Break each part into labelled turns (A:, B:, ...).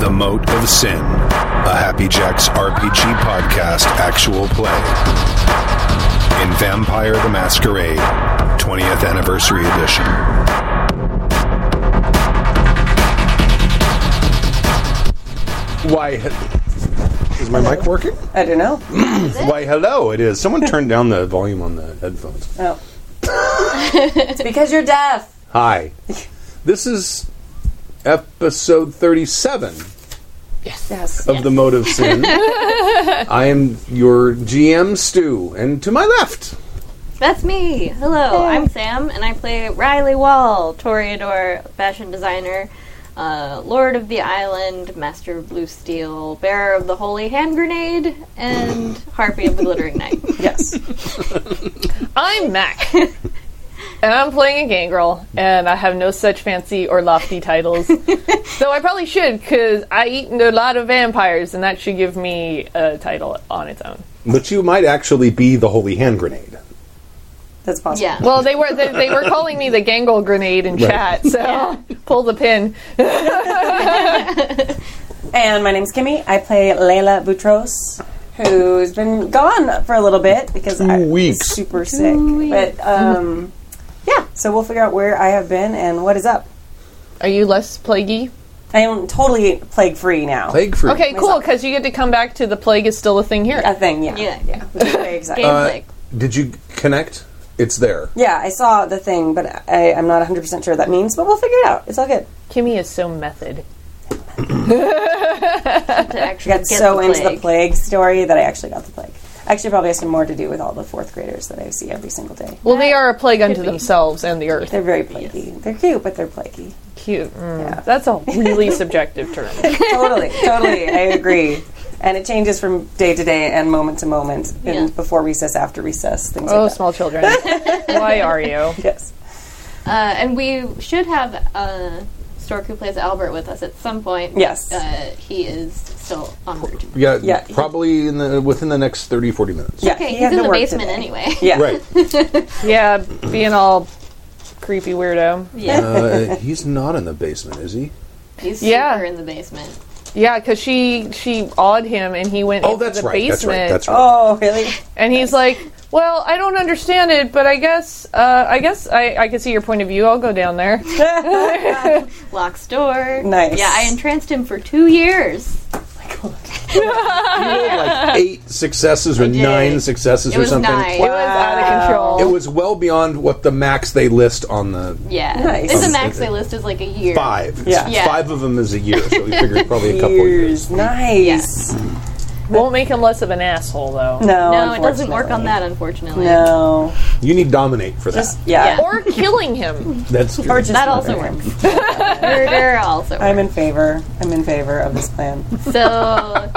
A: the Sin, a Happy Jacks RPG podcast actual play. In Vampire the Masquerade, 20th Anniversary Edition.
B: Why? Is my mic working?
C: I don't know.
B: Why, hello, it is. Someone turned down the volume on the headphones.
C: Oh. it's because you're deaf.
B: Hi. This is episode 37
C: Yes.
B: of The Mode of Sin. I am your GM, Stu, and to my left.
D: That's me. Hello, I'm Sam, and I play Riley Wall, Toreador, fashion designer, uh, Lord of the Island, Master of Blue Steel, Bearer of the Holy Hand Grenade, and Harpy of the Glittering Knight.
C: Yes.
E: I'm Mac. and I'm playing a gangrel, and I have no such fancy or lofty titles. so I probably should, because I eat a lot of vampires, and that should give me a title on its own.
B: But you might actually be the Holy Hand Grenade.
C: That's possible.
D: Yeah.
E: Well, they were they, they were calling me the gangrel grenade in chat, so pull the pin.
C: And my name's Kimmy. I play Layla Boutros, who's been gone for a little bit because I was
B: weeks.
C: super sick. But um, yeah, so we'll figure out where I have been and what is up.
E: Are you less plaguey?
C: I am totally plague free now.
B: Plague Fruit.
E: Okay, cool, because you get to come back to the plague is still a thing here.
C: A thing, yeah.
D: Yeah.
C: Which is very exciting.
D: Game
B: Uh,
D: click.
B: did you connect? It's there.
C: yeah, I saw the thing, but I, I'm not 100% sure what that means, but we'll figure it out. It's all good.
E: Kimmy is so method.
D: to actually
C: got
D: get
C: so
D: the
C: into the
D: plague.
C: plague story that I actually got the plague. Actually, probably has some more to do with all the fourth graders that I see every single day.
E: Well, they are a plague unto themselves and the earth.
C: They're very plaguey. They're cute, but they're plaguey.
E: Cute. Mm. That's a really subjective term.
C: Totally, totally. I agree. And it changes from day to day and moment to moment,
D: Yeah.
C: and before recess, after recess, things
E: Oh,
C: like that.
E: small children. Why are you?
C: Yes.
D: Uh, and we should have uh, Stork, who plays Albert, with us at some point.
C: Yes.
D: Uh, he is still on route.
B: Yeah,
C: Yeah.
B: probably in the, within the next 30, 40 minutes.
C: Yeah,
D: Okay,
C: he
D: he's
C: had
D: in
C: to
D: the
C: work
D: basement
C: today.
D: anyway.
C: Yeah.
B: Right.
E: Yeah, being all creepy weirdo.
B: Uh, he's not in the basement, is he?
D: He's
E: Yeah.
D: super in the basement.
E: Yeah, because she she awed him and he went
B: Oh,
E: into
B: that's
E: the
B: right. That's
E: basement.
B: right. That's right.
C: Oh, really?
E: And he's like, "Well, I don't understand it, but I guess uh, I guess I, I can see your point of view. I'll go down there."
D: Locks door.
C: Nice.
D: Yeah, I entranced him for two years.
B: like eight successes or
D: did.
B: nine successes
D: It
B: or
D: was
B: something.
D: nine.
E: It was out of control.
B: It was well beyond what the max they list on the
D: Yeah.
C: Nice.
D: It's the max they list is like a year.
B: five. It's
C: Yeah.
D: Yeah.
B: Five of them is a year, so we figured probably a couple of years.
C: Years. Nice.
E: Won't make him less of an asshole though,
C: No,
D: No, it doesn't work on
C: unfortunately.
D: that, unfortunately.
C: No.
B: You need dominate for that.
C: Just, yeah.
D: Yeah.
E: or killing him.
B: That's true.
C: Or just
D: That also
C: murder him.
D: works. Murder also
C: I'm
D: works.
C: in favor. I'm in favor of this plan.
D: So,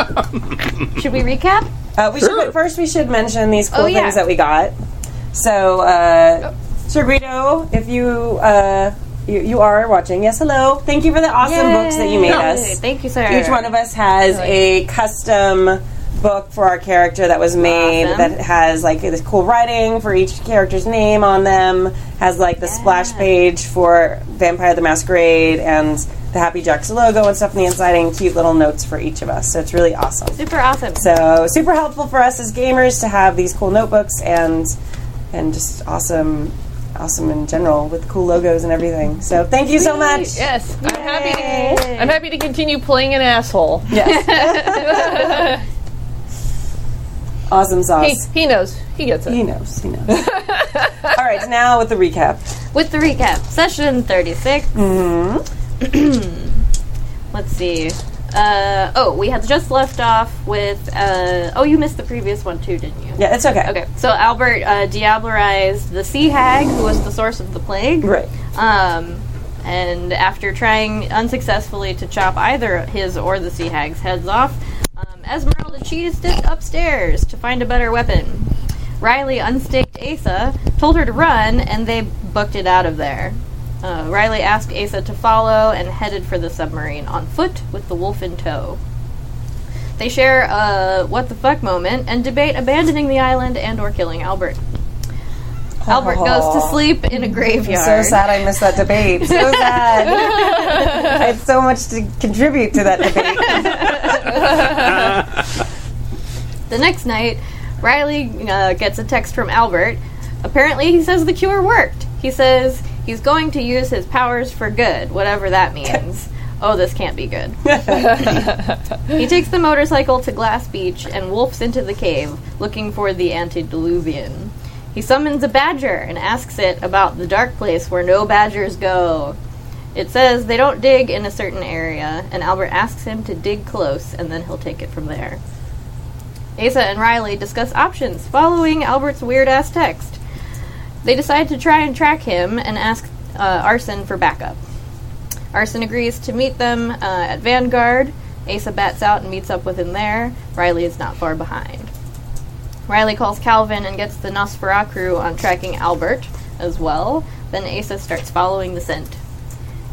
D: should we recap?
C: Uh, we
B: Sure.
C: should first we should mention these cool
D: Oh, yeah.
C: things that we got. So, uh, Sir Guido, if you, uh, you you are watching, yes, hello. Thank you for the awesome books that you made us.
D: Thank you, sir.
C: Each one of us has a custom book for our character that was made
D: Awesome.
C: that has like this cool writing for each character's name on them. Has like the splash page for Vampire the Masquerade and the Happy Jacks logo and stuff on the inside, and cute little notes for each of us. So it's really awesome.
D: Super awesome.
C: So super helpful for us as gamers to have these cool notebooks and and just awesome awesome in general with cool logos and everything. So thank you so much.
E: Yes, I'm happy. To, I'm happy to continue playing an asshole.
C: Awesome
E: He,
C: sauce.
E: he knows. He gets it.
C: He knows. He knows. All right, now with the recap.
D: With the recap, session 36. Mm-hmm. Let's see. Uh, oh, we had just left off with. Uh, oh, you missed the previous one too, didn't you?
C: Yeah, it's okay.
D: Okay, so Albert uh, diablerized the sea hag, who was the source of the plague.
C: Right.
D: Um, and after trying unsuccessfully to chop either his or the sea hag's heads off, um, Esmeralda cheesed it upstairs to find a better weapon. Riley unstaked Asa, told her to run, and they booked it out of there. Uh, Riley asked Asa to follow and headed for the submarine on foot with the wolf in tow. They share a what the fuck moment and debate abandoning the island and or killing Albert. Albert goes to sleep in a graveyard.
C: So sad I missed that debate. So sad. I had so much to contribute to that debate.
D: The next night, Riley uh, gets a text from Albert. Apparently, he says the cure worked. He says he's going to use his powers for good, whatever that means. oh, this can't be good. he takes the motorcycle to Glass Beach and wolfs into the cave, looking for the antediluvian. He summons a badger and asks it about the dark place where no badgers go. It says they don't dig in a certain area, and Albert asks him to dig close, and then he'll take it from there. Asa and Riley discuss options following Albert's weird ass text. They decide to try and track him and ask uh, Arson for backup. Arson agrees to meet them uh, at Vanguard. Asa bats out and meets up with him there. Riley is not far behind. Riley calls Calvin and gets the Nosferatu crew on tracking Albert as well. Then Asa starts following the scent.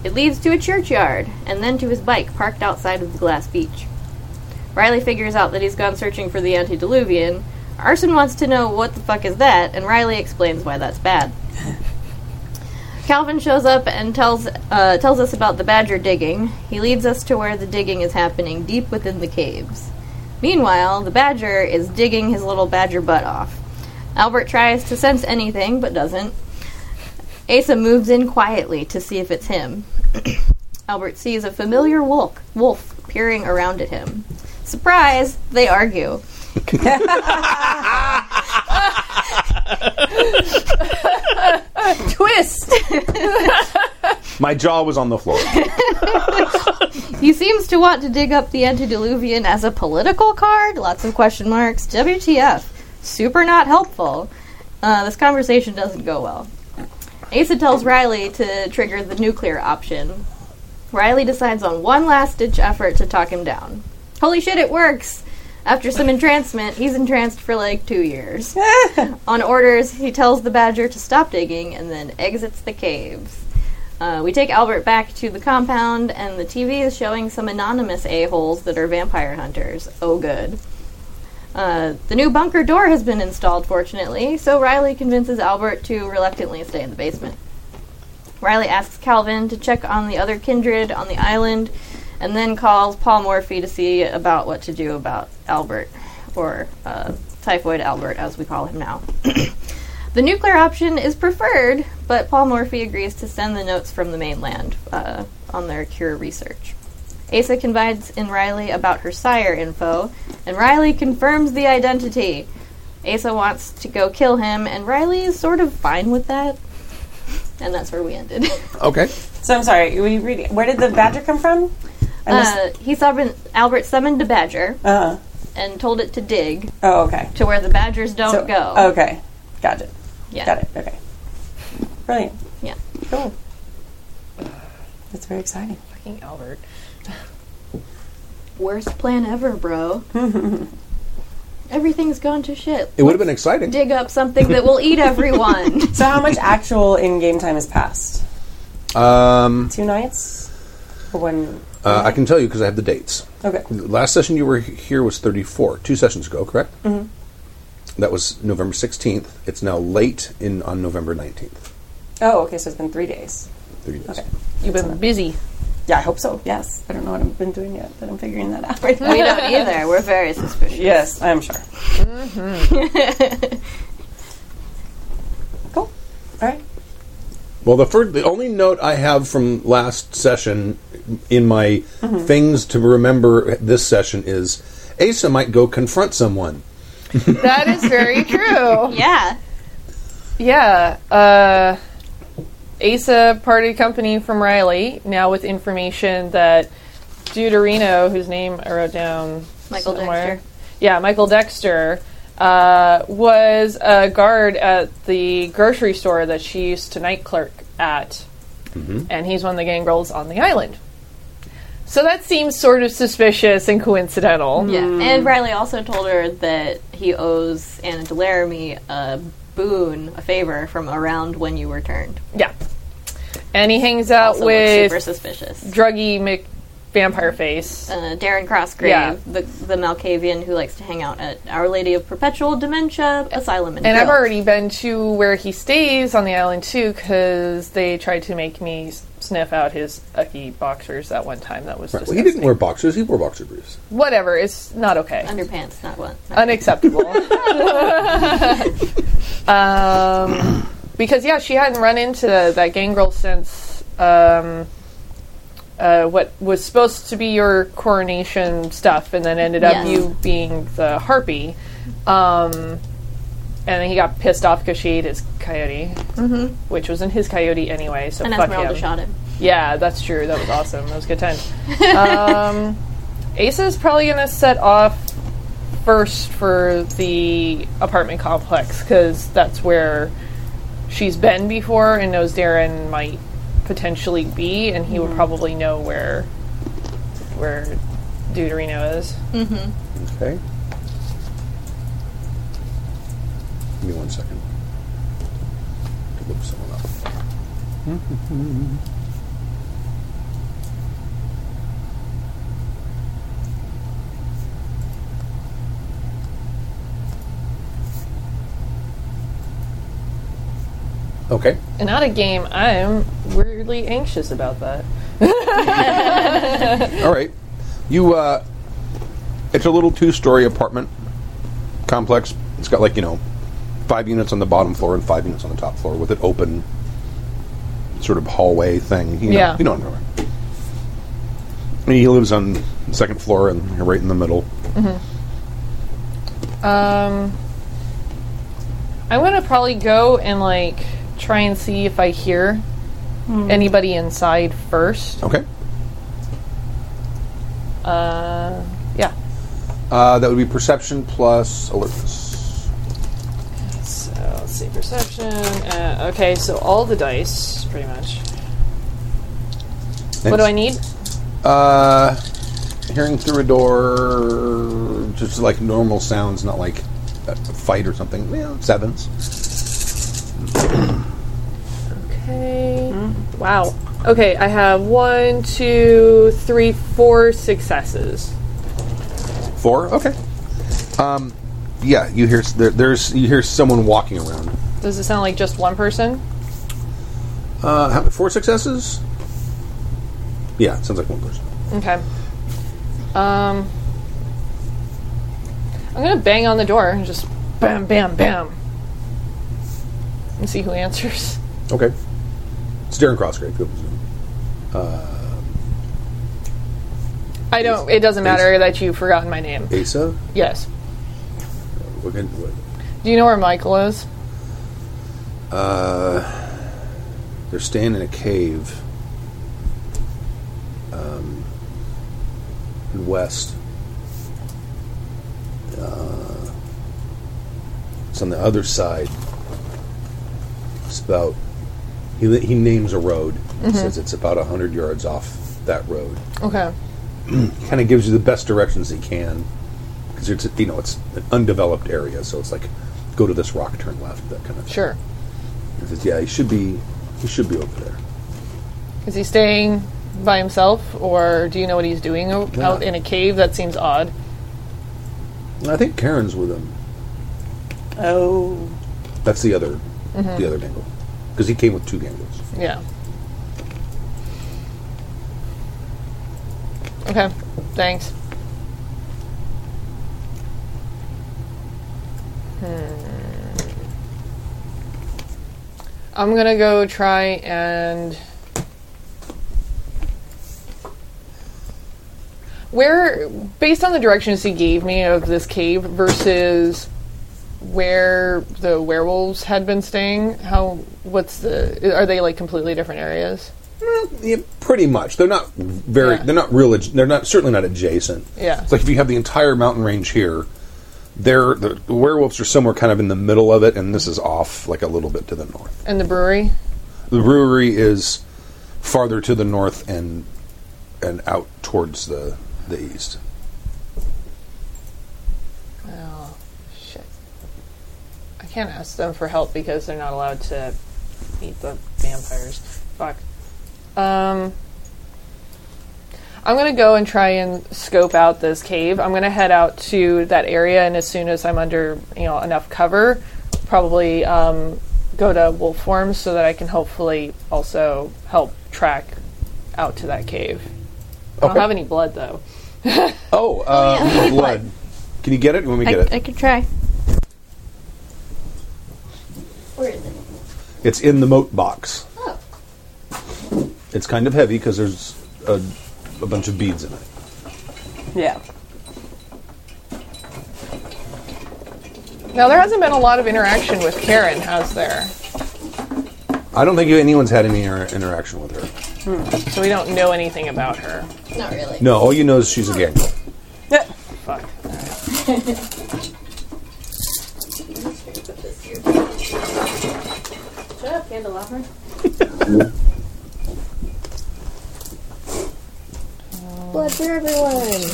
D: It leads to a churchyard and then to his bike parked outside of the glass beach. Riley figures out that he's gone searching for the antediluvian. Arson wants to know what the fuck is that, and Riley explains why that's bad. Calvin shows up and tells uh, tells us about the badger digging. He leads us to where the digging is happening deep within the caves. Meanwhile, the badger is digging his little badger butt off. Albert tries to sense anything but doesn't. Asa moves in quietly to see if it's him. Albert sees a familiar wolf, wolf peering around at him. Surprise! They argue.
E: Twist!
B: My jaw was on the floor.
D: He seems to want to dig up the antediluvian as a political card. Lots of question marks. WTF? Super not helpful. Uh, this conversation doesn't go well. Asa tells Riley to trigger the nuclear option. Riley decides on one last ditch effort to talk him down. Holy shit, it works! After some entrancement, he's entranced for like two years. on orders, he tells the badger to stop digging and then exits the caves. Uh, we take Albert back to the compound, and the TV is showing some anonymous a-holes that are vampire hunters. Oh, good. Uh, the new bunker door has been installed, fortunately, so Riley convinces Albert to reluctantly stay in the basement. Riley asks Calvin to check on the other kindred on the island, and then calls Paul Morphy to see about what to do about Albert, or uh, Typhoid Albert, as we call him now. The nuclear option is preferred, but Paul Morphy agrees to send the notes from the mainland uh, on their cure research. Asa confides in Riley about her sire info, and Riley confirms the identity. Asa wants to go kill him, and Riley is sort of fine with that. And that's where we ended.
B: Okay.
C: So I'm sorry. Were you reading? Where did the badger come from? I missed-
D: Uh, he summoned, Albert summoned a badger
C: uh-huh.
D: and told it to dig
C: Oh, okay.
D: to where the badgers don't
C: So-
D: go.
C: Okay. Got it.
D: yeah.
C: Got it. Okay. Brilliant.
D: Yeah.
C: Cool. That's very exciting.
E: Fucking Albert.
D: Worst plan ever, bro. Everything's gone to shit.
B: It would have been exciting.
D: Dig up something that will eat everyone.
C: So how much actual in-game time has passed?
B: Um,
C: Two nights? Or one?
B: uh, I can tell you because I have the dates.
C: Okay.
B: The last session you were h- here was 34, two sessions ago, correct? Mm-hmm. That was November 16th. It's now late in on November 19th.
C: Oh, okay. So it's been three days.
B: Three days.
C: Okay.
E: You've been busy.
C: Yeah, I hope so. Yes. I don't know what I've been doing yet, but I'm figuring that out right now.
D: we don't either. We're very suspicious.
C: Yes, I'm sure. cool. All right.
B: Well, the first, the only note I have from last session in my things to remember this session is Asa might go confront someone.
E: That is very true.
D: Yeah.
E: Yeah. Uh, Asa parted company from Riley, now with information that Deuterino, whose name I wrote down
D: Michael Dexter.
E: Yeah, Michael Dexter, uh, was a guard at the grocery store that she used to night clerk at. And he's one of the gangrels on the island. So that seems sort of suspicious and coincidental.
D: Yeah. And Riley also told her that he owes Anna Delaramie a boon, a favor from around when you returned.
E: Yeah. And he hangs out
D: Also looks
E: with
D: super suspicious.
E: druggy vampire face.
D: uh, Darren Crossgrave,
E: Yeah.
D: the, the Malkavian who likes to hang out at Our Lady of Perpetual Dementia Asylum.
E: And I've
D: Grill.
E: already been to where he stays on the island too, because they tried to make me s- sniff out his ucky boxers that one time. That was
B: Right.
E: just
B: Well, he didn't wear boxers. He wore boxer briefs.
E: whatever. It's not okay.
D: underpants, not what.
E: Unacceptable. um, because yeah, she hadn't run into that gang girl since um, uh, what was supposed to be your coronation stuff, and then ended up
D: Yes.
E: you being the harpy. Um, and then he got pissed off because she ate his coyote, which wasn't his coyote anyway. So
D: Mm-hmm. And
E: fuck
D: Esmeralda
E: him.
D: shot him.
E: Yeah, that's true. That was awesome. That was good times. Um, Asa is probably going to set off first for the apartment complex because that's where she's been before and knows Darren might potentially be, and he would probably know where where Deuterino is.
B: Okay. Give me one second to look someone up. Okay.
E: And not a game. I'm weirdly anxious about that.
B: All right. You, uh, it's a little two story apartment complex. It's got like, you know, five units on the bottom floor and five units on the top floor with an open sort of hallway thing. You know,
E: Yeah.
B: You know what I'm talking about. And he lives on the second floor and you're right in the middle.
E: Um, I'm gonna probably go and like try and see if I hear anybody inside first.
B: Okay.
E: Uh, yeah.
B: Uh, that would be perception plus alertness.
E: So let's see perception. Uh, okay, so all the dice, pretty much. What do I need?
B: Uh, hearing through a door, just like normal sounds, not like a fight or something. Yeah, sevens.
E: Okay. Wow. Okay, I have one, two, three, four successes.
B: Four. Okay. Um, yeah, you hear s- there, there's you hear someone walking around.
E: Does it sound like just one person?
B: Uh, how, four successes. Yeah, sounds like one person.
E: Okay. Um, I'm gonna bang on the door and just bam, bam, bam, and see who answers.
B: Okay. It's Darren Crossgrave. Good one.
E: I don't. It doesn't matter that you've forgotten my name.
B: Asa.
E: Yes.
B: We're gonna- what-
E: Do you know where Michael is?
B: Uh, they're staying in a cave. Um, in west. Uh, it's on the other side. It's about. He, li- he names a road. He says it's about hundred yards off that road.
E: Okay.
B: Kind of gives you the best directions he can, because it's you know it's an undeveloped area, so it's like go to this rock, turn left, that kind of thing.
E: Sure.
B: He says, "Yeah, he should be. He should be over there."
E: Is he staying by himself, or do you know what he's doing o-
B: Yeah.
E: out in a cave? That seems odd.
B: And I think Karen's with him.
C: Oh.
B: That's the other, the other dangle, because he came with two dangles.
E: Yeah. Okay. Thanks. Hmm. I'm gonna go try and. Where, based on the directions he gave me of this cave versus where the werewolves had been staying, how what's the are they like completely different areas?
B: Eh, Yeah, pretty much. They're not very.
E: Yeah.
B: They're not real. ad- They're not certainly not adjacent.
E: Yeah.
B: It's like if you have the entire mountain range here, they're the werewolves are somewhere kind of in the middle of it, and this is off like a little bit to the north.
E: And the brewery?
B: The brewery is farther to the north and and out towards the the east.
E: Oh shit. I can't ask them for help because they're not allowed to eat the vampires. Fuck. Um I'm gonna go and try and scope out this cave. I'm gonna head out to that area, and as soon as I'm under you know enough cover, probably um, go to wolf form so that I can hopefully also help track out to that cave. I don't
B: Okay.
E: have any blood though.
B: Oh, uh, blood. Can you get it? When we get
D: I,
B: it,
D: I could try.
F: Where is it?
B: it's in the moat box.
F: Oh.
B: It's kind of heavy because there's a, a bunch of beads in it.
C: Yeah.
E: Now there hasn't been a lot of interaction with Karen, has there?
B: I don't think anyone's had any inter- interaction with her.
E: So we don't know anything about her.
F: Not really.
B: No, all you know is she's a gang.
C: Yeah.
E: Fuck.
D: Shut up, candelabra.
F: Blood for everyone.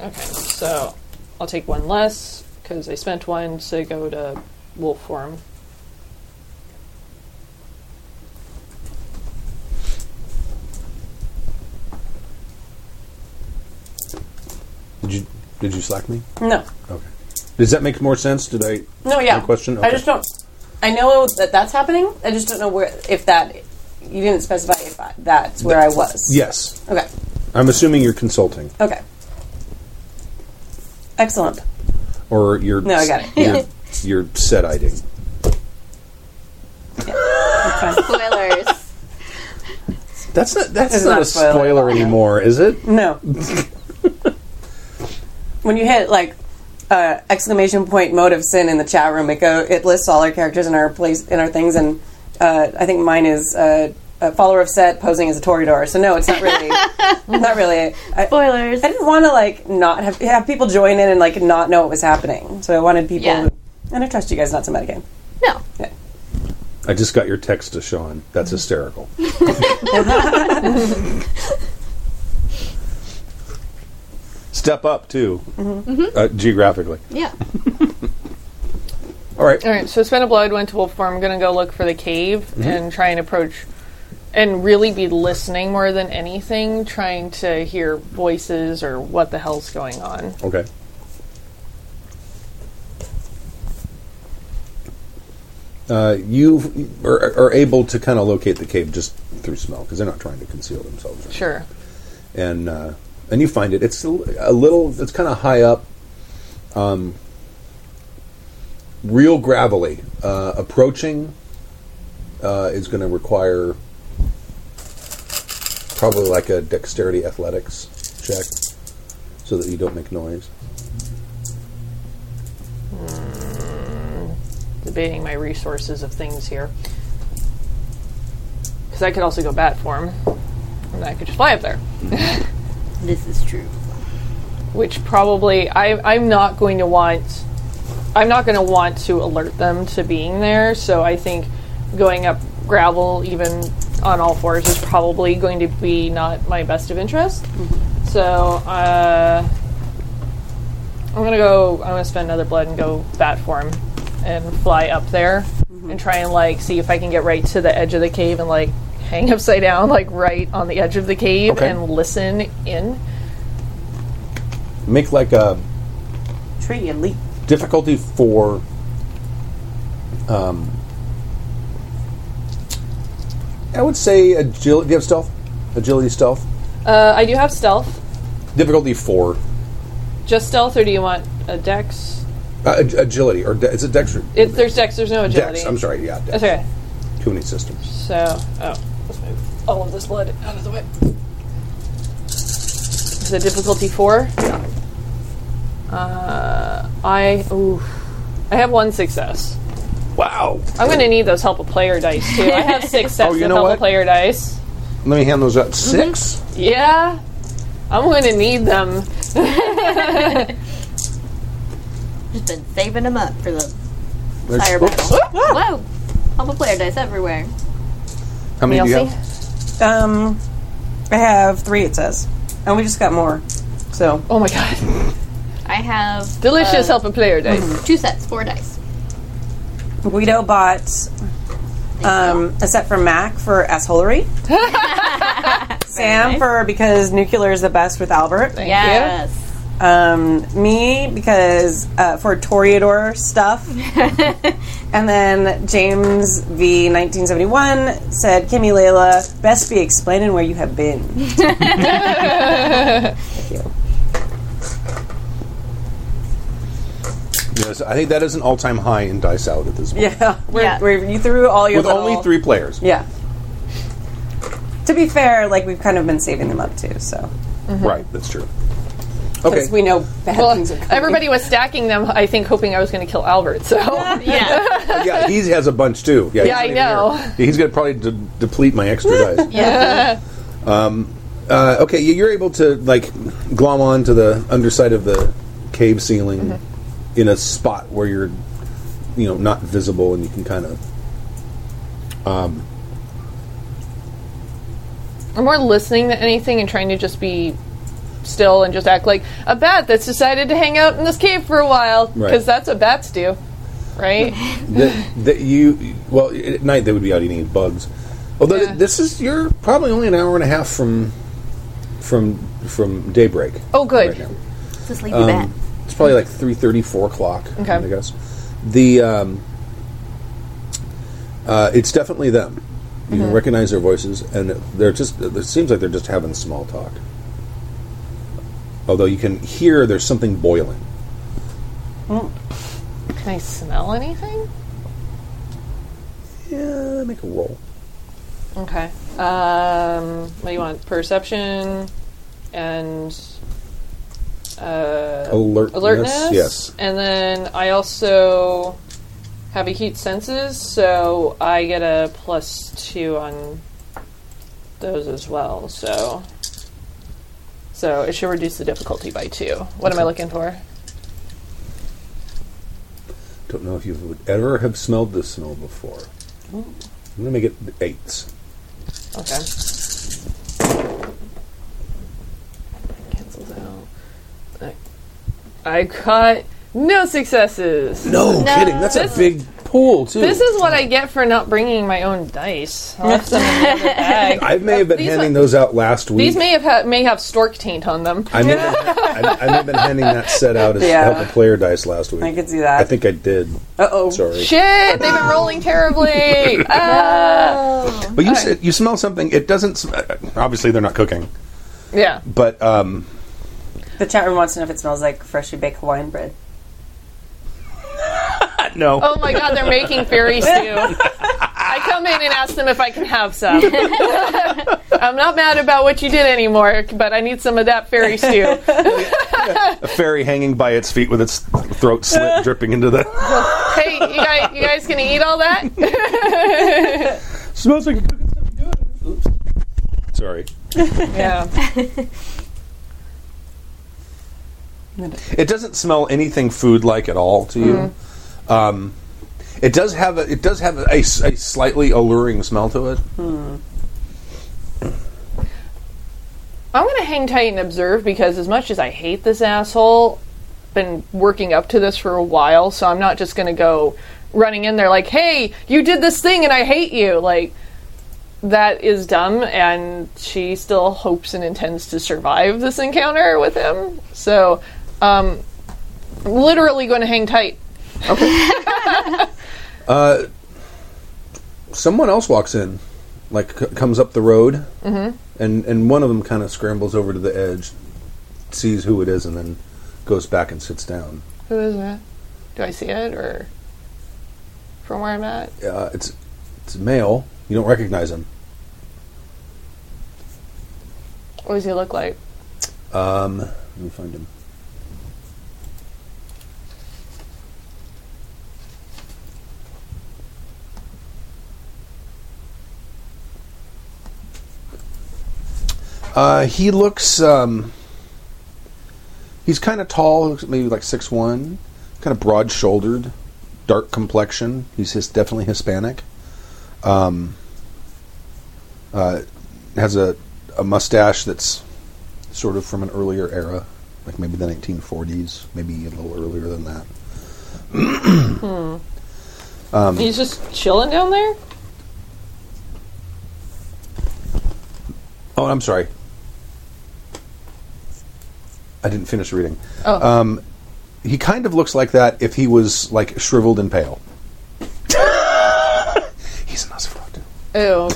E: Okay, so I'll take one less because I spent one to go to wolf form.
B: Did you did you slack me?
C: No.
B: Okay. Does that make more sense? Did I?
C: No. Yeah.
B: No question?
C: I
B: Okay.
C: just don't. I know that that's happening. I just don't know where if that. You didn't specify if I, that's where I was.
B: Yes.
C: Okay.
B: I'm assuming you're consulting
C: Okay. Excellent.
B: or you're.
C: No, I got it.
B: You're, you're set iding.
D: Spoilers.
B: That's not that's
C: It's
B: not,
C: not
B: a
C: a spoiler.
B: spoiler anymore, is it?
C: No. when you hit like uh, exclamation point mode of sin in the chat room, it go it lists all our characters in our place in our things, and uh, I think mine is uh, a follower of Set posing as a Toreador. So no, it's not really not really. I,
D: Spoilers.
C: I didn't want to like not have have people join in and like not know what was happening. So I wanted people.
D: Yeah.
C: Who, and I trust you guys not to metagame.
D: No.
B: I just got your text to Sean. That's hysterical. Step up too, uh, geographically.
D: Yeah.
B: All right.
E: All right, so spent a blood, went to wolf form. I'm gonna go look for the cave and try and approach, and really be listening more than anything, trying to hear voices or what the hell's going on.
B: Okay. Uh, you are, are able to kind of locate the cave just through smell because they're not trying to conceal themselves. or
E: Sure.
B: and uh, and you find it. It's a li- a little. It's kind of high up, um, real gravelly. Uh, approaching uh, is going to require probably like a dexterity athletics check, so that you don't make noise.
E: Debating my resources of things here, because I could also go bat form, and I could just fly up there.
D: This is true.
E: which probably I, I'm not going to want. I'm not going to want to alert them to being there. So I think going up gravel, even on all fours, is probably going to be not my best of interest. So uh, I'm going to go. I'm going to spend another blood and go bat form and fly up there and try and like see if I can get right to the edge of the cave and like hang upside down like right on the edge of the cave
B: Okay.
E: and listen in.
B: Make like a
C: Tree elite.
B: difficulty for um, I would say agility. Do you have stealth? Agility stealth.
E: Uh, I do have stealth.
B: Difficulty four.
E: Just stealth, or do you want a dex?
B: Uh, ag- agility or de- it's a dex. or-
E: It, there's dex. There's no agility.
B: Dex. I'm sorry. Yeah. Dex.
E: That's okay.
B: Too many systems.
E: So, oh, let's move all of this blood out of the way. Is it difficulty four? Yeah. Uh, I ooh, I have one success.
B: Wow.
E: I'm gonna need those help a player dice too. I have six sets
B: Oh, you
E: of
B: know
E: help
B: what?
E: a player dice.
B: Let me hand those up. 6
E: Yeah, I'm gonna need them.
D: Just been saving them up for the
B: There's-
D: fire
B: oops.
D: battle. Whoa! Help a player dice everywhere.
B: How many do you
E: Elsie?
B: have?
C: Um, I have three. It says, and we just got more. So
E: Oh my god,
D: I have
E: delicious
D: uh,
E: help a player dice.
D: Two sets, four dice.
C: Guido bought um, a set for Mac for assholery. Sam
D: nice.
C: for because nuclear is the best with Albert.
D: Yes.
C: Um, me because uh, for Toreador stuff, and then James V. 1971 said, "Kimmy Layla, best be explaining where you have been." Thank you.
B: Yes, I think that is an all-time high in dice salad at this point.
C: Yeah, we're,
D: Yeah.
C: We're, you threw all your
B: With
C: little-
B: only three players.
C: Yeah. To be fair, like we've kind of been saving them up too, so
B: Right, that's true.
C: because
B: Okay.
C: we know bad
E: Well,
C: things are coming.
E: everybody was stacking them, I think, hoping I was going to kill Albert. So
D: Yeah.
B: yeah, he has a bunch too. Yeah, he's
E: I
B: not even here.
E: know.
B: He's going to probably de- deplete my extra dice.
D: Yeah.
B: Uh, okay, you- you're able to like glom on to the underside of the cave ceiling
E: Mm-hmm.
B: in a spot where you're, you know, not visible, and you can kind of
E: I'm more listening than anything and trying to just be still and just act like a bat that's decided to hang out in this cave for a while
B: Right.
E: because that's what bats do, right?
B: that, that you well at night they would be out eating bugs. Although th-
E: Yeah.
B: this is you're probably only an hour and a half from from from daybreak.
E: Oh, good.
B: Right now.
D: It's a sleepy bat.
B: Um, it's probably like 3.30, 4 o'clock,
E: Okay.
B: I guess. The, um, uh, it's definitely them. You
E: Mm-hmm.
B: can recognize their voices, and they're just, it seems like they're just having small talk. Although you can hear there's something boiling.
E: Can I smell anything?
B: Yeah, make a roll.
E: Okay. Um, what do you want? Perception and uh,
B: Alertness.
E: alertness.
B: Yes.
E: And then I also have acute senses, so I get a plus two on those as well. So, so it should reduce the difficulty by two. What am I looking for?
B: Don't know if you would ever have smelled this smell before. I'm going to make it eights.
E: Okay. Cancels out. I- I got no successes.
B: No, kidding. That's a big pool, too.
E: This is what I get for not bringing my own dice. I'll have some in the other bag.
B: I may have been
E: These
B: handing
E: are-
B: those out last week.
E: These may have ha- may have stork taint on them.
B: I may, have, I, I may have been handing that set out as
C: Yeah.
B: help a player dice last week.
C: I could see that.
B: I think I did.
C: Uh oh.
B: Sorry,
E: Shit, they've been rolling terribly. Ah.
B: but you said you smell something. It doesn't. Sm- uh, obviously, they're not cooking,
E: Yeah.
B: but um,
C: The chat room wants to know if it smells like freshly baked Hawaiian bread.
B: no.
E: Oh my god, they're making fairy stew. I come in and ask them if I can have some. I'm not mad about what you did anymore, but I need some of that fairy stew.
B: A fairy hanging by its feet with its throat slit dripping into the
E: hey, you guys, you guys gonna eat all that?
B: smells like cooking stuff good. Oops. Sorry,
E: Yeah.
B: it doesn't smell anything food like at all to you.
C: Mm-hmm.
B: Um, it does have a it does have a, a s- a slightly alluring smell to it.
E: I'm gonna hang tight and observe because as much as I hate this asshole, been working up to this for a while, so I'm not just gonna go running in there like, "Hey, you did this thing and I hate you." Like that is dumb, and she still hopes and intends to survive this encounter with him. So, um, I'm literally going to hang tight.
B: someone else walks in, like c- comes up the road,
C: Mm-hmm.
B: and and one of them kind of scrambles over to the edge, sees who it is, and then goes back and sits down.
E: Who is that? Do I see it or from where I'm at?
B: Uh, it's it's a male. You don't recognize him.
E: What does he look like?
B: Um, let me find him. Uh, he looks. Um, he's kind of tall, looks maybe like six one, kind of broad shouldered, dark complexion. He's his, definitely Hispanic. Um, uh, has a, a mustache that's sort of from an earlier era, like maybe the 1940s, maybe a little earlier than that.
E: He's just chilling down there.
B: Oh, I'm sorry. I didn't finish reading.
E: Oh.
B: Um, he kind of looks like that if he was like shriveled and pale. He's an Osfrog.
E: Ew,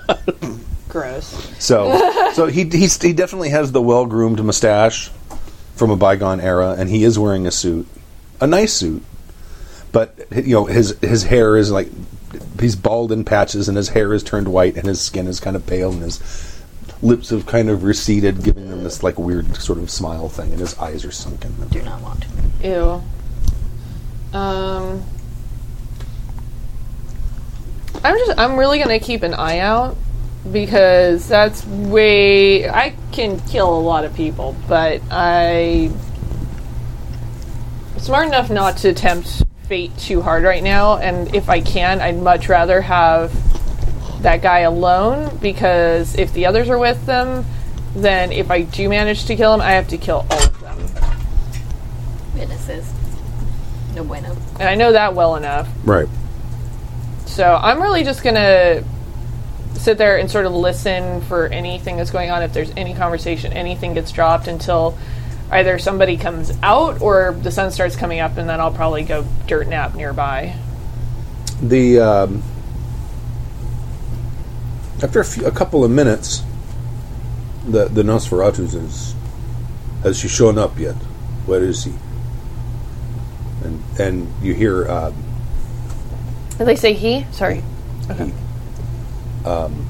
E: gross.
C: Gross.
B: So, so he he's, he definitely has the well groomed mustache from a bygone era, and he is wearing a suit, a nice suit, but you know his his hair is like he's bald in patches, and his hair is turned white, and his skin is kind of pale, and his lips have kind of receded, giving them this like weird sort of smile thing, and his eyes are sunken.
D: Do not want.
E: Ew. Um, I'm just. I'm really gonna keep an eye out because that's way. I can kill a lot of people, but I. Smart enough not to tempt fate too hard right now, and if I can, I'd much rather have that guy alone because if the others are with them, then if I do manage to kill him, I have to kill all of them.
D: Witnesses. No bueno.
E: And I know that well enough.
B: Right.
E: So I'm really just gonna sit there and sort of listen for anything that's going on. If there's any conversation, anything gets dropped until either somebody comes out or the sun starts coming up, and then I'll probably go dirt nap nearby.
B: the um, after a, few, a couple of minutes, the the Nosferatu says, "Has she shown up yet? Where is he?" And and you hear uh,
E: Did they say he? Sorry.
B: he, um,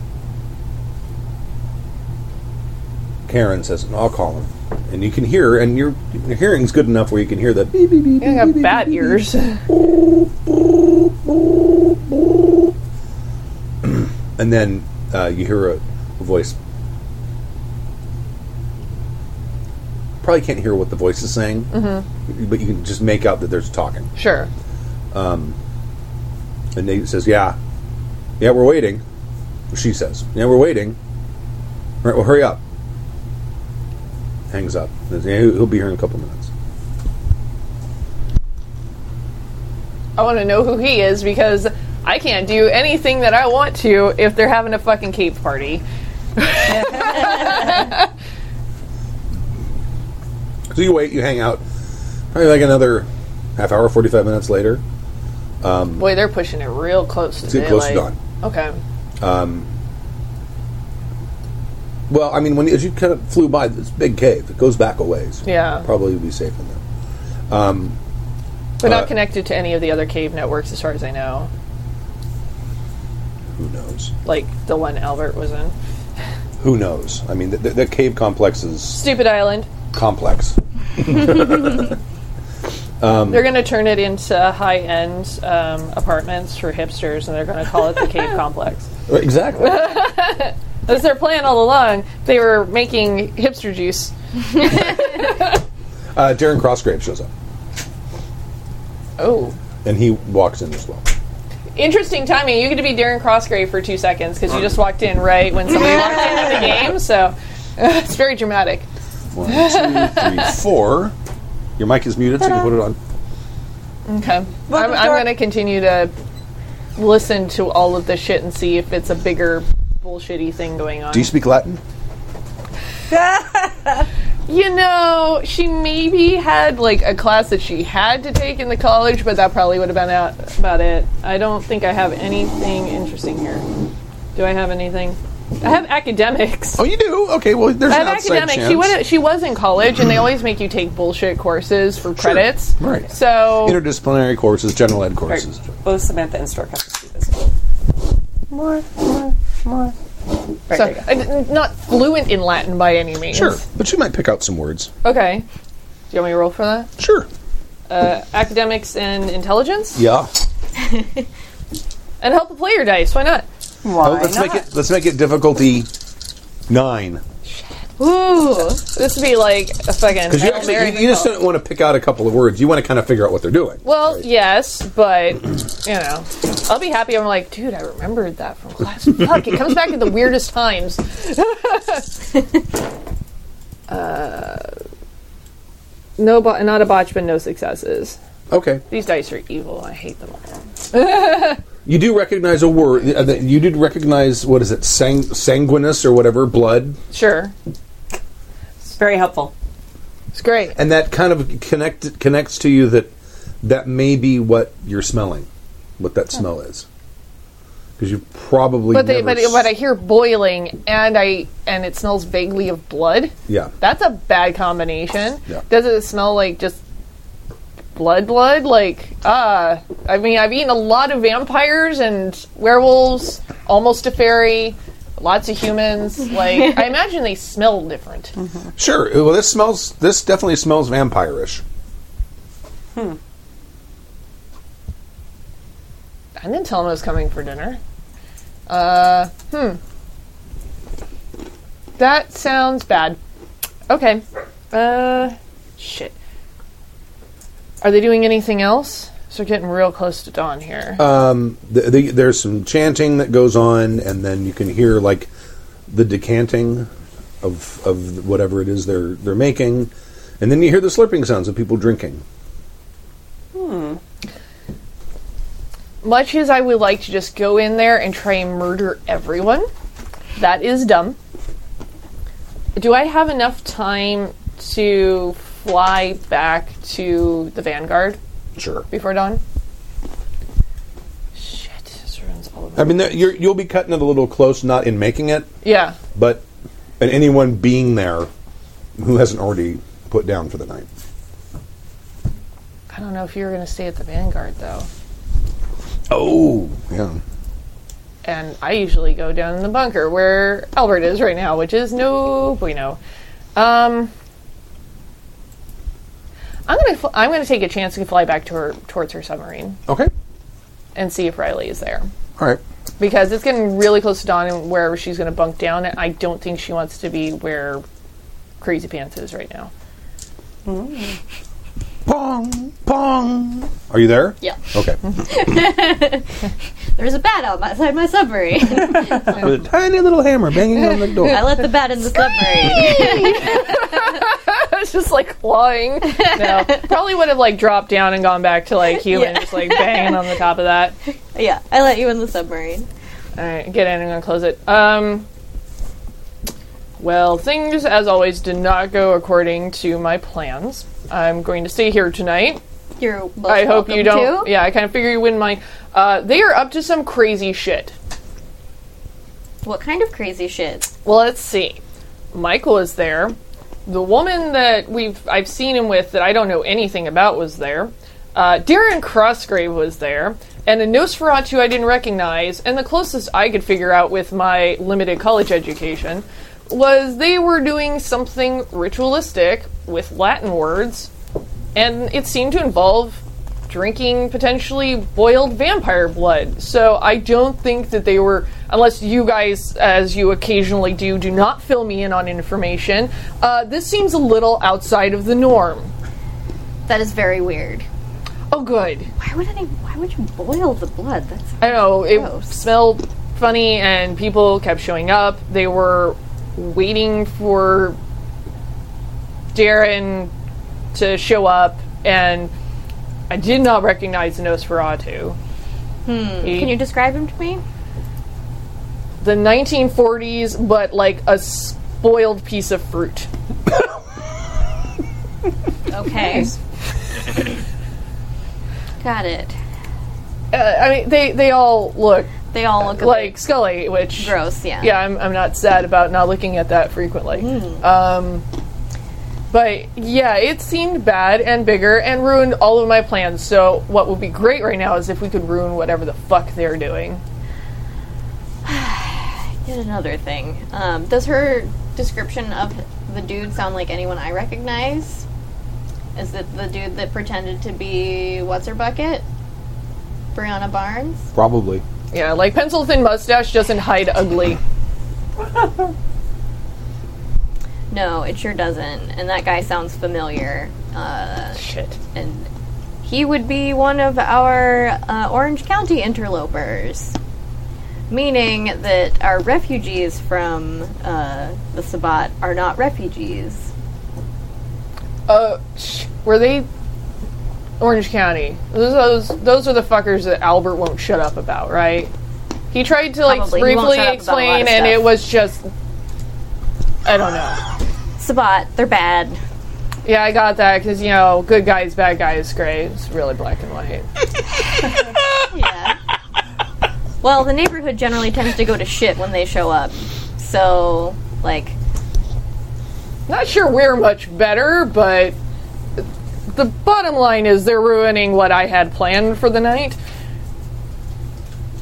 B: Karen says, "I'll call him." And you can hear, and your your hearing's good enough where you can hear the beep beep beep.
E: I
B: beep,
E: got
B: beep,
E: bat
B: beep, beep,
E: ears.
B: And then uh, you hear a, a voice. Probably can't hear what the voice is saying, but you can just make out that there's talking.
E: sure.
B: And Nate says, "Yeah, yeah, we're waiting." She says, "Yeah, we're waiting." All right, well, hurry up. Hangs up. Says, "Yeah, he'll he'll be here in a couple minutes.
E: I want to know who he is because I can't do anything that I want to if they're having a fucking cave party.
B: So you wait, you hang out. Probably like another half hour, forty-five minutes later.
E: Boy, they're pushing it real close to
B: It's getting close to
E: daylight.
B: dawn.
E: Okay.
B: Well, I mean, when as you kind of flew by this big cave, it goes back a ways.
E: Yeah.
B: probably would be safe in there.
E: But
B: Uh,
E: not connected to any of the other cave networks, as far as I know.
B: Who knows?
E: Like the one Albert was in.
B: Who knows? I mean, the, the, the cave complex is
E: Stupid Island.
B: complex.
E: They're going to turn it into high end um, apartments for hipsters, and they're going to call it the Cave Complex.
B: Exactly. Uh,
E: That's their plan all along. They were making hipster juice.
B: uh, Darren Crossgrave shows up,
E: Oh.
B: and he walks in as well.
E: Interesting timing. You get to be Darren Crossgrave for two seconds because you just walked in right when somebody walked into the game, so it's very dramatic.
B: One, two, three, four. Your mic is muted, so you can put it on.
E: Okay. I'm,
C: Welcome to
E: I'm
C: our-
E: going to continue to listen to all of this shit and see if it's a bigger bullshitty thing going on.
B: Do you speak Latin?
E: you know, she maybe had like a class that she had to take in the college, but that probably would have been out about it. I don't think I have anything interesting here. Do I have anything? I have academics.
B: Oh, you do. Okay. Well, there's
E: I
B: an
E: have
B: outside
E: academics.
B: chance.
E: She went. She was in college, and they always make you take bullshit courses for credits.
B: Right.
E: So
B: Interdisciplinary courses, general ed courses.
C: Both Samantha and Stork have to do this. More, more, more. Right,
E: So,
C: there you go.
E: I d- not fluent in Latin by any means.
B: Sure, but you might pick out some words.
E: Okay. Do you want me to roll for that?
B: Sure.
E: Uh, academics and intelligence,
B: Yeah.
E: and help the player dice. Why not?
C: Why
B: Oh, let's
C: not?
B: make it. Let's make it difficulty nine.
E: Ooh, this would be like a fucking.
B: Because you
E: Hail
B: actually
E: Mary
B: you, you just
E: result.
B: don't want to pick out a couple of words. You want to kind of figure out what they're doing.
E: Well, yes, but you know, I'll be happy. I'm like, dude, I remembered that from class. Fuck, it comes back at the weirdest times. uh, Uh, no, bo- not a botch, but no successes.
B: Okay.
E: These dice are evil. I hate them all.
B: You do recognize a word. uh, that- You did recognize what is it, sang- sanguinous or whatever, blood,
E: Sure.
C: Very helpful.
E: It's great.
B: and that kind of connect connects to you that that may be what you're smelling, what that smell is, because you probably.
E: But they,
B: never
E: but,
B: s-
E: but I hear boiling and I and it smells vaguely of blood.
B: yeah,
E: That's a bad combination.
B: Yeah.
E: Does it smell like just blood blood? Like ah I mean I've eaten a lot of vampires and werewolves, almost a fairy, lots of humans. Like I imagine they smell different.
B: sure. uh, Well, this smells. This definitely smells vampirish.
E: I didn't tell him I was coming for dinner. Uh hmm. That sounds bad. Okay. Uh shit. Are they doing anything else? So we're getting real close to dawn here.
B: Um, th the, there's some chanting that goes on, and then you can hear like the decanting of of whatever it is they're they're making, and then you hear the slurping sounds of people drinking.
E: much as I would like to just go in there and try and murder everyone, that is dumb. Do I have enough time to fly back to the Vanguard
B: Sure.
E: before dawn? Shit, this runs all over.
B: I mean, there- you're, you'll be cutting it a little close, not in making it,
E: yeah,
B: but and anyone being there who hasn't already put down for the night.
E: I don't know if you were going to stay at the Vanguard though,
B: Oh, yeah.
E: and I usually go down in the bunker where Albert is right now, which is no bueno. Um, I'm gonna fl- I'm gonna take a chance and fly back to her towards her submarine.
B: Okay.
E: and see if Riley is there.
B: All right.
E: Because it's getting really close to dawn and wherever she's going to bunk down, and I don't think she wants to be where Crazy Pants is right now.
B: Pong, pong. Are you there?
D: Yeah.
B: Okay.
D: There's a bat outside my submarine.
B: With a tiny little hammer banging on the door.
D: I let the bat in the submarine.
E: It's just like clawing. No, probably would have like dropped down and gone back to like human,
D: Yeah.
E: just like banging on the top of that.
D: yeah, I let you in the submarine.
E: All right, get in. I'm gonna close it. Um. Well, things as always did not go according to my plans. I'm going to stay here tonight.
D: You're most
E: I hope you
D: welcome
E: don't.
D: to.
E: Yeah, I kind of figure you wouldn't mind. Uh, they are up to some crazy shit.
D: What kind of crazy shit?
E: Well, let's see. Michael is there. The woman that we've I've seen him with that I don't know anything about was there. Uh, Darren Crossgrave was there, and a Nosferatu I didn't recognize. And the closest I could figure out with my limited college education was they were doing something ritualistic with Latin words, and it seemed to involve drinking potentially boiled vampire blood. So I don't think that they were, unless you guys, as you occasionally do, do not fill me in on information. Uh, this seems a little outside of the norm.
D: That is very weird.
E: Oh, good.
D: Why would any? Why would you boil the blood? That's
E: I know it
D: Gross.
E: smelled funny, and people kept showing up. They were waiting for Darren to show up, and I did not recognize Nosferatu. He-
D: Can you describe him to me?
E: the 1940s, but like a spoiled piece of fruit.
D: Okay. Got it.
E: Uh, I mean, they they all look
D: They all look a
E: like Scully, which
D: bit gross. Yeah.
E: yeah, I'm, I'm not sad about not looking at that frequently.
D: Hmm.
E: Um, but yeah, it seemed bad and bigger and ruined all of my plans. So what would be great right now is if we could ruin whatever the fuck they're doing.
D: Yet another thing. Um, does her description of the dude sound like anyone I recognize? Is it the dude that pretended to be what's her bucket? Brianna Barnes.
B: Probably.
E: Yeah, like pencil thin mustache doesn't hide ugly.
D: No, it sure doesn't. And that guy sounds familiar. Uh,
E: Shit.
D: and he would be one of our uh, Orange County interlopers, meaning that our refugees from uh, the Sabbat are not refugees.
E: Uh, sh- were they? Orange County. Those those those are the fuckers that Albert won't shut up about, right? He tried to like
D: Probably. He won't
E: briefly
D: shut up about a lot
E: explain,
D: of
E: and
D: stuff.
E: it was just I don't know.
D: Sabat, they're bad.
E: Yeah, I got that because you know, good guys, bad guys, gray. It's really black and white.
D: Yeah. well, the neighborhood generally tends to go to shit when they show up. So, like,
E: Not sure we're much better, but the bottom line is they're ruining what I had planned for the night.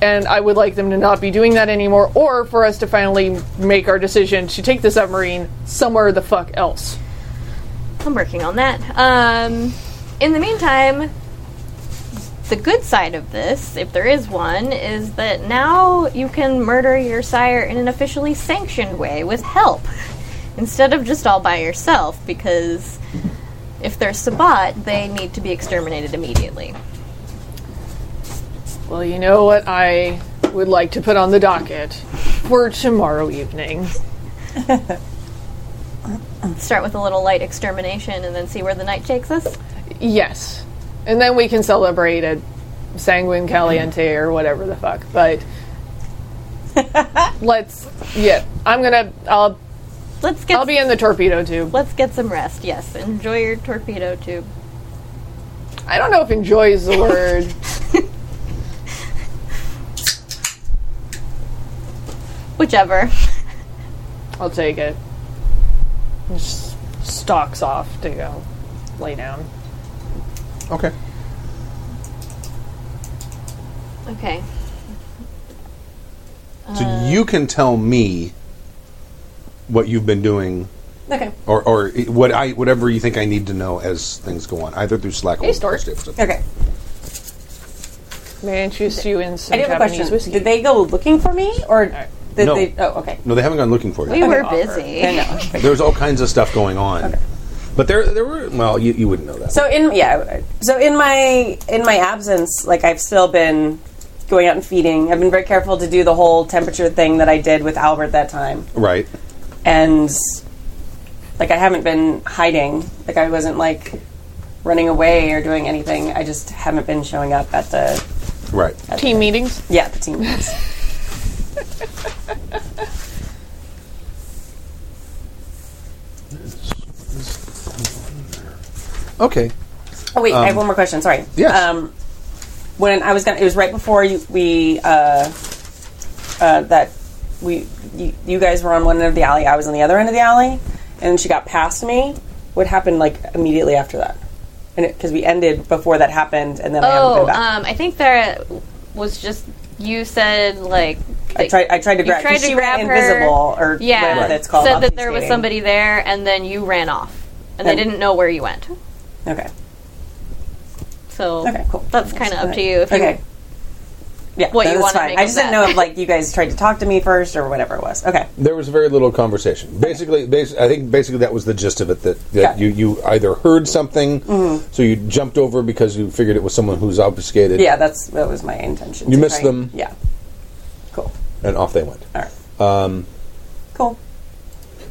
E: And I would like them to not be doing that anymore, or for us to finally make our decision to take the submarine somewhere the fuck else.
D: I'm working on that. Um, in the meantime, the good side of this, if there is one, is that now you can murder your sire in an officially sanctioned way with help instead of just all by yourself because if they're Sabat, they need to be exterminated immediately.
E: Well, you know what I would like to put on the docket for tomorrow evening.
D: Start with a little light extermination and then see where the night takes us.
E: Yes. And then we can celebrate at Sanguine Caliente or whatever the fuck. But let's yeah. I'm gonna I'll
D: Let's get
E: I'll be in the torpedo tube.
D: let's get some rest. Yes, enjoy your torpedo tube.
E: I don't know if enjoys the word.
D: Whichever.
E: I'll take it. Just stalks off to go lay down.
B: Okay.
D: Okay.
B: So
E: Uh,
B: you can tell me what you've been doing,
C: Okay.
B: or or what I whatever you think I need to know as things go on, either through Slack or
E: Hey, Stork.
B: text episode.
C: Okay.
E: May I introduce you in
C: I
E: some
C: do have a
E: Japanese
C: question.
E: whiskey?
C: Did they go looking for me, or did
B: No.
C: they? Oh, okay.
B: No, they haven't gone looking for you.
D: We were
E: offer.
D: busy.
C: I know.
B: There's all kinds of stuff going on, but there there were well, you, you wouldn't know that.
C: So in yeah, so in my in my absence, like I've still been going out and feeding. I've been very careful to do the whole temperature thing that I did with Albert that time,
B: right?
C: and like I haven't been hiding. Like I wasn't like running away or doing anything. I just haven't been showing up at the
B: Right.
E: Team meetings.
C: yeah the team meetings.
B: Okay.
C: Oh wait, I have one more question. Sorry.
B: Yes.
C: Um, when I was gonna, it was right before you, we uh, uh, that we you, you guys were on one end of the alley. I was on the other end of the alley, and she got past me. What happened like immediately after that? And because we ended before that happened, and then I haven't
D: Oh,
C: been back.
D: um, I think there was just you said like
C: I tried. I tried to
D: you
C: grab. 'cause
D: tried to
C: she
D: grab
C: ran
D: her.
C: invisible, or
D: yeah,
C: whatever that's called.
D: said that
C: obfuscating.
D: there was somebody there, and then you ran off, and they
C: And-
D: didn't know where you went.
C: Okay.
D: So
C: Okay, cool.
D: That's kind of up to you. If
C: okay.
D: you
C: yeah,
D: what
C: no,
D: you
C: that's
D: wanna
C: fine.
D: make
C: I
D: of
C: just didn't
D: that.
C: know if like you guys tried to talk to me first or whatever it was. Okay.
B: There was very little conversation. Basically, bas- I think basically that was the gist of it. That, that
C: Got it.
B: you, you either heard something, so you jumped over because you figured it was someone who's obfuscated.
C: Yeah, that's that was my intention.
B: You
C: to
B: missed
C: try-
B: them.
C: Yeah. Cool.
B: and off they went.
C: All right.
B: Um,
C: cool.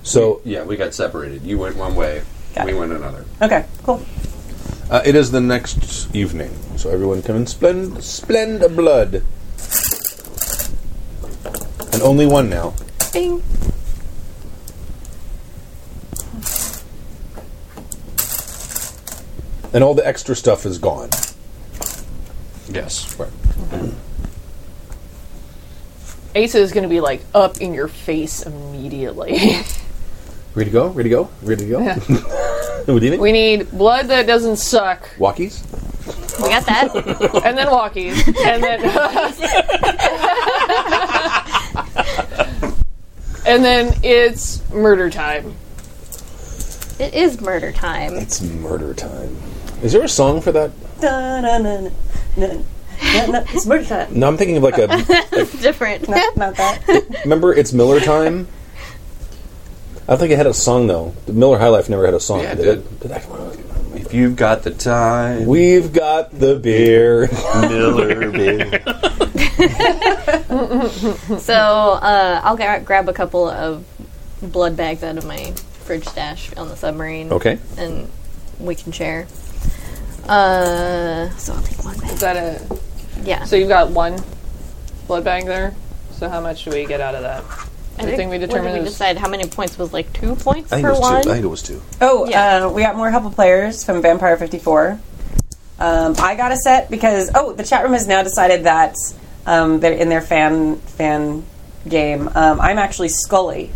B: So
G: Yeah, we got separated. You went one way,
C: Got
G: we
C: it.
G: went another.
C: Okay. Cool.
B: uh, it is the next evening. So everyone come in splend splend blood, and only one now.
D: Bing.
B: and all the extra stuff is gone.
G: Yes.
B: Right.
E: Asa is gonna be like up in your face immediately.
B: Ready to go? Ready to go? Ready to go?
E: Yeah.
B: what do you mean?
E: we need blood that doesn't suck.
B: Walkies?
D: we got that.
E: and then walkies, and then and then it's murder time.
D: it is murder time.
B: It's murder time. Is there a song for that?
C: Da-na-na-na, na- na- na- It's murder time.
B: No, I'm thinking of like a.
D: Different.
C: No, not that.
B: remember, it's Miller time. I don't think it had a song though. The Miller High Life never had a song.
G: Yeah, it
B: did I-
G: If you've got the time,
B: We've got the beer.
G: Miller, baby.
D: So uh, I'll gra- grab a couple of blood bags out of my fridge stash on the submarine.
B: Okay.
D: and we can share. Uh, so I'll take one back.
E: Is that a?
D: Yeah.
E: So you've got one blood bag there. So how much do we get out of that? I think we
D: what did
E: determined
D: we
E: is-
D: decide how many points was like two points
B: I think, it
D: per
B: was
D: one.
B: two. I think it was two.
C: Oh,
D: Yeah.
C: uh, we got more helpful players from Vampire 54. Um, I got a set because oh, the chat room has now decided that um, they're in their fan fan game. Um, I'm actually Scully.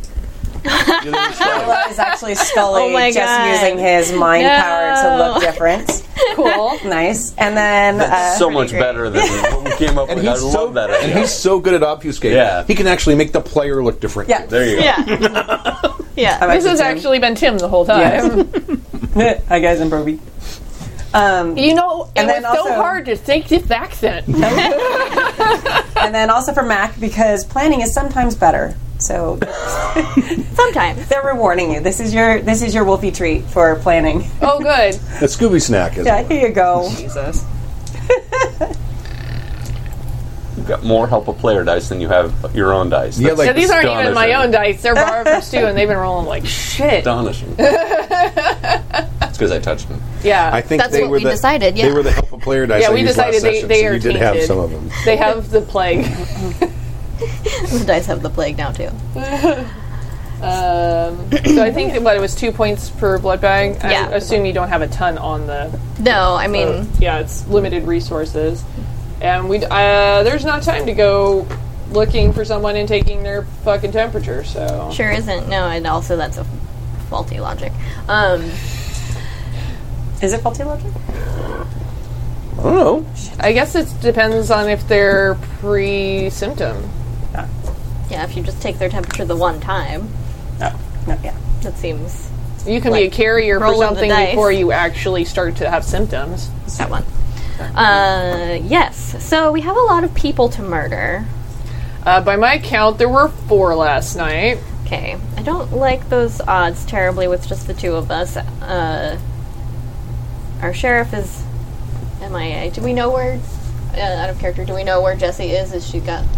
C: Lila is actually Scully,
D: Oh my
C: just
D: God.
C: using his mind
D: No.
C: power to look different.
E: Cool.
C: nice. And then uh,
G: so much better than what we came up with. I love
B: so,
G: that
B: and
G: idea.
B: he's so good at obfuscate.
G: Yeah.
B: He can actually make the player look different.
C: Yeah.
G: there you go.
D: yeah. yeah.
C: I'm
E: This has
C: Tim.
E: actually been Tim the whole time.
C: Hi guys, I'm Broby. Um,
E: You know, it
C: And
E: was
C: then
E: so
C: also-
E: hard to think this accent.
C: and then also for Mac because planning is sometimes better. So
D: Sometimes.
C: they're rewarding you. This is your this is your Wolfie treat for planning.
E: oh, good.
B: The Scooby snack is
C: Yeah, here you go.
E: Jesus.
G: You've got more help a player dice than you have your own dice.
B: Yeah,
G: That's
B: like-
E: Yeah, these aren't even my
G: astonishing.
E: own dice. They're borrowed from Stu, and they've been rolling like shit.
G: astonishing. it's because I touched him.
E: Yeah,
B: I think
D: That's
B: they
D: what
B: were
D: we
B: the,
D: decided,
B: They
D: yeah.
B: were the help a player dice.
E: Yeah,
B: I
E: we
B: used last
E: decided they-
B: session,
E: they
B: so
E: are
B: you did have
E: tainted.
B: some of them.
E: they have the plague.
D: The dice have the plague now too.
E: Um, so I think that, what it was two points per blood bag.
D: Yeah.
E: I assume you don't have a ton on the.
D: No, I mean
B: Oh.
E: Yeah, it's limited resources, and we d- uh, there's not time to go looking for someone and taking their fucking temperature. So
D: sure isn't. No, and also that's a faulty logic. Um,
C: Is it faulty logic?
B: I don't know.
E: I guess it depends on if they're pre-symptom.
D: yeah, if you just take their temperature the one time,
C: No, yeah.
D: that seems
E: You can be a
D: Like,
E: carrier for
D: rolling the
E: something
D: dice.
E: before you actually start to have symptoms.
D: that one. Uh, yes. So we have a lot of people to murder.
E: Uh, by my count, there were four last night.
D: Okay. I don't like those odds terribly with just the two of us. Uh, our sheriff is MIA. Do we know where, uh, out of character, do we know where Jessie is? Is she got.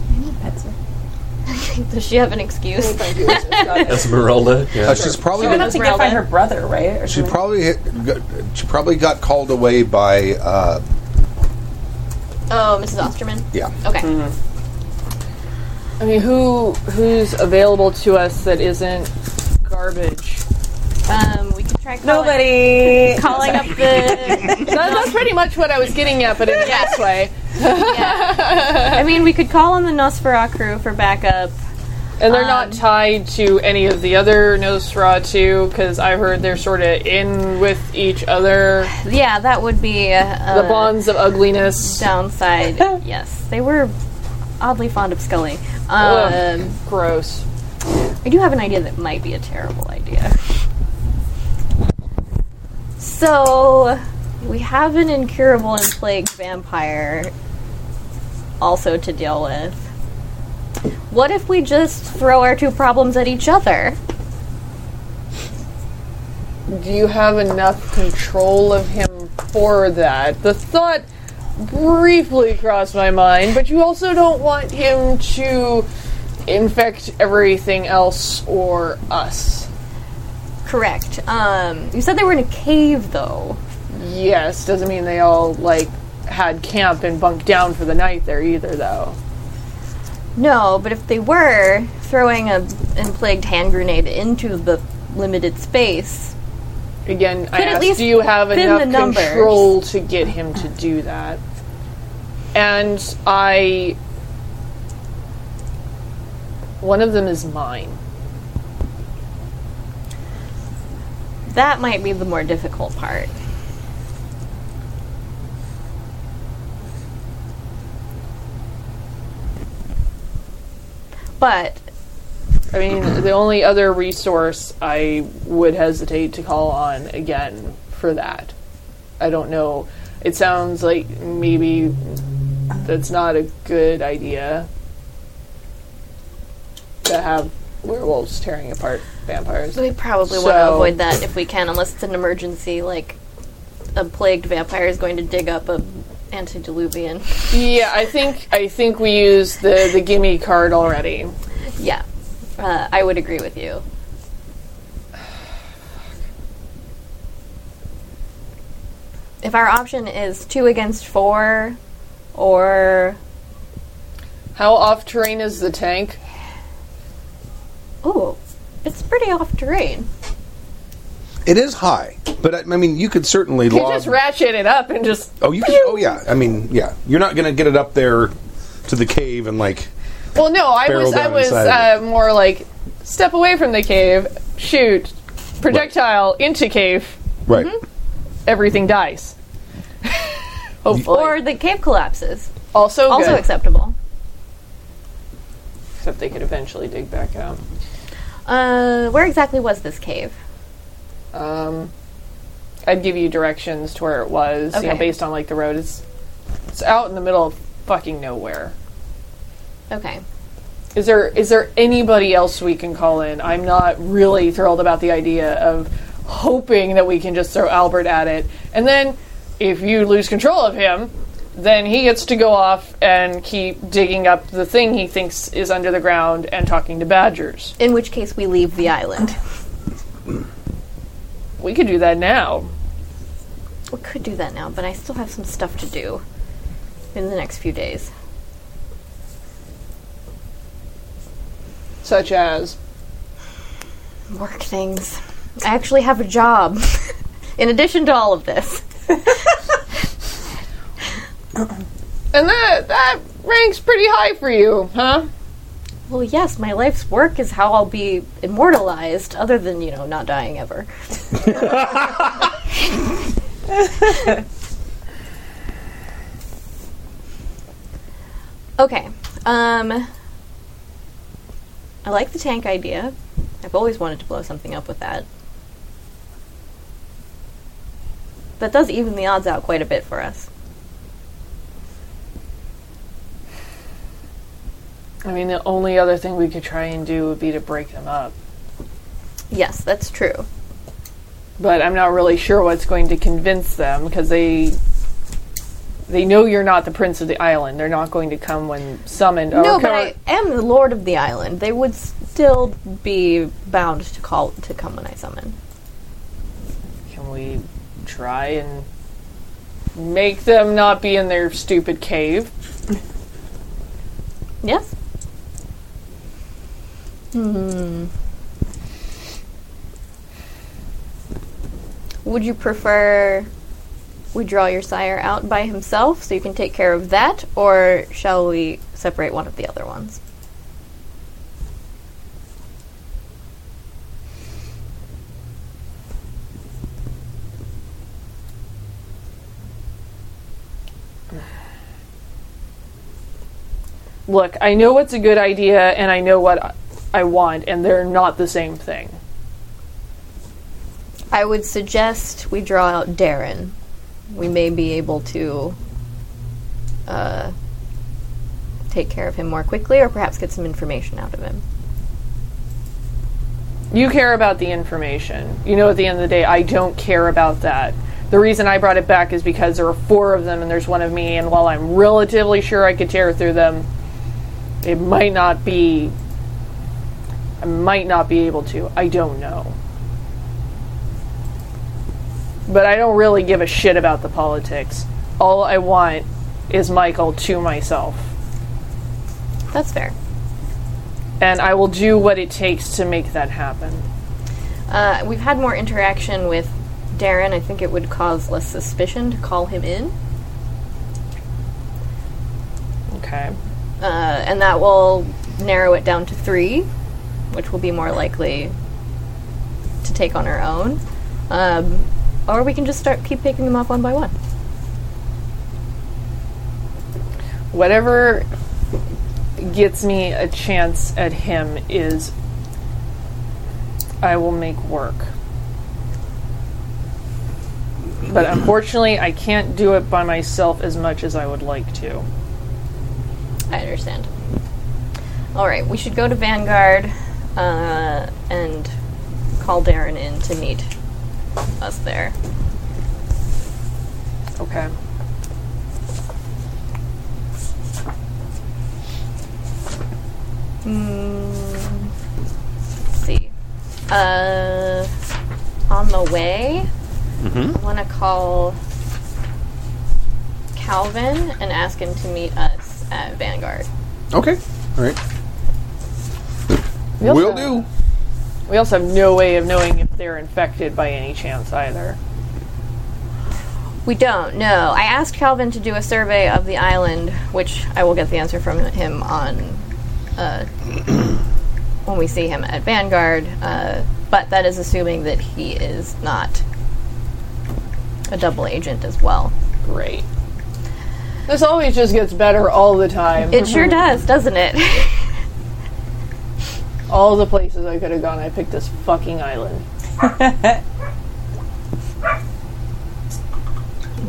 D: Does she have an excuse?
G: Esmeralda. Yeah.
B: Uh, she's probably
C: She went
B: been-
C: up to
D: Esmeralda.
C: go find her brother, right? Or
B: she
C: something.
B: probably hit, got, she probably got called away by uh,
D: Oh, Mrs. Osterman?
B: yeah.
D: Okay.
E: I mean, who who's available to us that isn't garbage?
D: Um, we can try calling,
C: Nobody.
D: calling up the.
E: That, that's pretty much what I was getting at, but in a nice way.
D: I mean, we could call on the Nosferatu crew for backup.
E: And they're not tied to any of the other Nosferatu because I heard they're sort of in with each other.
D: Yeah, that would be uh,
E: the bonds of ugliness.
D: downside. yes, they were oddly fond of Scully. Um,
E: Gross.
D: I do have an idea that might be a terrible idea. So we have an incurable and plagued vampire also to deal with. What if we just throw our two problems at each other?
E: Do you have enough control of him for that? The thought briefly crossed my mind, but you also don't want him to infect everything else or us.
D: Correct. Um, you said they were in a cave, though.
E: Yes, doesn't mean they all like had camp and bunked down for the night there either, though.
D: No, but if they were throwing a and plagued hand grenade into the limited space,
E: Again, I
D: Could at
E: asked,
D: least
E: do you have
D: thin
E: enough
D: the numbers.
E: control to get him to do that? And I, one of them is mine.
D: that might be the more difficult part. But
E: I mean, the only other resource I would hesitate to call on again for that. I don't know. It sounds like maybe that's not a good idea to have werewolves tearing apart vampires.
D: we probably want to
E: So-
D: avoid that if we can, unless it's an emergency, like a plagued vampire is going to dig up a antediluvian.
E: Yeah, I think I think we used the the gimme card already.
D: yeah, uh, I would agree with you. if our option is two against four, or
E: How off terrain is the tank?
D: ooh, it's pretty off terrain.
B: It is high, but I, I mean, you could certainly
E: You
B: log.
E: just ratchet it up and just.
B: oh, you could. Oh, yeah. I mean, yeah. You're not gonna get it up there to the cave and like.
E: Well, no, I
B: Barrel
E: was I
B: down
E: was
B: inside
E: uh, more like step away from the cave, shoot, projectile into cave,
B: Right.
E: Mm-hmm. everything dies. Hopefully,
D: Or the cave collapses.
E: also
D: Also
E: good.
D: acceptable.
E: except they could eventually dig back out.
D: Uh, where exactly was this cave?
E: Um, I'd give you directions to where it was, you know,
D: Okay.
E: based on like the road. It's it's out in the middle of fucking nowhere.
D: Okay.
E: Is there is there anybody else we can call in? I'm not really thrilled about the idea of hoping that we can just throw Albert at it, and then if you lose control of him, then he gets to go off and keep digging up the thing he thinks is under the ground and talking to badgers.
D: In which case, we leave the island.
E: We could do that now.
D: We could do that now, but I still have some stuff to do in the next few days.
E: Such as
D: Work things. I actually have a job. in addition to all of this.
E: and that that ranks pretty high for you, huh?
D: Well, yes, my life's work is how I'll be immortalized, other than, you know, not dying ever. okay. Um, I like the tank idea. I've always wanted to blow something up with that. That does even the odds out quite a bit for us.
E: I mean, the only other thing we could try and do would be to break them up.
D: Yes, that's true.
E: but I'm not really sure what's going to convince them because they they know you're not the prince of the island. They're not going to come when summoned. Oh, or
D: no, but
E: come-
D: I am the lord of the island. They would still be bound to call to come when I summon.
E: can we try and make them not be in their stupid cave?
D: Yes. Hmm. Would you prefer we draw your sire out by himself so you can take care of that, or shall we separate one of the other ones?
E: Look, I know what's a good idea and I know what I- I want, and they're not the same thing.
D: I would suggest we draw out Darren. We may be able to uh, take care of him more quickly, or perhaps get some information out of him.
E: You care about the information. You know, at the end of the day, I don't care about that. The reason I brought it back is because there are four of them and there's one of me, and while I'm relatively sure I could tear through them, it might not be. I might not be able to. I don't know. But I don't really give a shit about the politics. All I want is Michael to myself.
D: That's fair.
E: And I will do what it takes to make that happen.
D: Uh, we've had more interaction with Darren. I think it would cause less suspicion to call him in,
E: Okay.
D: uh, and that will narrow it down to three, which will be more likely to take on our own. Um, or we can just start keep picking them up one by one.
E: whatever gets me a chance at him is I will make work. But unfortunately, I can't do it by myself as much as I would like to.
D: I understand. All right, we should go to Vanguard uh, and call Darren in to meet us there.
E: Okay.
D: Mm, let's see. Uh, on the way, I want to call Calvin and ask him to meet us at Vanguard.
B: Okay. All right.
E: Yes,
B: Will
E: sir.
B: do.
E: We also have no way of knowing if they're infected by any chance either.
D: We don't know. I asked Calvin to do a survey of the island, which I will get the answer from him on uh, when we see him at Vanguard. Uh, but that is assuming that he is not a double agent as well.
E: Great. This always just gets better all the time.
D: It sure does, doesn't it?
E: all the places I could have gone, I picked this fucking island.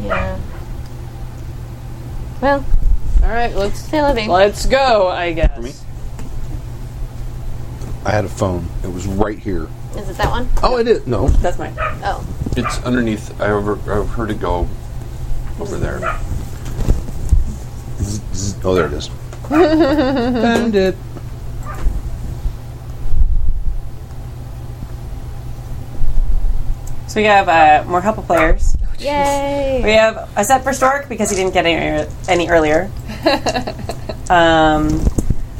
D: yeah. Well,
E: All right, let's
D: say loving.
E: let's go. I guess.
B: I had a phone. It was right here.
D: Is it that one?
B: Oh, it is. No.
C: That's mine.
D: Oh.
G: It's underneath. I over, I've heard it go over there.
B: Zzz, zzz. Oh, there it is. Found it.
C: So we have uh, more helpful players.
D: Yay!
C: We have a set for Stork because he didn't get any, any earlier. um,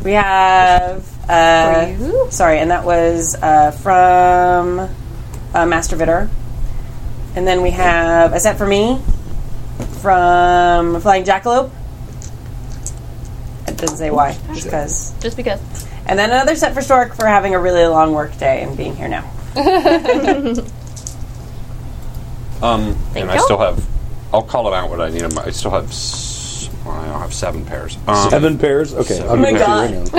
C: we have. Uh,
D: For you?
C: Sorry, and that was uh, from uh, Master Vitter. And then we have a set for me from Flying Jackalope. It doesn't say why, just because.
D: Just because.
C: And then another set for Stork for having a really long work day and being here now.
G: Um,
D: Thank
G: and I
D: you.
G: still have. I'll call it out what I need. 'em. I still have. s- Well, I don't have seven pairs. Um,
B: Seven pairs. Okay. I'll
G: Seven
B: be
C: pairs.
B: back to you right now.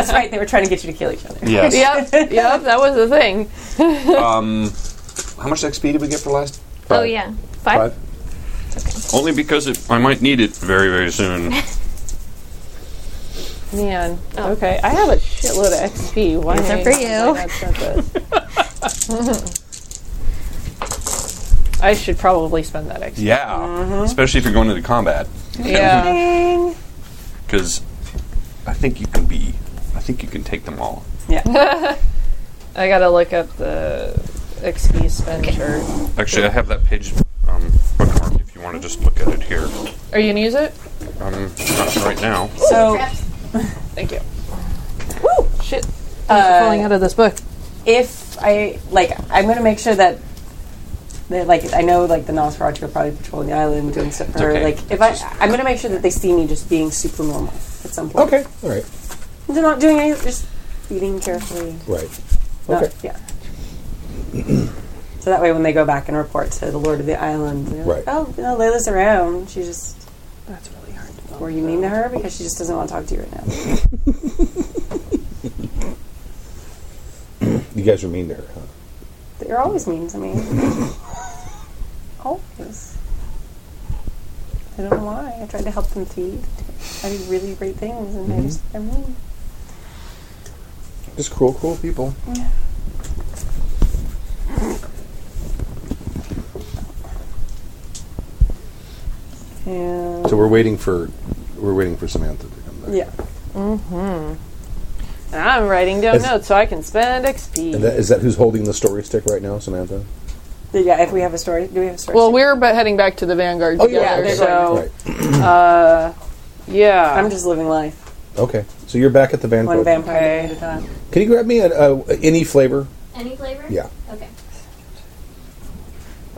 C: That's right, they were trying to get you to kill each other.
G: Yes.
E: Yep, yep, that was the thing.
G: Um, how much XP did we get for last?
D: Oh, yeah. Five?
B: Five.
G: Only because it, I might need it very, very soon.
E: Man, okay, I have a shitload of XP. Why
D: These are
E: am I-
D: for you.
E: why am I not sent this? I should probably spend that XP.
G: yeah. Especially if you're going into combat,
E: Yeah,
G: because I think you can be. I think you can take them all.
E: I gotta look up the XP spend chart.
G: Actually, I have that page um, bookmarked. If you want to just look at it here,
E: Are you gonna use it?
G: um, not right now.
C: So,
E: Thank you.
C: woo!
E: Shit,
C: Uh,
E: falling out of this book.
C: if I like, I'm gonna make sure that, that like I know like the Nosferatu are probably patrolling the island doing stuff for her.
G: okay.
C: Like if I, I'm gonna make sure that they see me just being super normal at some point.
B: Okay. All right.
C: They're not doing anything, just eating carefully.
B: Right.
C: Not-
B: Okay.
C: yeah. so that way, when they go back and report to the Lord of the Island, they're like,
B: Right.
C: oh, you know, Layla's around. She just
E: That's really hard.
C: were you mean to her because she just doesn't want to talk to you right now.
B: You guys are mean to her, huh?
C: But you're always mean to me. always. I don't know why. I tried to help them feed. I did really great things, and
B: Mm-hmm.
C: I just, they're mean.
B: Just cruel, cruel people.
C: And
B: So we're waiting for we're waiting for Samantha to come back.
C: yeah,
E: And I'm writing down
B: Is-
E: notes so I can spend XP.
B: And that, is that who's holding the story stick right now, Samantha?
C: yeah. If we have a story, do we have a story?
E: well, we're but heading back to the
C: Oh,
E: Vanguard
B: yeah,
E: together,
C: they're
E: so
B: Right.
E: yeah.
C: I'm just living life
B: Okay. So you're back at the Vanguard.
C: one vampire
E: Okay.
C: at a time.
B: Can you grab me a, a, any flavor?
D: Any flavor?
B: Yeah.
D: Okay.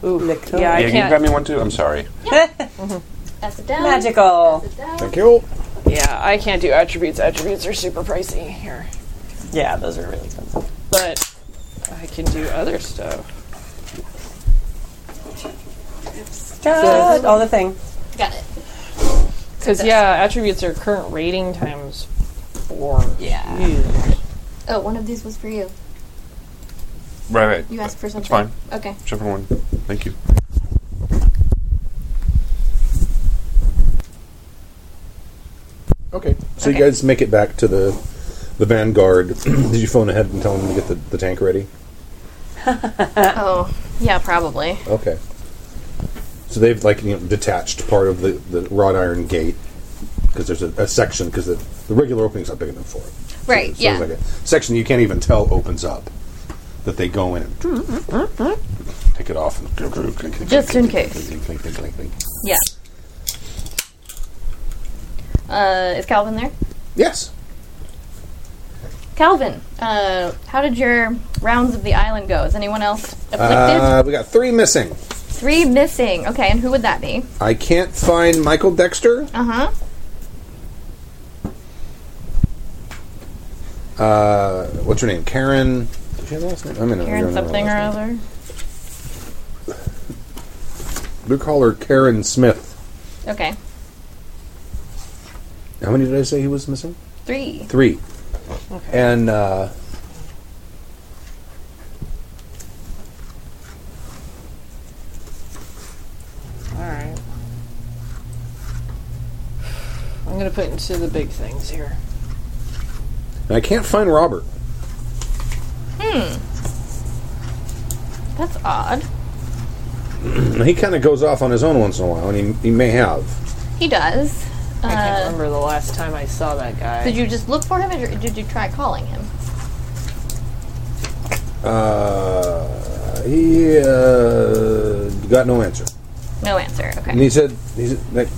E: Oof.
C: Liqueur.
E: Yeah, I
G: yeah, can you
E: can't.
G: grab me one too? I'm sorry.
D: That's a down.
C: Magical.
D: That's a down.
B: Thank you.
E: yeah, I can't do attributes. Attributes are super pricey here,
C: Yeah, those are really expensive.
E: but I can do other stuff.
C: God, all the thing.
D: Got it.
E: Because yeah, attributes are current rating times four.
D: Yeah.
E: Jeez.
D: Oh, one of these was for you.
G: Right, right.
D: You asked for
G: It's
D: something.
G: fine.
D: Okay.
G: Whichever one. Thank you.
B: Okay. So you
D: Okay.
B: guys make it back to the the Vanguard. Did you phone ahead and tell them to get the, the tank ready?
D: Oh, yeah, probably.
B: Okay. So they've like you know, detached part of the, the wrought iron gate because there's a, a section because the, the regular opening's not big enough for it.
D: Right,
B: So there's
D: yeah.
B: like a section you can't even tell opens up that they go in and take it off and
D: Just in case. Yeah. Uh, is Calvin there?
B: Yes.
D: Calvin, uh, how did your rounds of the island go? Is anyone else afflicted?
B: Uh, we got three missing.
D: Three missing. Okay, and who would that be?
B: I can't find Michael Dexter.
D: Uh huh.
B: Uh, what's her name? Karen. Does she have a last name? I mean, I don't
D: Karen
B: remember her
D: something or
B: last name.
D: other.
B: We call her Karen Smith.
D: Okay,
B: How many did I say he was missing?
D: three.
B: Three. And uh,
E: Alright. I'm gonna put into the big things here.
B: and I can't find Robert.
D: That's odd.
B: He kind of goes off on his own once in a while, and he, he may have.
D: He does.
E: I can't
D: Uh,
E: remember the last time I saw that guy.
D: did you just look for him, or did you try calling him?
B: Uh, he uh, got no answer.
D: No answer. Okay.
B: And he said, he said like,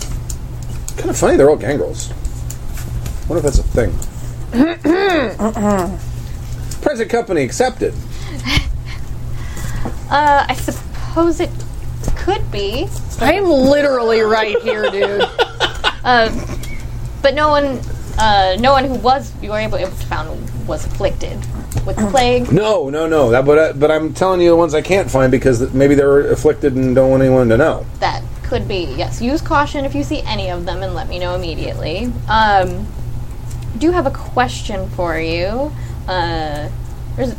B: kind of funny, they're all gangrels. wonder if that's a thing. Present company accepted.
D: Uh, I suppose it could be,
E: I'm literally right here, dude.
D: Um, but no one, uh, no one who was you were able, able to found was afflicted with the plague.
B: No, no, no. That, but, I, but I'm telling you the ones I can't find because th- maybe they're afflicted and don't want anyone to know.
D: That could be. Yes. Use caution if you see any of them, and let me know immediately. Um, I do have a question for you. Uh, there's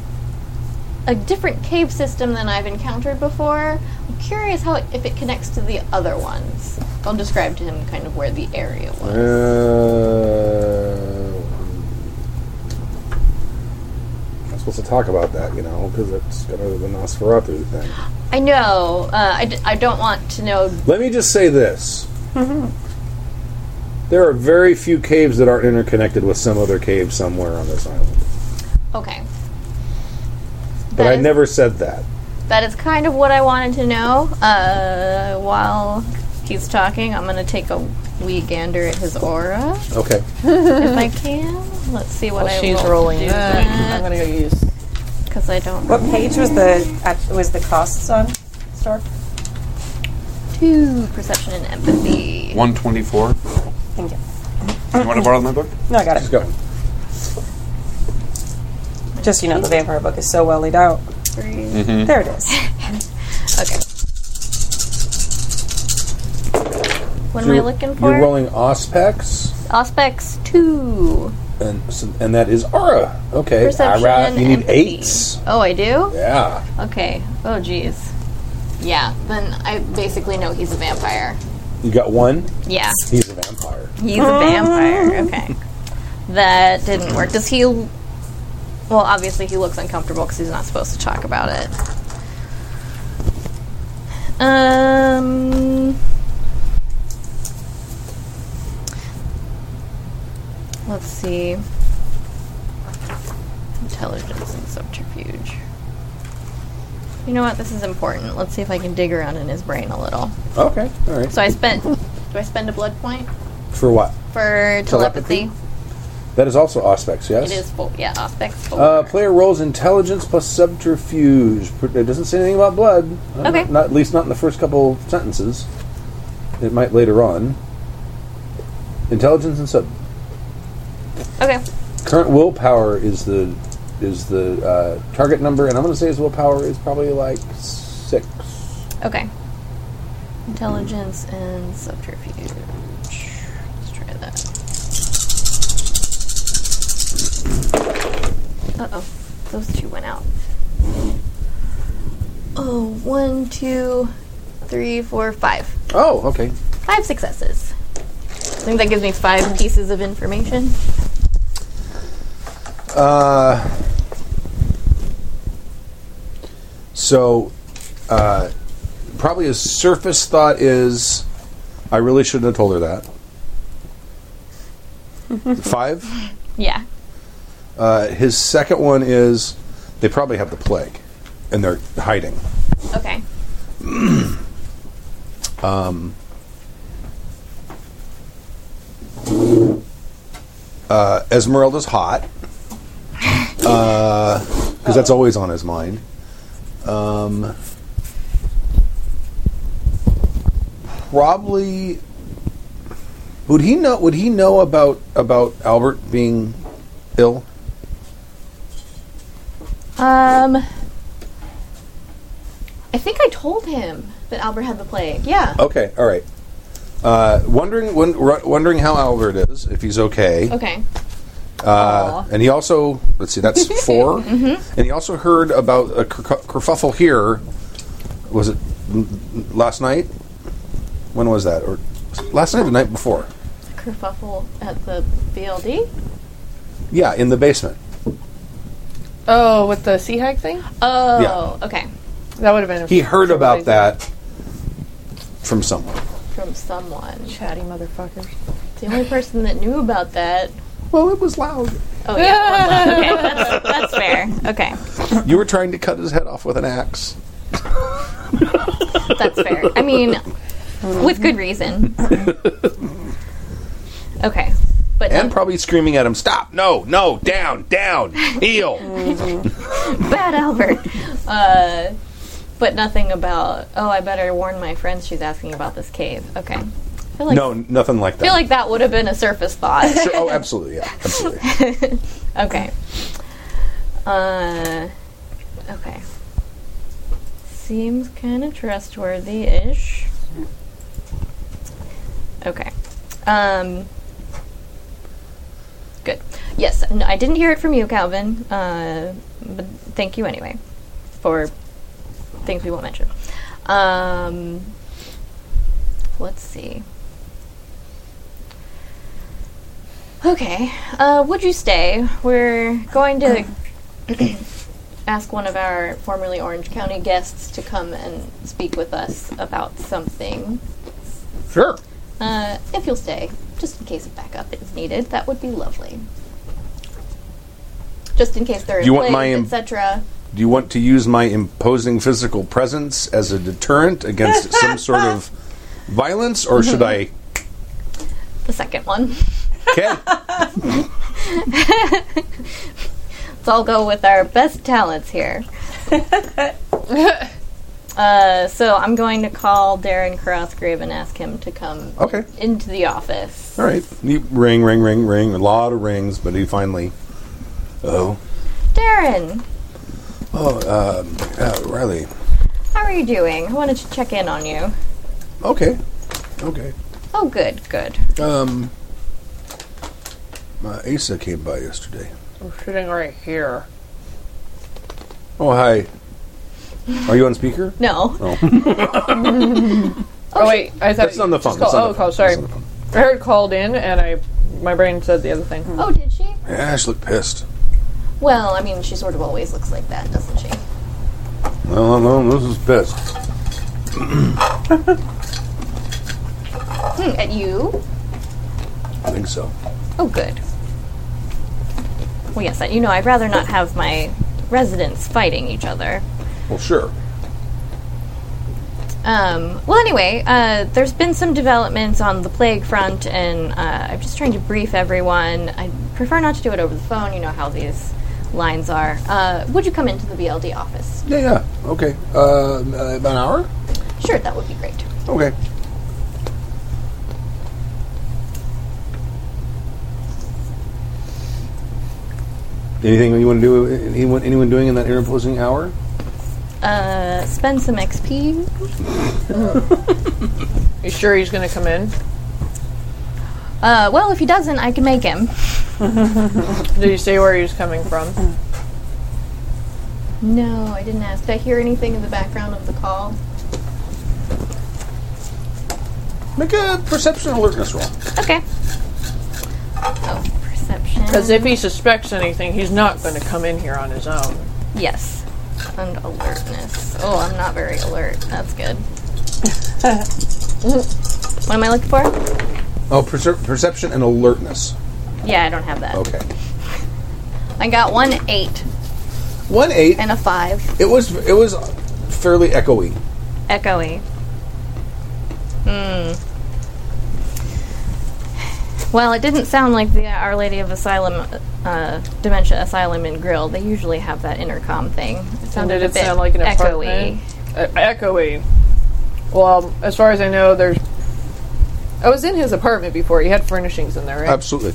D: a different cave system than I've encountered before. I'm curious how it, if it connects to the other ones. I'll describe to him kind of where the area was.
B: Uh, I'm not supposed to talk about that, you know, because it's kind of the Nosferatu thing.
D: I know. Uh, I, d- I don't want to know.
B: Let me just say this.
D: Mm-hmm.
B: there are very few caves that aren't interconnected with some other cave somewhere on this island.
D: Okay.
B: But
D: That
B: I
D: is-
B: never said that.
D: That is kind of what I wanted to know. Uh, while he's talking, I'm going to take a wee gander at his aura
B: Okay.
D: if I can. Let's see what I
E: She's
D: roll
E: rolling
D: to do
E: that. I'm gonna go use.
D: because I don't
C: What page was the act- was the costs on? Stork.
D: two perception and empathy.
G: 124. You
C: Thank you.
G: want to borrow my book?
C: No, I got
B: Let's
C: it.
B: go.
C: Just you know, the vampire book is so well laid out.
B: Mm-hmm.
C: There it is.
D: Okay. What am I
B: You're-
D: looking for?
B: You're rolling Auspex,
D: Aspects two.
B: and so- and that is Aura. Okay.
D: Perception
B: Aura.
D: and
B: You need
D: empathy.
B: eights.
D: Oh, I do.
B: Yeah.
D: Okay. Oh, geez. Yeah. Then I basically know he's a vampire.
B: You got one.
D: Yeah.
B: He's a vampire.
D: He's a vampire. Okay. That didn't work. Does he. Well, obviously, he looks uncomfortable because he's not supposed to talk about it. Um. Let's see. Intelligence and subterfuge. You know what? This is important. Let's see if I can dig around in his brain a little.
B: Okay. All right.
D: So I spent. Do I spend a blood point?
B: For what?
D: for telepathy.
B: Telepathy? That is also Auspex, yes?
D: It is full. Yeah, aspects full.
B: Uh, player rolls intelligence plus subterfuge. Pr- It doesn't say anything about blood. Uh,
D: Okay.
B: Not, at least not in the first couple sentences. It might later on. Intelligence and sub.
D: okay.
B: Current willpower is the is the uh, target number, and I'm going to say his willpower is probably like six.
D: Okay. Intelligence and subterfuge. Let's try that. Uh oh. Those two went out. Oh, one, two, three, four, five.
B: Oh, okay.
D: Five successes. I think that gives me five pieces of information.
B: Uh, so, uh, probably his surface thought is, I really shouldn't have told her that. Five.
D: Yeah.
B: Uh, his second one is, they probably have the plague, and they're hiding.
D: Okay.
B: Uh, Esmeralda's hot. Because that's always on his mind. Um, probably. Would he know? Would he know about about Albert being ill?
D: Um, I think I told him that Albert had the plague. Yeah.
B: Okay, all right. Uh, wondering won- ru- wondering how Albert is, if he's okay.
D: Okay.
B: Uh, and he also, let's see, that's 4 And he also heard about a ker- kerfuffle here. Was it m- m- last night? When was that? Or last night or the night before?
D: Kerfuffle at the BLD.
B: Yeah, in the basement.
E: Oh, with the sea hag thing?
D: Oh, okay.
E: That would have been a
B: He heard about that from someone.
D: From someone.
E: Chatty motherfuckers.
D: The only person that knew about that.
B: Well, it was loud.
D: Oh yeah. well, okay, that's, that's fair. Okay,
B: You were trying to cut his head off with an axe.
D: that's fair. I mean, with good reason. Okay, but
B: And probably screaming at him, stop, no, no, down, down, heel.
D: bad Albert. Uh, but nothing about. Oh, I better warn my friends. She's asking about this cave. Okay. I feel like,
B: no, nothing like that.
D: I feel like that would have been a surface thought.
B: Sure, oh, absolutely, yeah, absolutely.
D: Okay. Uh, okay. Seems kind of trustworthy ish. Okay. Um, good. Yes, n I didn't hear it from you, Calvin, uh, but thank you anyway for things we won't mention. Um, let's see. Okay. Uh, would you stay? We're going to
B: Uh.
D: ask one of our formerly Orange County guests to come and speak with us about something.
B: Sure.
D: Uh, if you'll stay, just in case a backup is needed, that would be lovely. Just in case there is
B: You want my im-
D: etc.
B: Do you want to use my imposing physical presence as a deterrent against some sort of violence, or should I?
D: The second one.
B: Okay,
D: Let's all go with our best talents here. uh, so I'm going to call Darren Crossgrave and ask him to come
B: Okay.
D: into the office.
B: all right. You ring, ring, ring, ring. A lot of rings, but he finally. Oh,
D: Darren,
B: oh, uh, uh, Riley.
D: how are you doing? I wanted to check in on you.
B: Okay, okay.
D: Oh, good, good.
B: Um, uh, Asa came by yesterday.
E: I'm sitting right here.
B: Oh, hi. Are you on speaker?
D: No,
E: Oh, wait, I thought
B: That's on the phone. That's
E: Just
B: on the phone.
E: Call, oh, call. Sorry,
B: That's on the phone. Hmm.
E: I heard called in, and I my brain said the other thing.
D: Oh, did she?
B: Ash looked pissed.
D: Well, I mean, she sort of always looks like that, doesn't she?
B: No, no, no, this is pissed.
D: Hmm, at you?
B: I think so.
D: Oh, good. Well, yes, I- you know, I'd rather not have my residents fighting each other.
B: Well, sure.
D: Um, well, anyway, uh, there's been some developments on the plague front, and uh, I'm just trying to brief everyone. I prefer not to do it over the phone. You know how these lines are. Uh, would you come into the BLD office?
B: Yeah, yeah. Okay. Uh, about an hour?
D: Sure, that would be great.
B: Okay. Anything you want to do? Anyone, anyone doing in that interposing hour?
D: Uh, spend some XP.
E: You sure he's going to come in?
D: Uh, well, if he doesn't, I can make him.
E: Did you say where he was coming
B: Hmm.
E: from?
D: No, I didn't ask. Did I hear anything in the background of the call?
B: Make a perception alertness roll.
D: Okay. Oh, perception.
E: Because if he suspects anything, he's not going to come in here on his own.
D: Yes. And alertness. Oh, I'm not very alert. That's good. what am I looking for?
B: Oh, perce- perception and alertness.
D: Yeah, I don't have that.
B: Okay.
D: I got one eight
B: One eight.
D: and a five.
B: It was it was fairly echoey.
D: Echoey. Hmm. Well, it didn't sound like the Our Lady of Asylum, uh, Dementia Asylum in Grill. They usually have that intercom thing. It sounded
E: Did
D: a
E: it
D: bit
E: sound like an
D: echoey.
E: apartment? Uh, echoey. Well, as far as I know, there's. I was in his apartment before. He had furnishings in there, right?
B: Absolutely.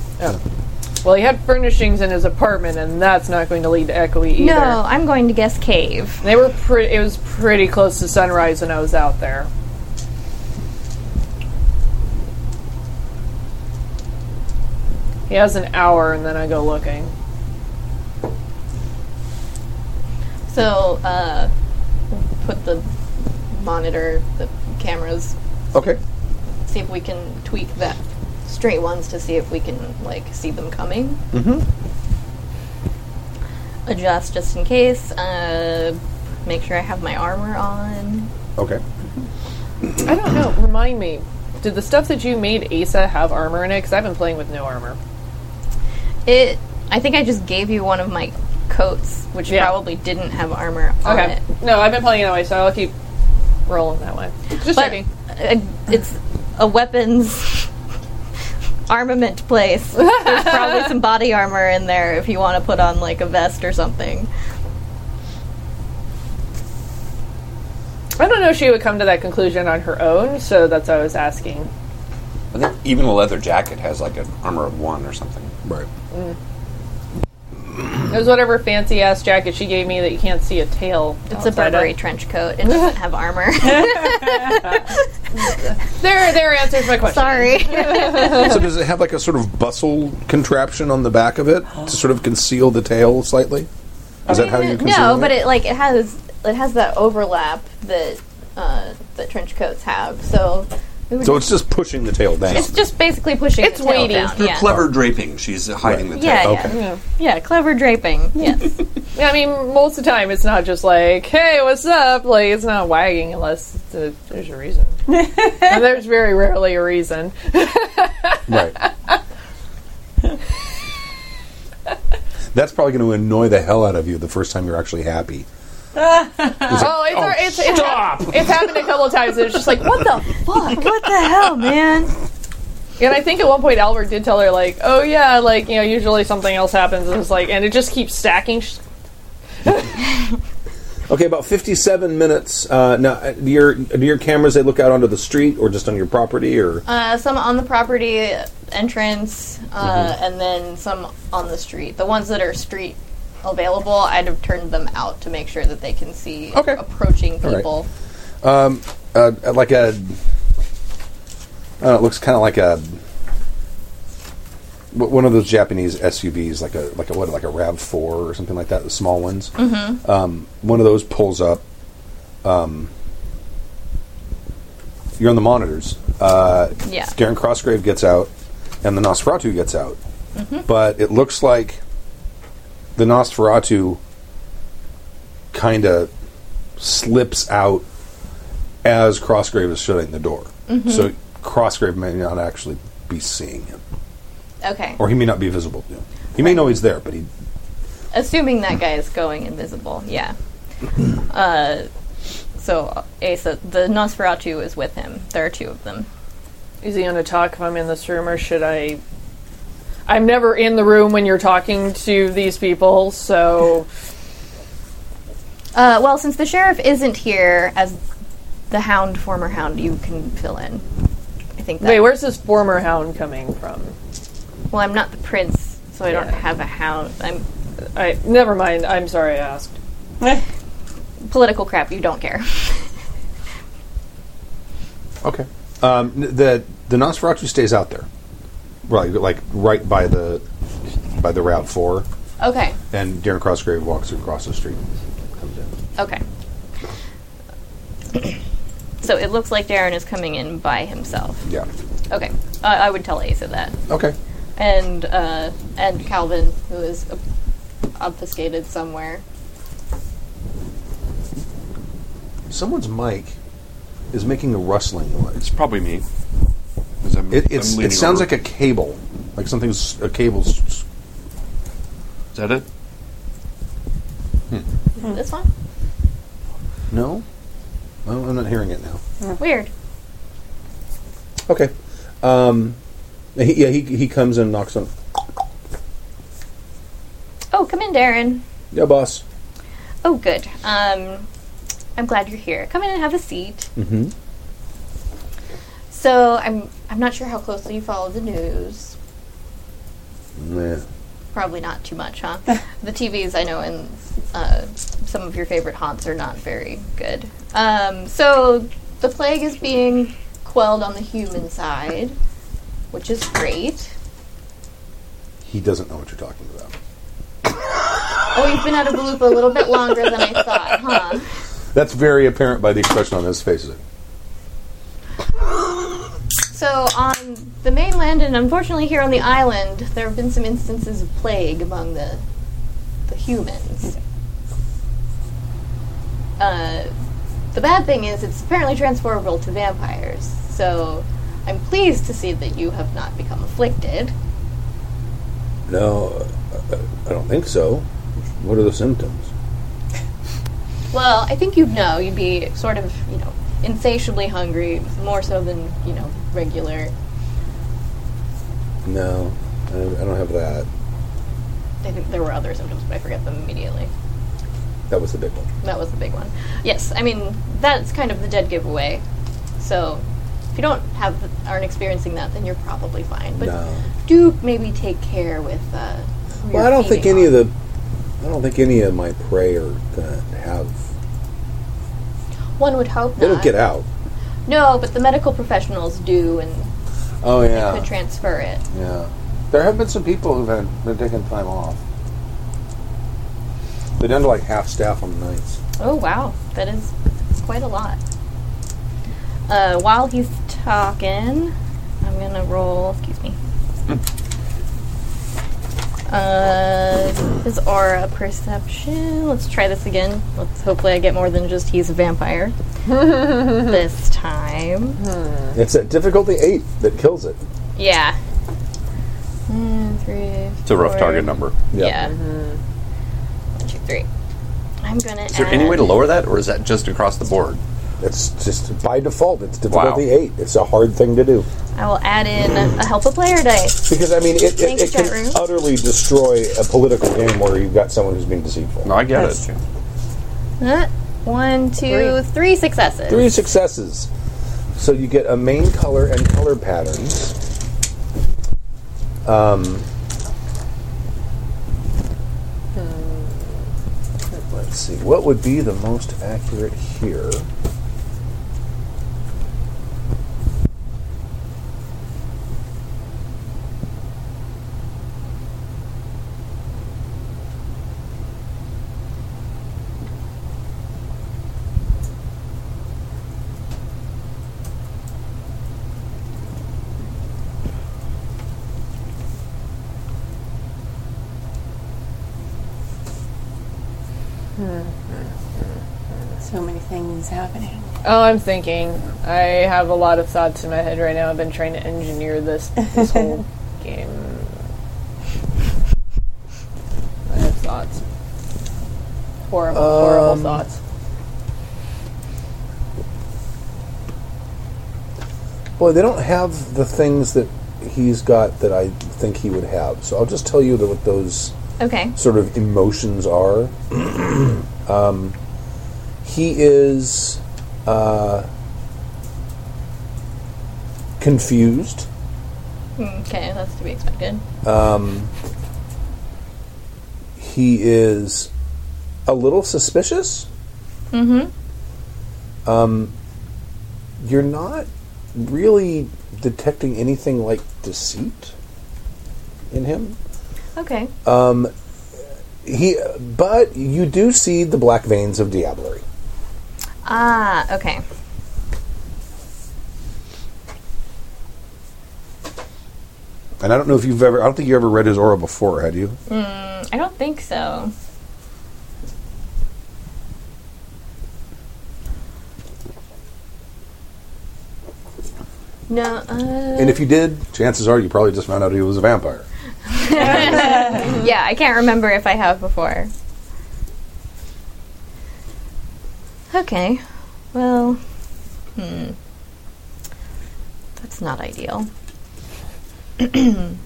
E: well, he had furnishings in his apartment, and that's not going to lead to echoey either.
D: No, I'm going to guess cave.
E: They were pretty. It was pretty close to sunrise when I was out there. He has an hour, and then I go looking.
D: So, uh, put the monitor, the cameras,
B: Okay.
D: see if we can tweak that straight ones to see if we can like see them coming. Mm-hmm. Adjust just in case. Uh, make sure I have my armor on.
B: Okay.
E: I don't know. Remind me. Did the stuff that you made Asa have armor in it? Because I've been playing with no armor.
D: It. I think I just gave you one of my coats, which
E: Yeah.
D: probably didn't have armor on
E: Okay.
D: it.
E: No, I've been playing it that way, so I'll keep rolling that way.
D: But
E: Just checking.
D: uh, it's a weapons armament place. There's probably some body armor in there if you want to put on like a vest or something.
E: I don't know if she would come to that conclusion on her own, so that's what I was asking.
G: I think even a leather jacket has like an armor of one or something.
B: Right.
E: Mm. It was whatever fancy ass jacket she gave me that you can't see a tail.
D: It's a
E: outside of.
D: Burberry trench coat. It doesn't have armor.
E: There, there answers my question.
D: Sorry.
B: so does it have like a sort of bustle contraption on the back of it to sort of conceal the tail slightly? Is that how you conceal
D: no, but it like it has it has that overlap that uh, that trench coats have. So we would-
B: So Oh, it's just pushing the tail down.
D: it's just basically pushing.
E: It's
D: the tail
E: weighty.
D: down, Yeah.
G: Clever draping. She's hiding the
D: yeah,
G: tail.
D: yeah, yeah, Clever draping. Yes.
E: I mean, most of the time it's not just like, "Hey, what's up?" Like it's not wagging unless the, there's a reason. and there's very rarely a reason.
B: right. That's probably going to annoy the hell out of you the first time you're actually happy.
E: Oh, it's, oh, it's, it's stop! it's happened a couple of times. And it's just like, what the fuck?
D: what the hell, man?
E: And I think at one point Albert did tell her like, "Oh yeah, like you know, usually something else happens." And it's like, and it just keeps stacking. Sh-
B: Okay, about fifty-seven minutes. Uh, now, uh, do your do your cameras they look out onto the street or just on your property or?
D: Uh, some on the property entrance, uh,
B: Mm-hmm.
D: and then some on the street. The ones that are street available, I'd have turned them out to make sure that they can see
B: Okay.
D: approaching
B: right.
D: people.
B: uh, like a. I don't know, it looks kind of like a wh- one of those Japanese SUVs, like a like a what, like a Rav Four or something like that, the small ones. Mm-hmm. Um, one of those pulls up. Um, you're on the monitors. Uh,
D: Yeah.
B: Darren Crossgrave gets out, and the Nosferatu gets out, but it looks like the Nosferatu kind of slips out as Crossgrave is shutting the door. So Crossgrave may not actually be seeing him,
D: Okay.
B: or he may not be visible to him. He may know he's there, but he
D: assuming that guy is going invisible. Yeah. Uh, so Asa, the Nosferatu is with him. There are two of them.
E: Is he gonna talk if I'm in this room, or should I? I'm never in the room when you're talking to these people, so
D: Uh, well, since the sheriff isn't here as the Hound, former Hound, you can fill in. I think. That,
E: Wait, where's this former hound coming from?
D: Well, I'm not the prince, so I don't
E: Yeah.
D: have a hound. I'm
E: I never mind. I'm sorry I asked.
D: political crap. You don't care.
B: okay. Um, n- the the Nosferatu stays out there, right, like right by the by the Route Four,
D: okay.
B: and Darren Crossgrave walks across the street. Comes in.
D: Okay. so it looks like Darren is coming in by himself.
B: Yeah.
D: Okay. I I would tell Asa that.
B: Okay.
D: and uh, and Calvin, who is ob- obfuscated somewhere.
B: Someone's mic is making a rustling noise.
G: It's probably me. 'Cause I'm-
B: It, it's,
G: I'm
B: it
G: leaning
B: sounds
G: over.
B: like a cable, like something's a cable's. s-
G: Is that it?
D: This one?
B: No, Oh, no, I'm not hearing it now.
D: Weird.
B: Okay. Um, He, yeah, he, he comes and knocks on.
D: Oh, come in, Darren.
B: Yeah, boss.
D: Oh, good. Um, I'm glad you're here. Come in and have a seat. Mm-hmm. So I'm I'm not sure how closely you follow the news.
B: Yeah.
D: Probably not too much, huh? the TVs I know in uh, some of your favorite haunts are not very good. Um, so the plague is being quelled on the human side, which is great.
B: He doesn't know what you're talking about.
D: Oh, you've been out of the loop a little bit longer than I thought, huh?
B: That's very apparent by the expression on his face. He's like,
D: So on the mainland, and unfortunately here on the island, there have been some instances of plague among the the humans. Uh, the bad thing is, it's apparently transferable to vampires. So I'm pleased to see that you have not become afflicted.
B: No, I- I don't think so. What are the symptoms?
D: Well, I think you'd know. You'd be sort of, you know, insatiably hungry, more so than you know regular.
B: No, I I don't have that.
D: I think there were other symptoms, but I forget them immediately.
B: That was the big one.
D: That was the big one. Yes, I mean that's kind of the dead giveaway. So if you don't have aren't experiencing that, then you're probably fine. But
B: No.
D: do maybe take care with. Uh, who
B: Well,
D: you're
B: I don't think
D: feeding
B: any of
D: on.
B: the, I don't think any of my prey are gonna have.
D: one would hope
B: They don't
D: not.
B: get out.
D: No, but the medical professionals do and
B: Oh
D: could
B: yeah,
D: transfer it.
B: yeah. There have been some people who've had been taking time off. They're down to like half staff on nights.
D: Oh wow, that is quite a lot. Uh, while he's talking, I'm gonna roll. Excuse me. Uh, his aura perception. Let's try this again. Let's hopefully I get more than just he's a vampire this time.
B: It's at difficulty eight that kills it.
D: Yeah. Mm, three.
G: It's a rough target number.
D: Yeah. Mm-hmm. One, two, three. I'm gonna.
G: Is there any way to lower that, or is that just across the board?
B: It's just by default. It's difficulty
G: Wow.
B: eight. It's a hard thing to do
D: I will add in a help a player dice.
B: because I mean it, it,
D: Thank you,
B: it can
D: chat room.
B: utterly destroy a political game where you've got someone who's being deceitful.
G: No, I get
C: That's
G: it.
C: true.
D: Huh? Uh, One, two, three successes.
B: Three successes. So you get a main color and color patterns. Um, let's see. What would be the most accurate here?
C: So many things happening.
E: Oh, I'm thinking. I have a lot of thoughts in my head right now. I've been trying to engineer this this whole game. I have thoughts. Horrible, horrible thoughts.
B: Boy, they don't have the things that he's got that I think he would have. So I'll just tell you that what those
D: Okay.
B: sort of emotions are. um, he is uh, confused.
D: Okay, that's to be expected.
B: He is a little suspicious. Mm-hmm. Um, you're not really detecting anything like deceit in him.
D: Okay.
B: He, but you do see the black veins of diablerie.
D: Ah, okay.
B: And I don't know if you've ever. I don't think you ever read his aura before, had you?
D: Mm, I don't think so. No, uh,
B: And if you did, chances are you probably just found out he was a vampire.
D: yeah, I can't remember if I have before. Okay, well, hmm. That's not ideal.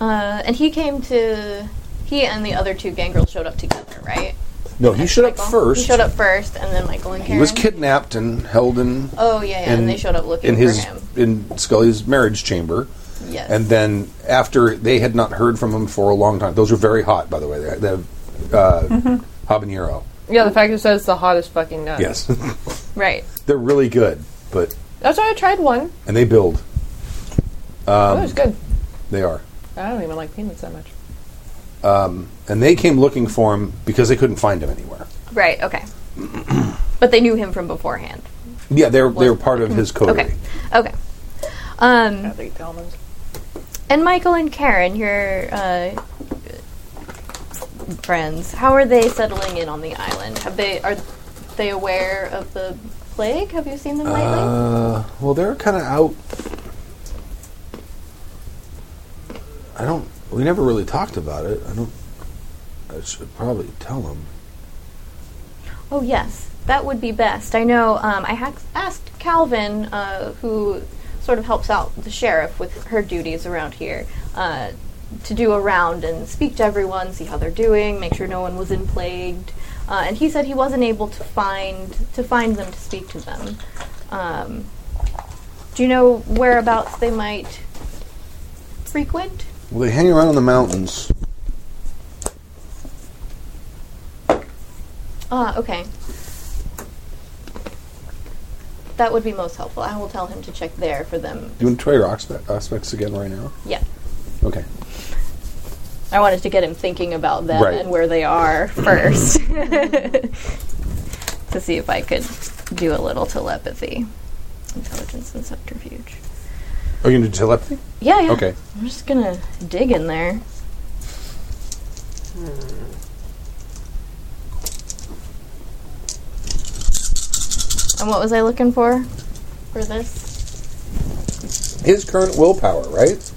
D: Uh, and he came to. He and the other two gangrels showed up together, right?
B: No, he showed up
D: Michael?
B: first.
D: He showed up first, and then Michael and Karen.
B: He was kidnapped and held in
D: Oh yeah, yeah.
B: in-
D: and they showed up looking
B: in his
D: for him.
B: in Scully's marriage chamber.
D: Yes.
B: And then after they had not heard from him for a long time, those are very hot, by the way. They, they have uh, habanero.
E: Yeah, the fact that it says the hottest fucking nut.
B: Yes,
D: right.
B: they're really good, but
E: That's why I tried one.
B: and they build.
E: it was good.
B: They are,
E: I don't even like peanuts that much.
B: and they came looking for him because they couldn't find him anywhere.
D: Right. Okay. but they knew him from beforehand.
B: Yeah, they're they're part of his coterie.
D: Okay. Okay. Um,
E: I think almonds.
D: and Michael and Karen, your uh, friends, how are they settling in on the island? Have they are they aware of the plague? Have you seen them lately?
B: Uh, well, they're kind of out. I don't. We never really talked about it. I don't. I should probably tell them.
D: Oh yes, that would be best. I know. Um, I ha- asked Calvin, uh, who sort of helps out the sheriff with her duties around here, uh, to do a round and speak to everyone, see how they're doing, make sure no one was in plagued. Uh, and he said he wasn't able to find to find them to speak to them. Um, do you know whereabouts they might frequent?
B: Well, they hang around in the mountains.
D: Ah, okay. That would be most helpful. I will tell him to check there for them
B: Do you want to try your aspect, aspects again right now?
D: Yeah.
B: Okay.
D: I wanted to get him thinking about them
B: Right.
D: and where they are first to see if I could do a little telepathy, intelligence, and subterfuge.
B: Are you going to do telepathy?
D: Yeah, yeah.
B: Okay.
D: I'm just gonna dig in there.
B: Hmm.
D: And what was I looking for for this?
B: His current willpower, right?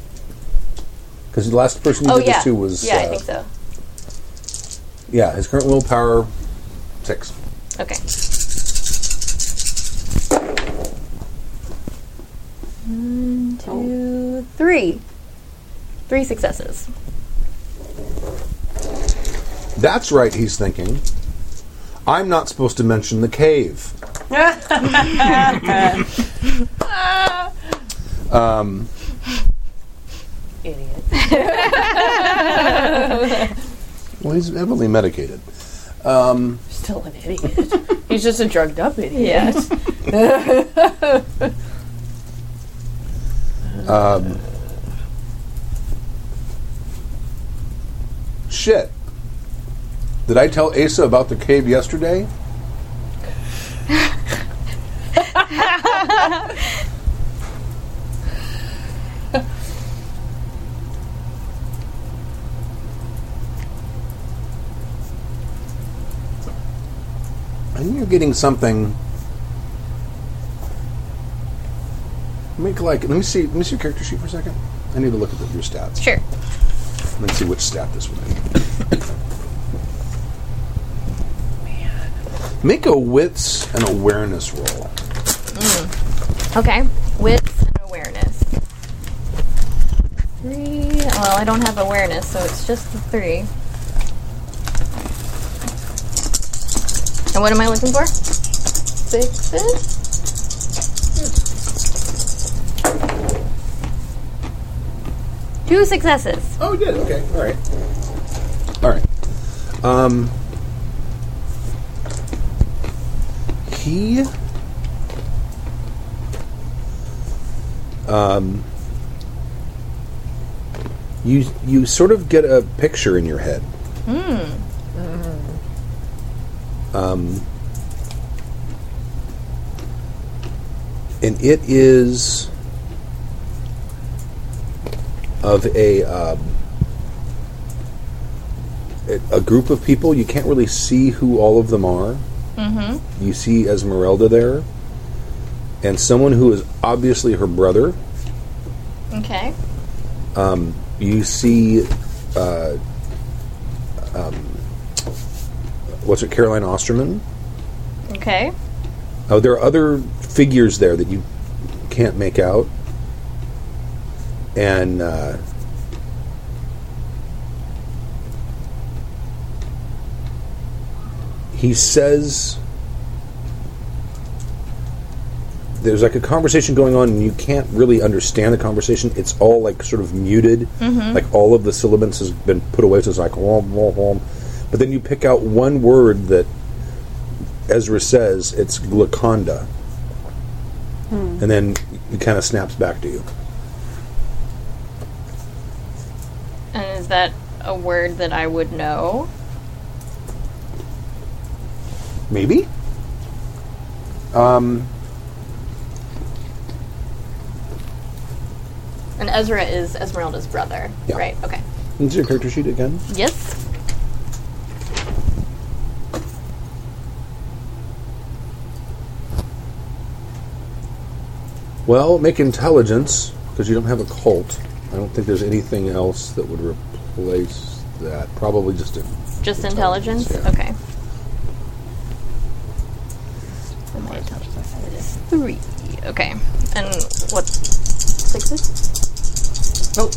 B: Because the last person you
D: oh
B: did
D: yeah,
B: this to was
D: yeah, I
B: uh,
D: think so.
B: yeah. His current willpower six.
D: Okay. One, two, three. Three successes.
B: That's right. He's thinking. I'm not supposed to mention the cave. Um,
E: Idiot.
B: Well, he's heavily medicated.
E: Still an idiot. He's just a drugged up idiot.
D: Yeah.
B: Shit. Did I tell Asa about the cave yesterday? I think you're getting something. Make like let me see let me see your character sheet for a second. I need to look at the, your stats.
D: sure.
B: Let me see which stat this would be. Make a wits and awareness roll.
D: Okay. Wits and awareness. Three. Well, I don't have awareness, so it's just the three. And what am I looking for? Sixes? Hmm. Two successes.
B: Oh, you did. Okay. All right. All right. Um, he. Um, you you sort of get a picture in your head. Um, and it is of a um, a- a group of people. You can't really see who all of them are. Mm-hmm. You see Esmeralda there, and someone who is obviously her brother.
D: Okay.
B: You see, uh, um, what's it, Caroline Osterman?
D: Okay.
B: Oh, there are other figures there that you can't make out. and uh, he says there's like a conversation going on and you can't really understand the conversation it's all like sort of muted like all of the syllables has been put away so it's like wom, wom, wom. but then you pick out one word that ezra says it's gluconda and then it kind of snaps back to you
D: And is that a word that I would know?
B: Maybe. Um,
D: And Ezra is Esmeralda's brother,
B: Yeah.
D: right? Okay.
B: is your character sheet again?
D: Yes.
B: Well, make intelligence because you don't have a cult. I don't think there's anything else that would replace that. Probably just a.
D: Just
B: Intelligence,
D: intelligence?
B: yeah.
D: Okay. And my intelligence it is three. Okay. And what? Sixes?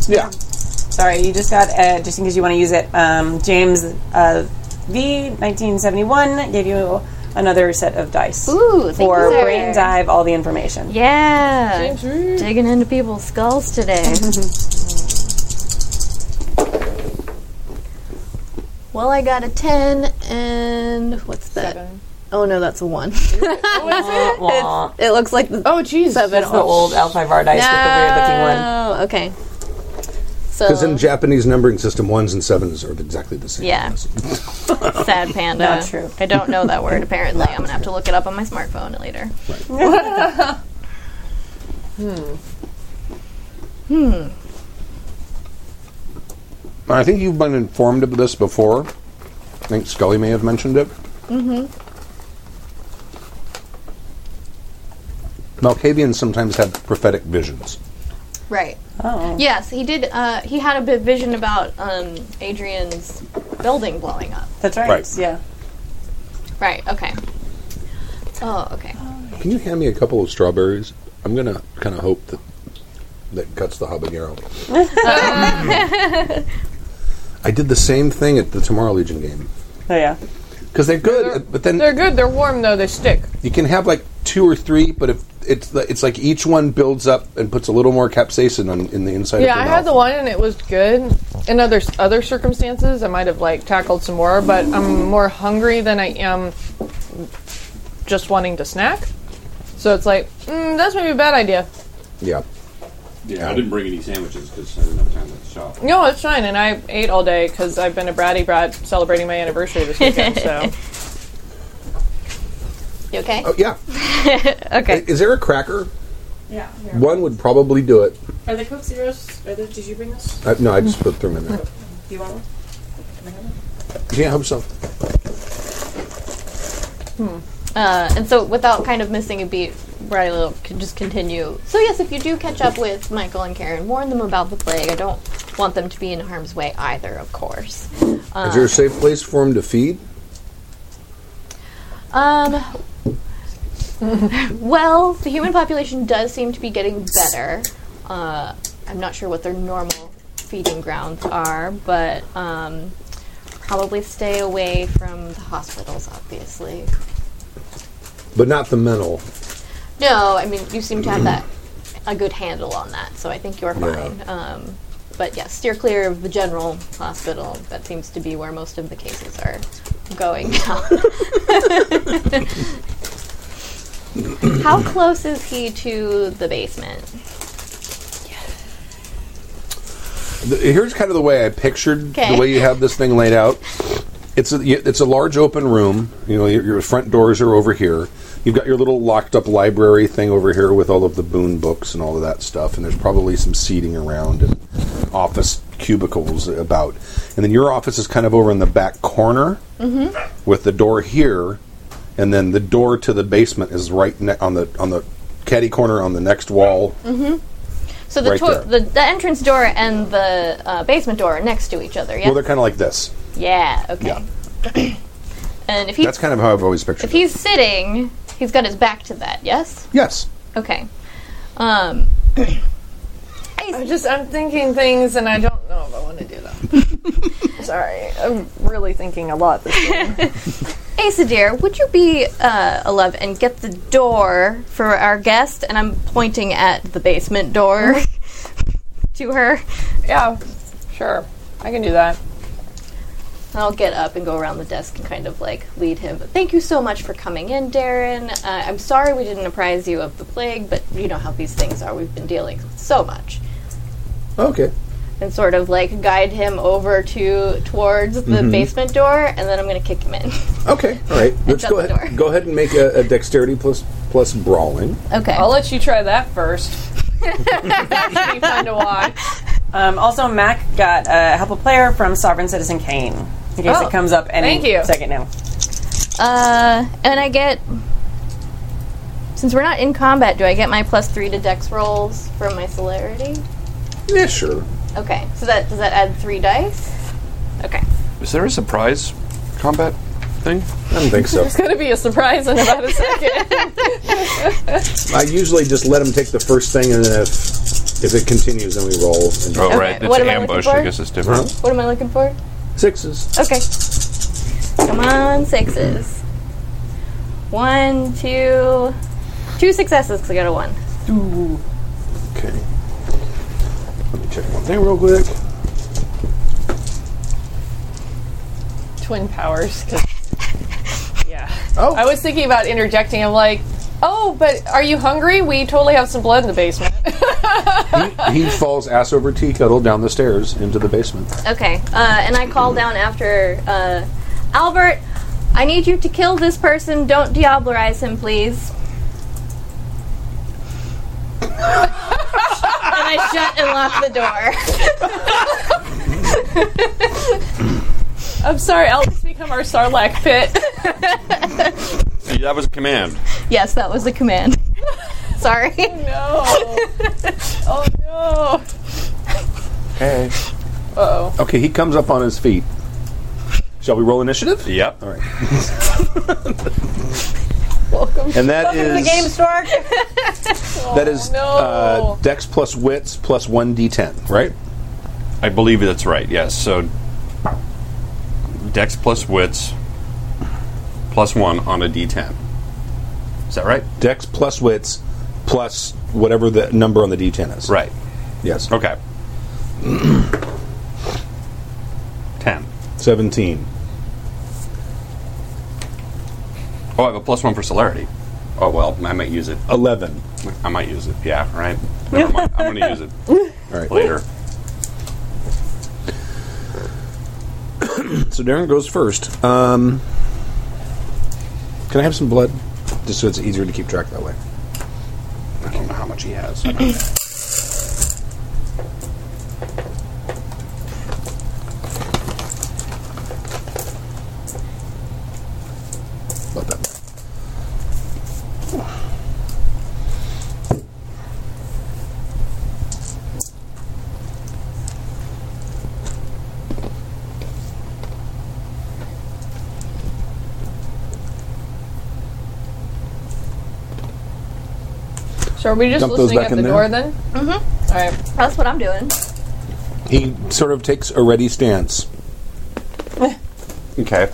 B: Yeah.
C: Sorry, you just got, uh, just in case you want to use it, um, James uh, V, 1971, gave you another set of dice.
D: Ooh, thank
C: for
D: you, sir.
C: brain dive, all the information.
D: Yeah. Digging into people's skulls today. well, I got a 10 and what's that? Oh no, that's a 1.
C: Aw.
D: It looks like the
E: Oh, jeez.
D: seven.
C: It's the old L5R dice with the weird looking one.
D: Oh, okay.
B: Because in
D: So
B: Japanese numbering system, ones and sevens are exactly the same.
D: Yeah. sad panda.
C: Not true.
D: I don't know that word apparently. I'm gonna have to look it up on my smartphone later.
B: I think you've been informed of this before. I think Scully may have mentioned it. Mm-hmm. Malkavians sometimes have prophetic visions.
D: Right.
C: Oh.
D: Yes, he did. Uh, he had a bit vision about um, Adrian's building blowing up.
C: That's right.
B: Right.
C: Yeah.
D: Right. Okay. Oh, okay.
B: Can you hand me a couple of strawberries? I'm gonna kind of hope that that cuts the habanero. I did the same thing at the Tomorrow Legion game
C: Oh yeah.
B: because they're good, but then
E: They're good. They're warm though. They stick.
B: you can have like two or three. But if it's li- it's like each one builds up and puts a little more capsaicin on in the inside.
E: Yeah,
B: of
E: I
B: your
E: had the
B: mouth.
E: one and it was good. In other other circumstances, I might have like tackled some more, but I'm more hungry than I am just wanting to snack. So it's like mm, that's maybe a bad idea.
B: Yeah,
G: Yeah, I didn't bring any sandwiches because I didn't have time to shop.
E: No, it's fine, and I ate all day because I've been a bratty brat celebrating my anniversary this weekend. So
D: You okay?
B: oh yeah.
D: Okay.
B: Is there a cracker?
H: Yeah. here.
B: One would probably do it.
H: Are the Coke Zeros? Are there, did you bring this?
B: I, no, I just put them in there.
H: Do you want one?
B: Yeah, I hope so.
D: Uh, and so, without kind of missing a beat, Riley will c- just continue. So, yes, if you do catch up with Michael and Karen, warn them about the plague. I don't want them to be in harm's way either, of course.
B: Is there a safe place for him to feed?
D: Um, well, the human population does seem to be getting better. Uh, I'm not sure what their normal feeding grounds are, but um, probably stay away from the hospitals, obviously.
B: But not the mental.
D: No, I mean you seem to have that a good handle on that, so I think you're fine. Um, but yes, steer clear of the general hospital. That seems to be where most of the cases are going now. How close is he to the basement?
B: The- here's kind of the way I pictured
D: Okay.
B: the way you have this thing laid out. It's a, y- it's a large open room. You know, your, your front doors are over here. You've got your little locked up library thing over here with all of the Boone books and all of that stuff. And there's probably some seating around and office cubicles about. And then your office is kind of over in the back corner
E: Mm-hmm.
B: with the door here, and then the door to the basement is right ne- on the on the caddy corner on the next wall.
E: Mm-hmm.
D: So the
B: Right
D: toi-
B: there.
D: the, the entrance door and the uh, basement door are next to each other. Yeah.
B: Well, they're kind of like this.
D: yeah. Okay.
B: Yeah,
D: And if he
B: that's kind of how I've always pictured.
D: if
B: it.
D: he's sitting, he's got his back to that. Yes.
B: yes.
D: Okay. Um, I
E: I just I'm thinking things and I don't know if I want to do them. Sorry, I'm really thinking a lot this week.
D: Asa dear, would you be uh, a love and get the door for our guest? And I'm pointing at the basement door to her.
E: Yeah, sure, I can do that.
D: I'll get up and go around the desk and kind of like lead him. But thank you so much for coming in, Darren. Uh, I'm sorry we didn't apprise you of the plague, but you know how these things are. We've been dealing with so much.
B: Okay.
D: And sort of like guide him over to towards the basement door, and then I'm gonna kick him in.
B: Okay. All right. Let's
D: shut
B: go
D: the
B: ahead.
D: door.
B: Go ahead and make a, a dexterity plus plus brawling.
D: Okay.
E: I'll let you try that first. that should be fun to watch.
C: Um, also, Mac got uh, help a player from Sovereign Citizen Kane. In case
E: Oh,
C: it comes up any
E: thank you.
C: second now.
D: Uh, and I get. Since we're not in combat, do I get my plus three to dex rolls from my celerity?
B: Yeah, sure.
D: Okay, so that does that add three dice? Okay.
G: Is there a surprise combat thing?
B: I don't think so.
E: It's gonna be a surprise in about a second.
B: I usually just let him take the first thing, and then if if it continues, then we roll. And
G: Oh,
D: Okay,
G: right. It's
D: what am I looking
G: ambush.
D: for?
G: I guess it's different.
D: What am I looking for?
B: Sixes.
D: Okay. Come on, sixes. One, two, two successes. 'cause I got a one.
B: Okay. Let me check one thing real quick.
E: Twin powers. 'cause- yeah.
B: Oh.
E: I was thinking about interjecting. I'm like, oh, but are you hungry? We totally have some blood in the basement.
B: he, he falls ass over tea kettle down the stairs into the basement.
D: Okay, uh, and I call down after uh, Albert. I need you to kill this person. Don't diablerize him, please. and I shut and lock the door.
E: I'm sorry, Elvis become our Sarlacc pit.
G: Hey, That was a command.
D: yes, that was a command. Sorry.
E: No. Oh no.
B: Hey.
E: Uh-oh.
B: Okay, he comes up on his feet. Shall we roll initiative?
G: Yep.
B: All right. Welcome. And that is
C: The game stork.
B: that is
E: no.
B: uh, Dex plus Wits plus one D10, right?
G: I believe that's right. Yes. So Dex plus Wits plus one on a D10. Is that right?
B: Dex plus Wits plus whatever the number on the D10 is.
G: Right.
B: Yes.
G: Okay. Ten.
B: Seventeen.
G: Oh, I have a plus one for celerity. Oh well, I might use it.
B: Eleven.
G: I might use it. Yeah. Right. Never mind. I'm going to use
B: All right.
G: it later.
B: So Darren goes first. Um, can I have some blood? Just so it's easier to keep track that way.
G: I don't know how much he has.
B: About that.
E: So are we just
B: Dump those
E: listening
B: back
E: at
B: in
E: the
B: there.
E: door then? Mm-hmm. Alright.
D: That's what I'm doing.
B: He sort of takes a ready stance.
G: Okay.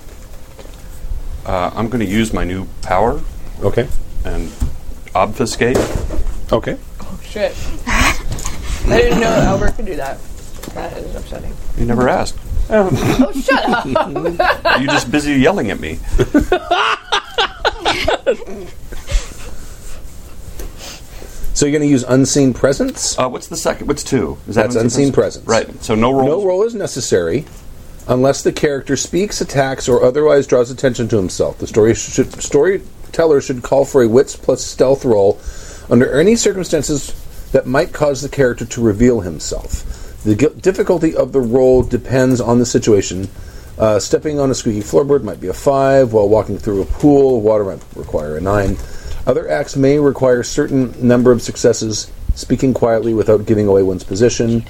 G: Uh, I'm going to use my new power
B: Okay.
G: and obfuscate.
B: Okay.
E: Shit. I didn't know Albert could do that. That is upsetting.
G: You never asked.
E: Oh, shut up!
G: You're just busy yelling at me.
B: So you're going to use unseen presence.
G: Uh, what's the second? What's two? Is
B: That's unseen presence.
G: Right. So no roll.
B: No roll is necessary unless the character speaks, attacks, or otherwise draws attention to himself. The story should, storyteller should call for a wits plus stealth roll under any circumstances that might cause the character to reveal himself. The gu- difficulty of the roll depends on the situation. Uh, stepping on a squeaky floorboard might be a five, while walking through a pool, water might require a nine. Other acts may require certain number of successes. Speaking quietly without giving away one's position,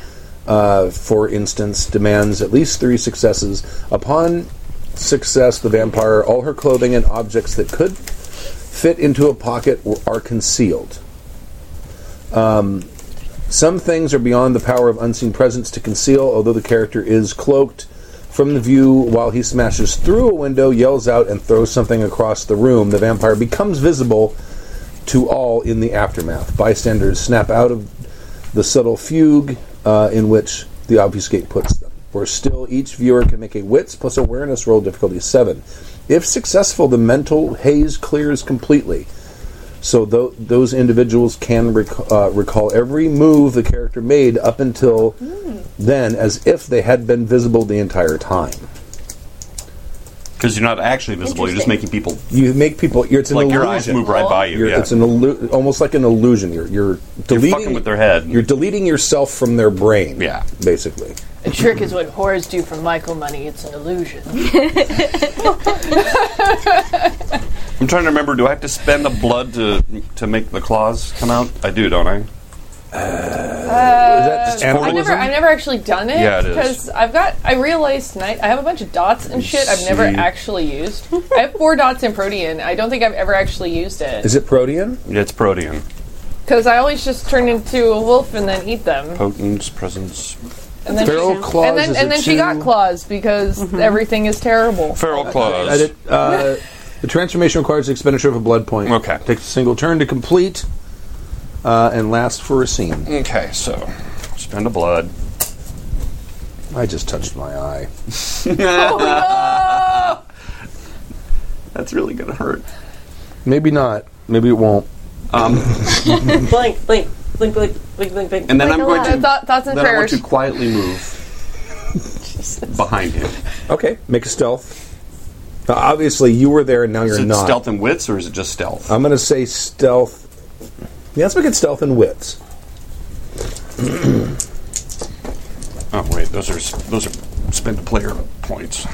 B: uh, for instance, demands at least three successes. Upon success, the vampire, all her clothing and objects that could fit into a pocket w- are concealed. Um, Some things are beyond the power of unseen presence to conceal, although the character is cloaked from the view while he smashes through a window, yells out, and throws something across the room. The vampire becomes visible to all in the aftermath. Bystanders snap out of the subtle fugue uh, in which the obfuscate puts them. For still, each viewer can make a wits plus awareness roll difficulty 7. If successful, the mental haze clears completely. So tho- those individuals can rec- uh, recall every move the character made up until then as if they had been visible the entire time.
G: Because you're not actually visible. You're just making people
B: You make people. You're, it's an
G: like
B: illusion.
G: your eyes move right by you.
B: You're-
G: yeah.
B: It's an illu- almost like an illusion. You're you're deleting
G: fucking with their head.
B: You're deleting yourself from their brain.
G: Yeah.
B: basically.
E: A trick is what whores do for Michael money. It's an illusion.
G: I'm trying to remember. Do I have to spend the blood to to make the claws come out? I do, don't I?
B: Is that
E: I've
B: animalism?
E: never, I've never actually done it.
G: Yeah, it is.
E: Because I've got, I realized tonight I have a bunch of dots and shit I've never
G: see.
E: actually used. I have four dots in Protean. I don't think I've ever actually used it.
B: Is it protean?
G: Yeah, it's protean.
E: Because I always just turn into a wolf and then eat them.
G: Potence, presence.
E: And then,
B: Feral
E: she,
B: claws
E: and
B: is
E: then,
B: a
E: and then she got
B: two-
E: claws because everything is terrible.
G: Feral
B: Uh,
G: claws.
B: it, uh, the transformation requires the expenditure of a blood point.
G: Okay.
B: Takes a single turn to complete, uh, and lasts for a scene.
G: Okay, so spend a blood.
B: I just touched my eye.
G: Oh, That's really gonna hurt.
B: Maybe not. Maybe it won't.
C: Blink, blink, blink, blink, blink, blink, blink.
G: And then I'm going
E: So
G: to
E: thought- Uh, thoughts and
G: then I want
E: prayers.
G: to quietly move behind him.
B: Okay. Make a stealth. Now, obviously, you were there, and now you're
G: Is it
B: not.
G: stealth and wits, or is it just stealth?
B: I'm going to say stealth. Yeah, let's make it stealth and wits.
G: oh wait, those are s- those are spend a player points.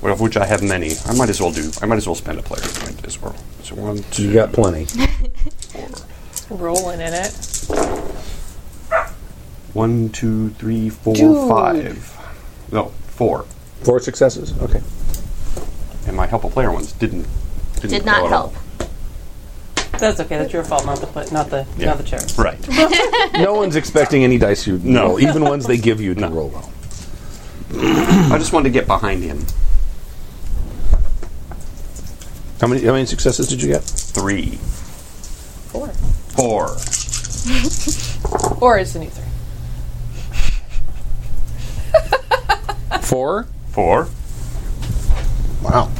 G: Well, of which I have many. I might as well do. I might as well spend a player point as well. So one, two,
B: You got plenty.
E: Rolling in it.
G: one, two, three, four,
E: Dude.
G: five. No, four.
B: Four successes. Okay.
G: And my help a player ones didn't didn't
D: Did not
G: go at all.
D: help.
C: That's okay. That's your fault, not the pla- not the
G: Yeah.
C: not the chair.
G: Right.
B: No one's expecting any dice you
G: No.
B: roll, even ones they give you to
G: No.
B: roll well.
G: I just wanted to get behind him.
B: How many how many successes did you get?
G: Three. Four. Four.
E: Or is the new three.
B: Four.
G: Four.
B: Wow.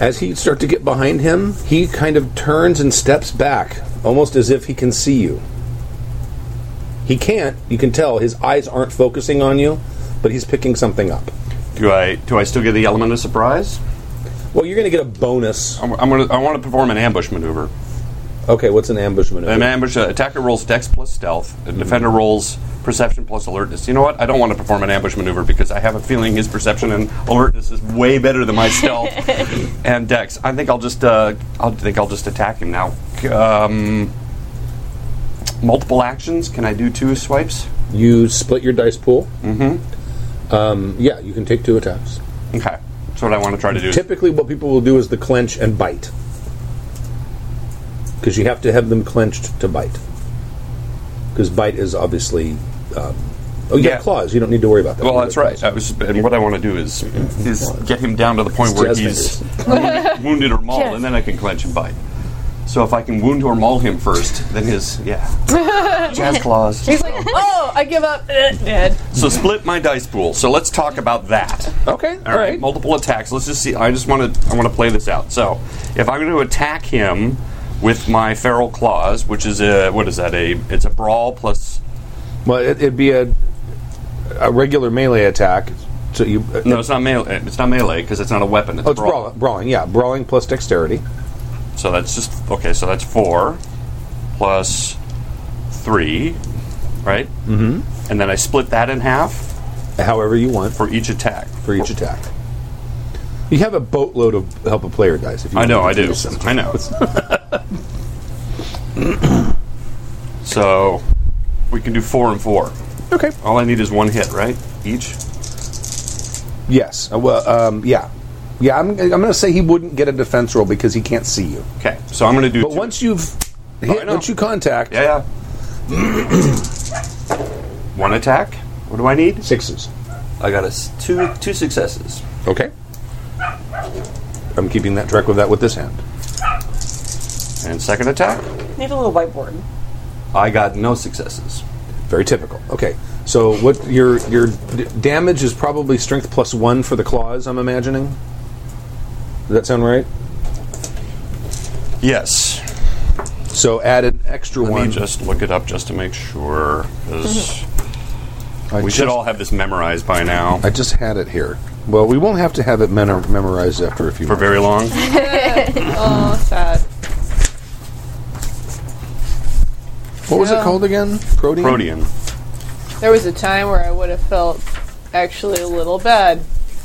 B: As he start to get behind him, he kind of turns and steps back, almost as if he can see you. He can't. You can tell his eyes aren't focusing on you, but he's picking something up.
G: Do I do I still get the element of surprise?
B: Well, you're going to get a bonus.
G: I'm, I'm gonna I want to perform an ambush maneuver.
B: Okay, what's an ambush
G: An
B: maneuver?
G: ambush uh, attacker rolls dex plus stealth, a defender rolls perception plus alertness. You know what? I don't want to perform an ambush maneuver because I have a feeling his perception and alertness is way better than my stealth and dex. I think I'll just uh, I think I'll just attack him now. Um, multiple actions? Can I do two swipes?
B: You split your dice pool. Mm-hmm. Um, yeah, you can take two attacks.
G: Okay. So what I want to try to do. is-
B: Typically, what people will do is the clench and bite, because you have to have them clenched to bite. Because bite is obviously, um, oh, you
G: Yeah.
B: have claws. You don't need to worry about that.
G: Well, that's right. I was, and what I want to do is is get him down to the point where
B: Jazz
G: he's wounded, wounded or mauled, and then I can clench and bite. So if I can wound or maul him first, then his yeah, jazz claws.
E: Oh, I give up. Eh, Dead.
G: So split my dice pool. So let's talk about that.
B: Okay, all right.
G: Multiple attacks. Let's just see. I just want to. I want to play this out. So if I'm going to attack him with my feral claws, which is a what is that? A it's a brawl plus.
B: Well, it, it'd be a a regular melee attack. So you uh,
G: No, it's not melee. It's not melee because it's not a weapon. It's,
B: oh, it's
G: brawl.
B: brawl, brawling. Yeah, brawling plus dexterity.
G: So that's just okay. So that's four plus three, right? Mm-hmm. And then I split that in half
B: However you want for,
G: for each attack.
B: for each attack. You have a boatload of help a player dice. If you
G: I know, I
B: want to
G: do.
B: some.
G: I know. so we can do four and four.
B: Okay.
G: All I need is one hit, right? Each.
B: Yes. Uh, well, um, yeah, yeah. I'm, I'm going to say he wouldn't get a defense roll because he can't see you.
G: Okay. So I'm going to do.
B: But
G: two.
B: once you've hit,
G: Oh, I know.
B: once you contact,
G: yeah, yeah. One attack. What do I need?
B: Sixes.
G: I got a s- two two successes.
B: Okay. I'm keeping that track of that with this hand.
G: And second attack,
C: Need a little whiteboard.
G: I got no successes.
B: Very typical. Okay. So what your your d- damage is probably strength plus one for the claws. I'm imagining. Does that sound right?
G: Yes.
B: So add an extra
G: Let
B: one.
G: me just look it up just to make sure. 'cause
B: I
G: we
B: just,
G: should all have this memorized by now.
B: I just had it here. Well, we won't have to have it memo- memorized after a few.
G: for very long.
E: Oh, sad.
B: minutes. What was it
E: Yeah.
B: called again? Protean.
G: Protean.
E: There was a time where I would have felt actually a little bad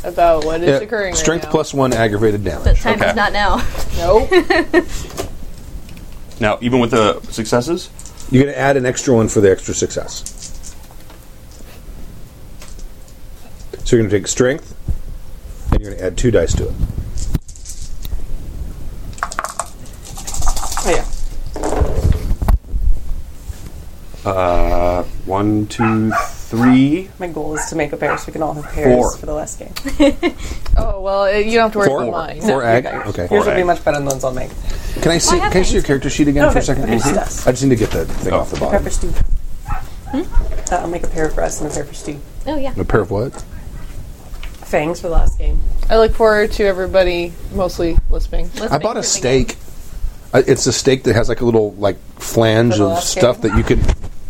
E: about what is
B: Yeah,
E: occurring.
B: strength
E: right now.
B: plus one aggravated
D: But
B: damage.
D: time
G: Okay.
D: is not now.
E: Nope.
G: Now, even with the successes,
B: You're going to add an extra one for the extra success. So you're going to take strength, and you're going to add two dice to it.
C: Oh yeah.
G: uh, one, two, three.
C: My goal is to make a pair so we can all have pairs
G: Four.
C: for the last game.
E: oh well, it, you don't have to worry
B: Four,
E: about mine.
B: four ag. Okay.
C: Yours will be
G: egg.
C: much better than the ones I'll make.
B: Can I see?
D: I have
B: Can I see your
D: things.
B: character sheet again
C: No,
B: for a
C: okay,
B: second?
C: okay, just us.
B: I just need to get that thing off the
C: Pepper
B: bottom.
C: stew. Uh, I'll make a pair for us and a pair for Stu.
D: Oh yeah.
B: A pair of what?
C: Fangs for the last game.
E: I look forward to everybody mostly lisping.
B: I bought a steak. I- It's a steak that has like a little like flange
C: Little
B: of
C: escape.
B: stuff that you can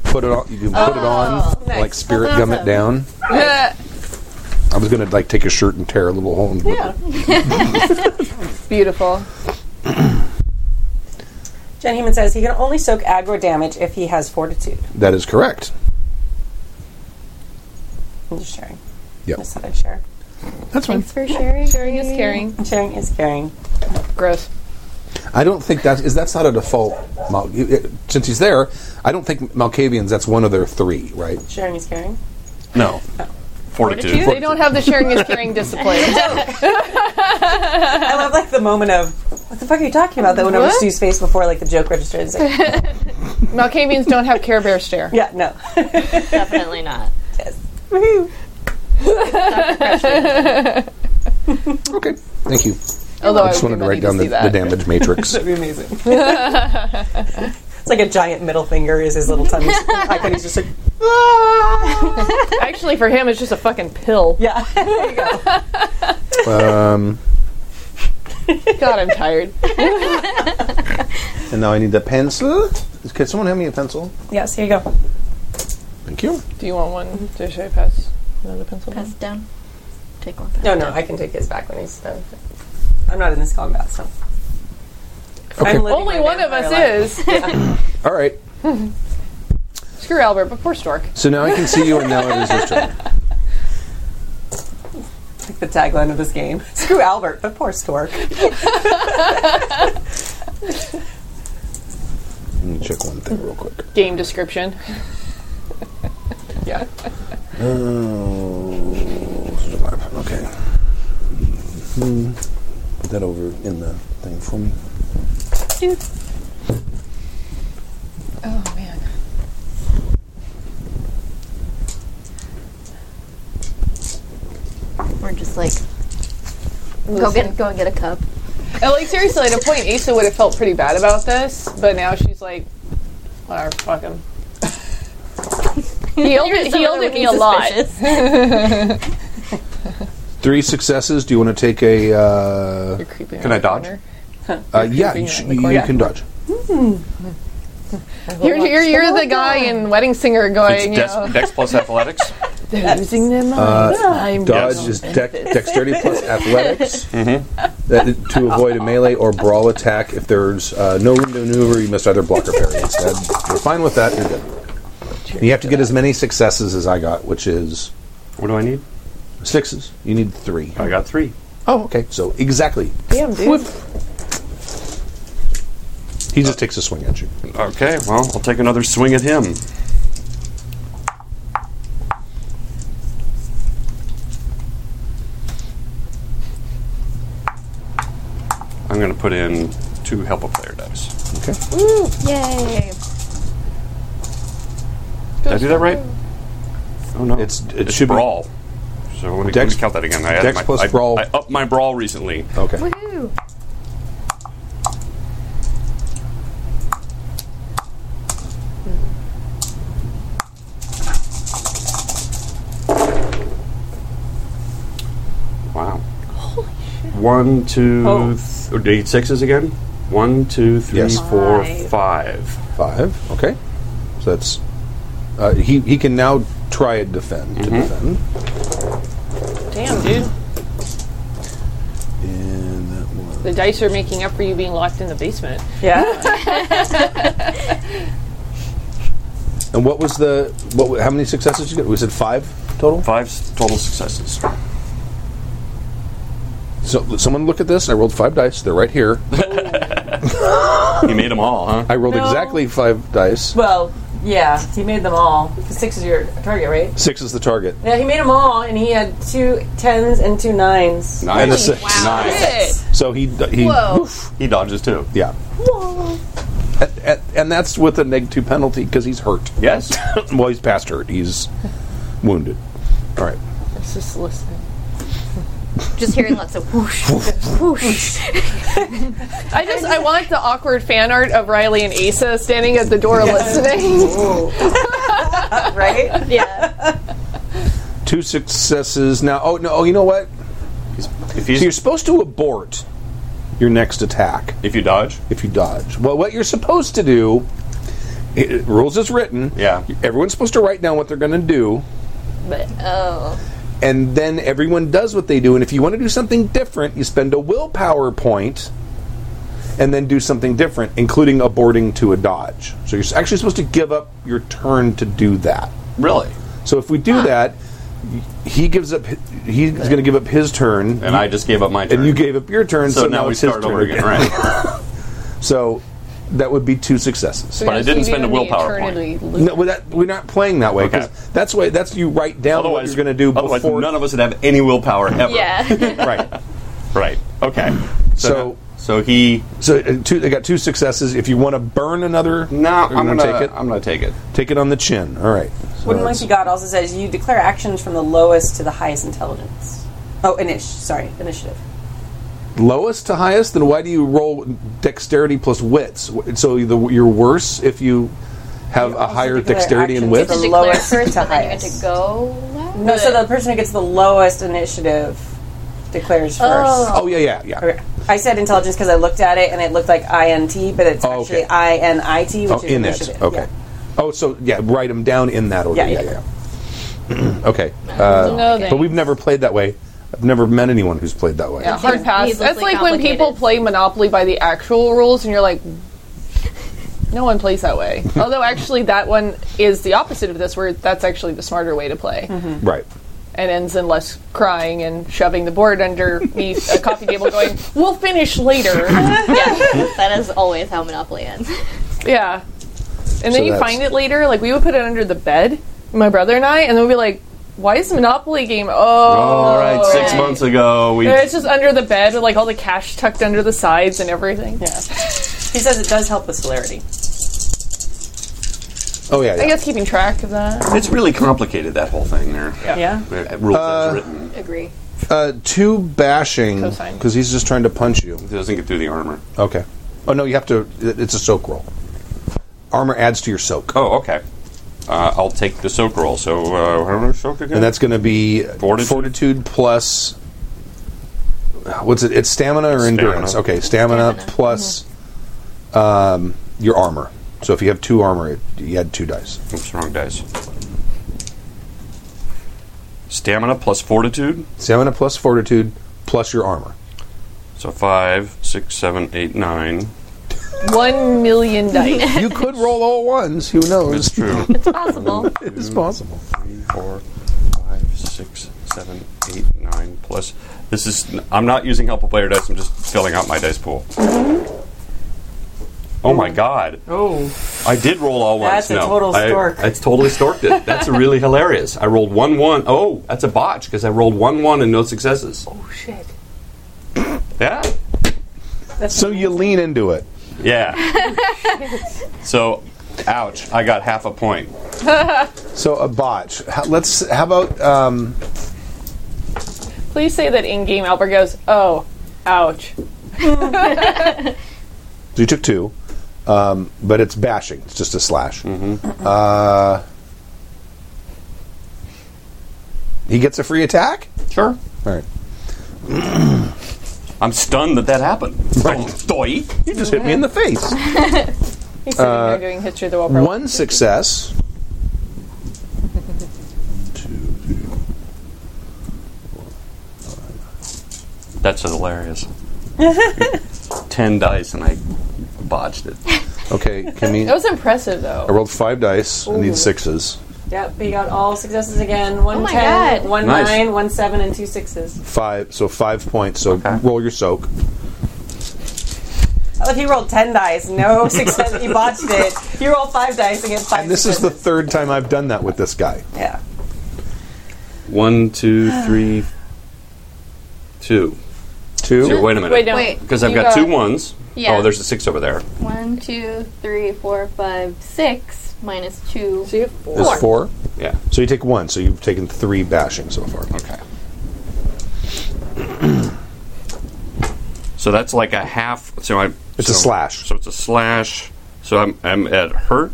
B: put it on. You can put it on
E: nice.
B: like spirit
E: That's
B: gum it
E: awesome.
B: down.
E: Yeah.
B: I was going to like take a shirt and tear a little hole. in-
E: Beautiful.
C: Jen Heeman says he can only soak aggro damage if he has fortitude.
B: That is correct.
C: I'm just sharing.
B: Yep.
C: Just thought I'd share.
B: That's fine.
D: Thanks for sharing.
E: Sharing is caring.
C: Sharing is caring.
E: Gross.
B: I don't think that's is that's not a default. Mal- you- it- Since he's there, I don't think Malkavians. That's one of their three, right?
C: Sharing is caring.
G: No. Fortitude.
E: They don't have the sharing is caring discipline.
C: I love like the moment of what the fuck are you talking about? That went over
E: What?
C: Stu's face before like the joke registered. It's like,
E: Malkavians don't have Care Bear stare.
C: yeah, no.
D: Definitely not.
C: Woohoo.
B: Okay, thank you.
E: Although I
B: I just wanted to write down the, the damage matrix.
C: That'd be amazing. it's like a giant middle finger is his little tongue. Icon he's just like "Ah!"
E: Actually, for him, it's just a fucking pill.
C: Yeah. there you go.
B: um,
E: God, I'm tired.
B: and now I need the pencil. Could someone hand me a pencil?
C: Yes, here you go.
B: Thank you.
E: Do you want one? Do should I pass another pencil?
D: Pass it down. Take one. back.
C: No, no, I can take his back when he's done. I'm not in this combat, so
B: Okay.
C: I'm living
E: Only
C: my
E: one of
C: vampire
E: us
C: life.
E: is.
B: All right.
E: Screw Albert, but poor Stork.
B: So now I can see you, and now it is his turn.
C: Like the tagline of this game. Screw Albert, but poor Stork.
B: Let me check one thing real quick.
E: Game description.
C: Yeah.
B: Oh, okay. Hmm. Put that over in the thing for me.
E: Oh man.
D: We're just like go get go and get a cup.
E: And, like seriously, at a point, Asa would have felt pretty bad about this, but now she's like, whatever, fuck him. he yelled, at- he yelled at me a lot.
B: Three successes. Do you want to take a? Uh,
E: You're creeping around
G: Can I
E: the
G: dodge?
E: corner.
B: uh, yeah,
E: creeping
B: you, sh-
E: around the
B: you
E: corner.
B: can dodge.
E: You're, you're, you're the guy in Wedding Singer
G: It's
E: going, you
G: dex,
E: know,
G: dex plus athletics.
E: they're losing their minds.
G: Uh,
E: I'm
B: Dodge
G: Yes.
B: is dec- dexterity plus athletics That- to avoid a melee or brawl attack. If there's uh, no room to maneuver, you must either block or parry instead. You're fine with that. You're good. You have to get as many successes as I got, which is
G: What do I need?
B: sixes. You need three.
G: I got three.
B: Oh, okay. So exactly.
E: Damn, dude.
B: He just takes a swing at you.
G: Okay, well, I'll take another swing at him. I'm going to put in two help a player dice.
B: Okay.
D: Yay!
G: Did I do that right? Oh no,
B: It's- it should be-
G: brawl. So let me,
B: Dex-
G: let me count that again. I added
B: Dex
G: my,
B: plus
G: I,
B: brawl.
G: I upped my brawl recently.
B: Okay.
D: Woohoo!
G: Wow. One, two,
E: Oh.
G: th- or do you need sixes again? One, two, three,
B: Yes.
G: four,
E: Five.
G: five.
B: Five. Okay. So that's. Uh, he, he can now try and defend. To defend.
E: Damn, dude.
B: And that one.
E: The dice are making up for you being locked in the basement.
C: Yeah.
B: And what was the. What, wa- how many successes you get? We said five total?
G: Five s- total successes.
B: So let someone look at this. I rolled five dice. They're right here.
G: He made them all, huh?
B: I rolled exactly five dice.
C: well, yeah. He made them all. 'Cause Six is your target, right?
B: Six is the target.
C: Yeah, he made them all, and he had two tens and two nines.
B: And a
G: Nice.
B: six.
G: Nice.
B: So he he
D: Whoa!
G: He dodges too.
B: yeah. And, and, and that's with a neg two penalty because he's hurt.
G: Yes.
B: well, he's past hurt. He's wounded. All right.
E: Let's just listen.
D: Just hearing lots of whoosh, whoosh.
E: I just I want the awkward fan art of Riley and Asa standing at the door listening.
C: Right?
D: Yeah.
B: Two successes now. Oh no! Oh, you know what?
G: if,
B: So you're
G: he's,
B: supposed to abort your next attack
G: if you dodge,
B: if you dodge. Well, what you're supposed to do, it, it- rules is written.
G: Yeah.
B: Everyone's supposed to write down what they're going to do.
E: but
D: Oh.
B: and then everyone does what they do. And if you want to do something different, you spend a willpower point and then do something different, including aborting to a dodge. So you're actually supposed to give up your turn to do that.
G: really.
B: So if we do that, he gives up. hi- He's going to give up his turn,
G: And I just gave up my turn.
B: and you gave up your turn.
G: So,
B: So,
G: now we
B: it's his
G: start
B: turn
G: over again, right?
B: So that would be two successes.
G: But I didn't spend a willpower point.
E: eternally point.
B: No, well, that, we're not playing that way. 'cause
G: Okay.
B: That's why. That's you write down what you're going to do
G: otherwise
B: before.
G: none of us would have any willpower ever.
D: Yeah.
B: right.
G: Right. Okay.
B: So-
G: so he.
B: So uh, two, they got two successes. If you want to burn another,
G: No,
B: you're
G: I'm
B: gonna
G: gonna
B: take it.
G: I'm gonna take it.
B: take it on the chin. All right. So
C: Wooden
B: that's-
C: Monkey God also says you declare actions from the lowest to the highest intelligence. Oh, init. Sorry, initiative.
B: lowest to highest. Then why do you roll dexterity plus wits? W- So the, you're worse if you have a
C: also
B: higher
C: declare
B: dexterity and
C: actions
B: wits.
C: The
D: Declare
C: lowest
D: first,
C: to
D: and then you get
C: highest.
D: to go. last?
C: No, so the person who gets the lowest initiative declares first.
B: Oh yeah, yeah, yeah.
C: Okay. I said intelligence because I looked at it and it looked like INT, but it's
B: Oh, okay.
C: actually INIT, which
B: Oh,
C: is
B: in it.
C: initiative.
B: Okay.
C: Yeah.
B: Oh, so yeah, write them down in that order. Yeah,
C: Yeah,
B: yeah.
C: yeah.
B: okay. Uh,
E: No,
B: but we've never played that way. I've never met anyone who's played that way.
E: Yeah, hard pass.
D: needlessly
E: That's like when people
D: complicated.
E: play Monopoly by the actual rules, and you're like, no one plays that way. Although actually, that one is the opposite of this, where that's actually the smarter way to play,
D: Mm-hmm.
B: Right.
E: and ends in less crying and shoving the board underneath a coffee table, going, "We'll finish later."
D: That is always how Monopoly ends.
E: yeah, and then
B: So
E: you
B: that's-
E: find it later. Like we would put it under the bed, my brother and I, and then we'd be like, "Why is the Monopoly game?" Oh,
G: All right. Six months ago, we.
E: And it's just under the bed with like all the cash tucked under the sides and everything. Yeah.
C: He says it does help with celerity.
B: Oh yeah. yeah.
E: I guess keeping track of that.
G: It's really complicated that whole thing there.
E: Yeah.
G: Uh, Rules as written.
D: Agree.
B: uh, two bashing
E: Cosine.
B: because he's just trying to punch you.
G: It doesn't get through the armor.
B: Okay. Oh no, you have to. it- It's a soak roll. Armor adds to your soak,
G: Oh, okay. Uh, I'll take the soak roll. So uh, I don't know soak again.
B: and that's going to be
G: Fortitude?
B: fortitude plus. What's it? It's stamina or
G: Stamina.
B: endurance. Okay, stamina, plus um, your armor. So if you have two armor, it, you add two dice.
G: Oops, wrong dice. Stamina plus fortitude.
B: Stamina plus fortitude plus your armor.
G: So five, six, seven, eight, nine.
E: One million dice.
B: You could roll all ones. Who knows?
G: It's true.
D: Possible.
B: It is possible.
G: Three, four, five, six, seven, eight, nine. Plus, this is. I'm not using helpful player dice. I'm just filling out my dice pool. Oh my god!
E: oh.
G: I did roll all ones.
C: That's a
G: no,
C: total
G: I-
C: stork.
G: I, totally storked it. That's really hilarious. I rolled one one. Oh, that's a botch because I rolled one one and no successes.
E: Oh shit.
G: Yeah.
B: So you lean into it.
C: Oh,
G: Yeah. so Ouch! I got half a point.
B: So a botch. How, let's. How about? Um,
E: Please say that in game Albert goes, oh, ouch.
B: so you took two, um, but it's bashing. It's just a slash.
G: Mm-hmm.
B: Uh, he gets a free attack.
G: Sure.
B: All right.
G: I'm stunned that that happened. Doi.
B: You just hit me in the face.
E: He's sitting
B: Uh,
E: there doing history of the world. for a while.
B: One success. Two, three,
G: That's hilarious. Ten dice and I botched it.
B: Okay, can we?
E: That was impressive,
B: I
E: though.
B: rolled five dice. I need sixes.
C: Yep, we got all successes again. One
D: my
C: ten,
D: God.
C: one
G: Nice.
C: nine, one seven, and two sixes.
B: Five. So five points. So
G: Okay.
B: roll your soak.
C: I love you rolled ten dice, no success. you botched it. You roll five dice and get five.
B: And this is the third time I've done that with this guy.
C: yeah.
G: One, two, three, two.
B: Two.
G: Two. Wait a minute.
E: Wait, no.
D: Wait.
G: Because I've
D: you
G: got two ones.
D: Yeah.
G: Oh, there's a six over there.
D: One, two, three, four, five, six, minus two.
E: So you have
B: Is
E: four.
B: four.
G: Yeah.
B: So you take one. So you've taken three bashing so far.
G: Okay. so that's like a half. So I.
B: It's
G: so,
B: a slash.
G: So it's a slash. So I'm I'm at hurt.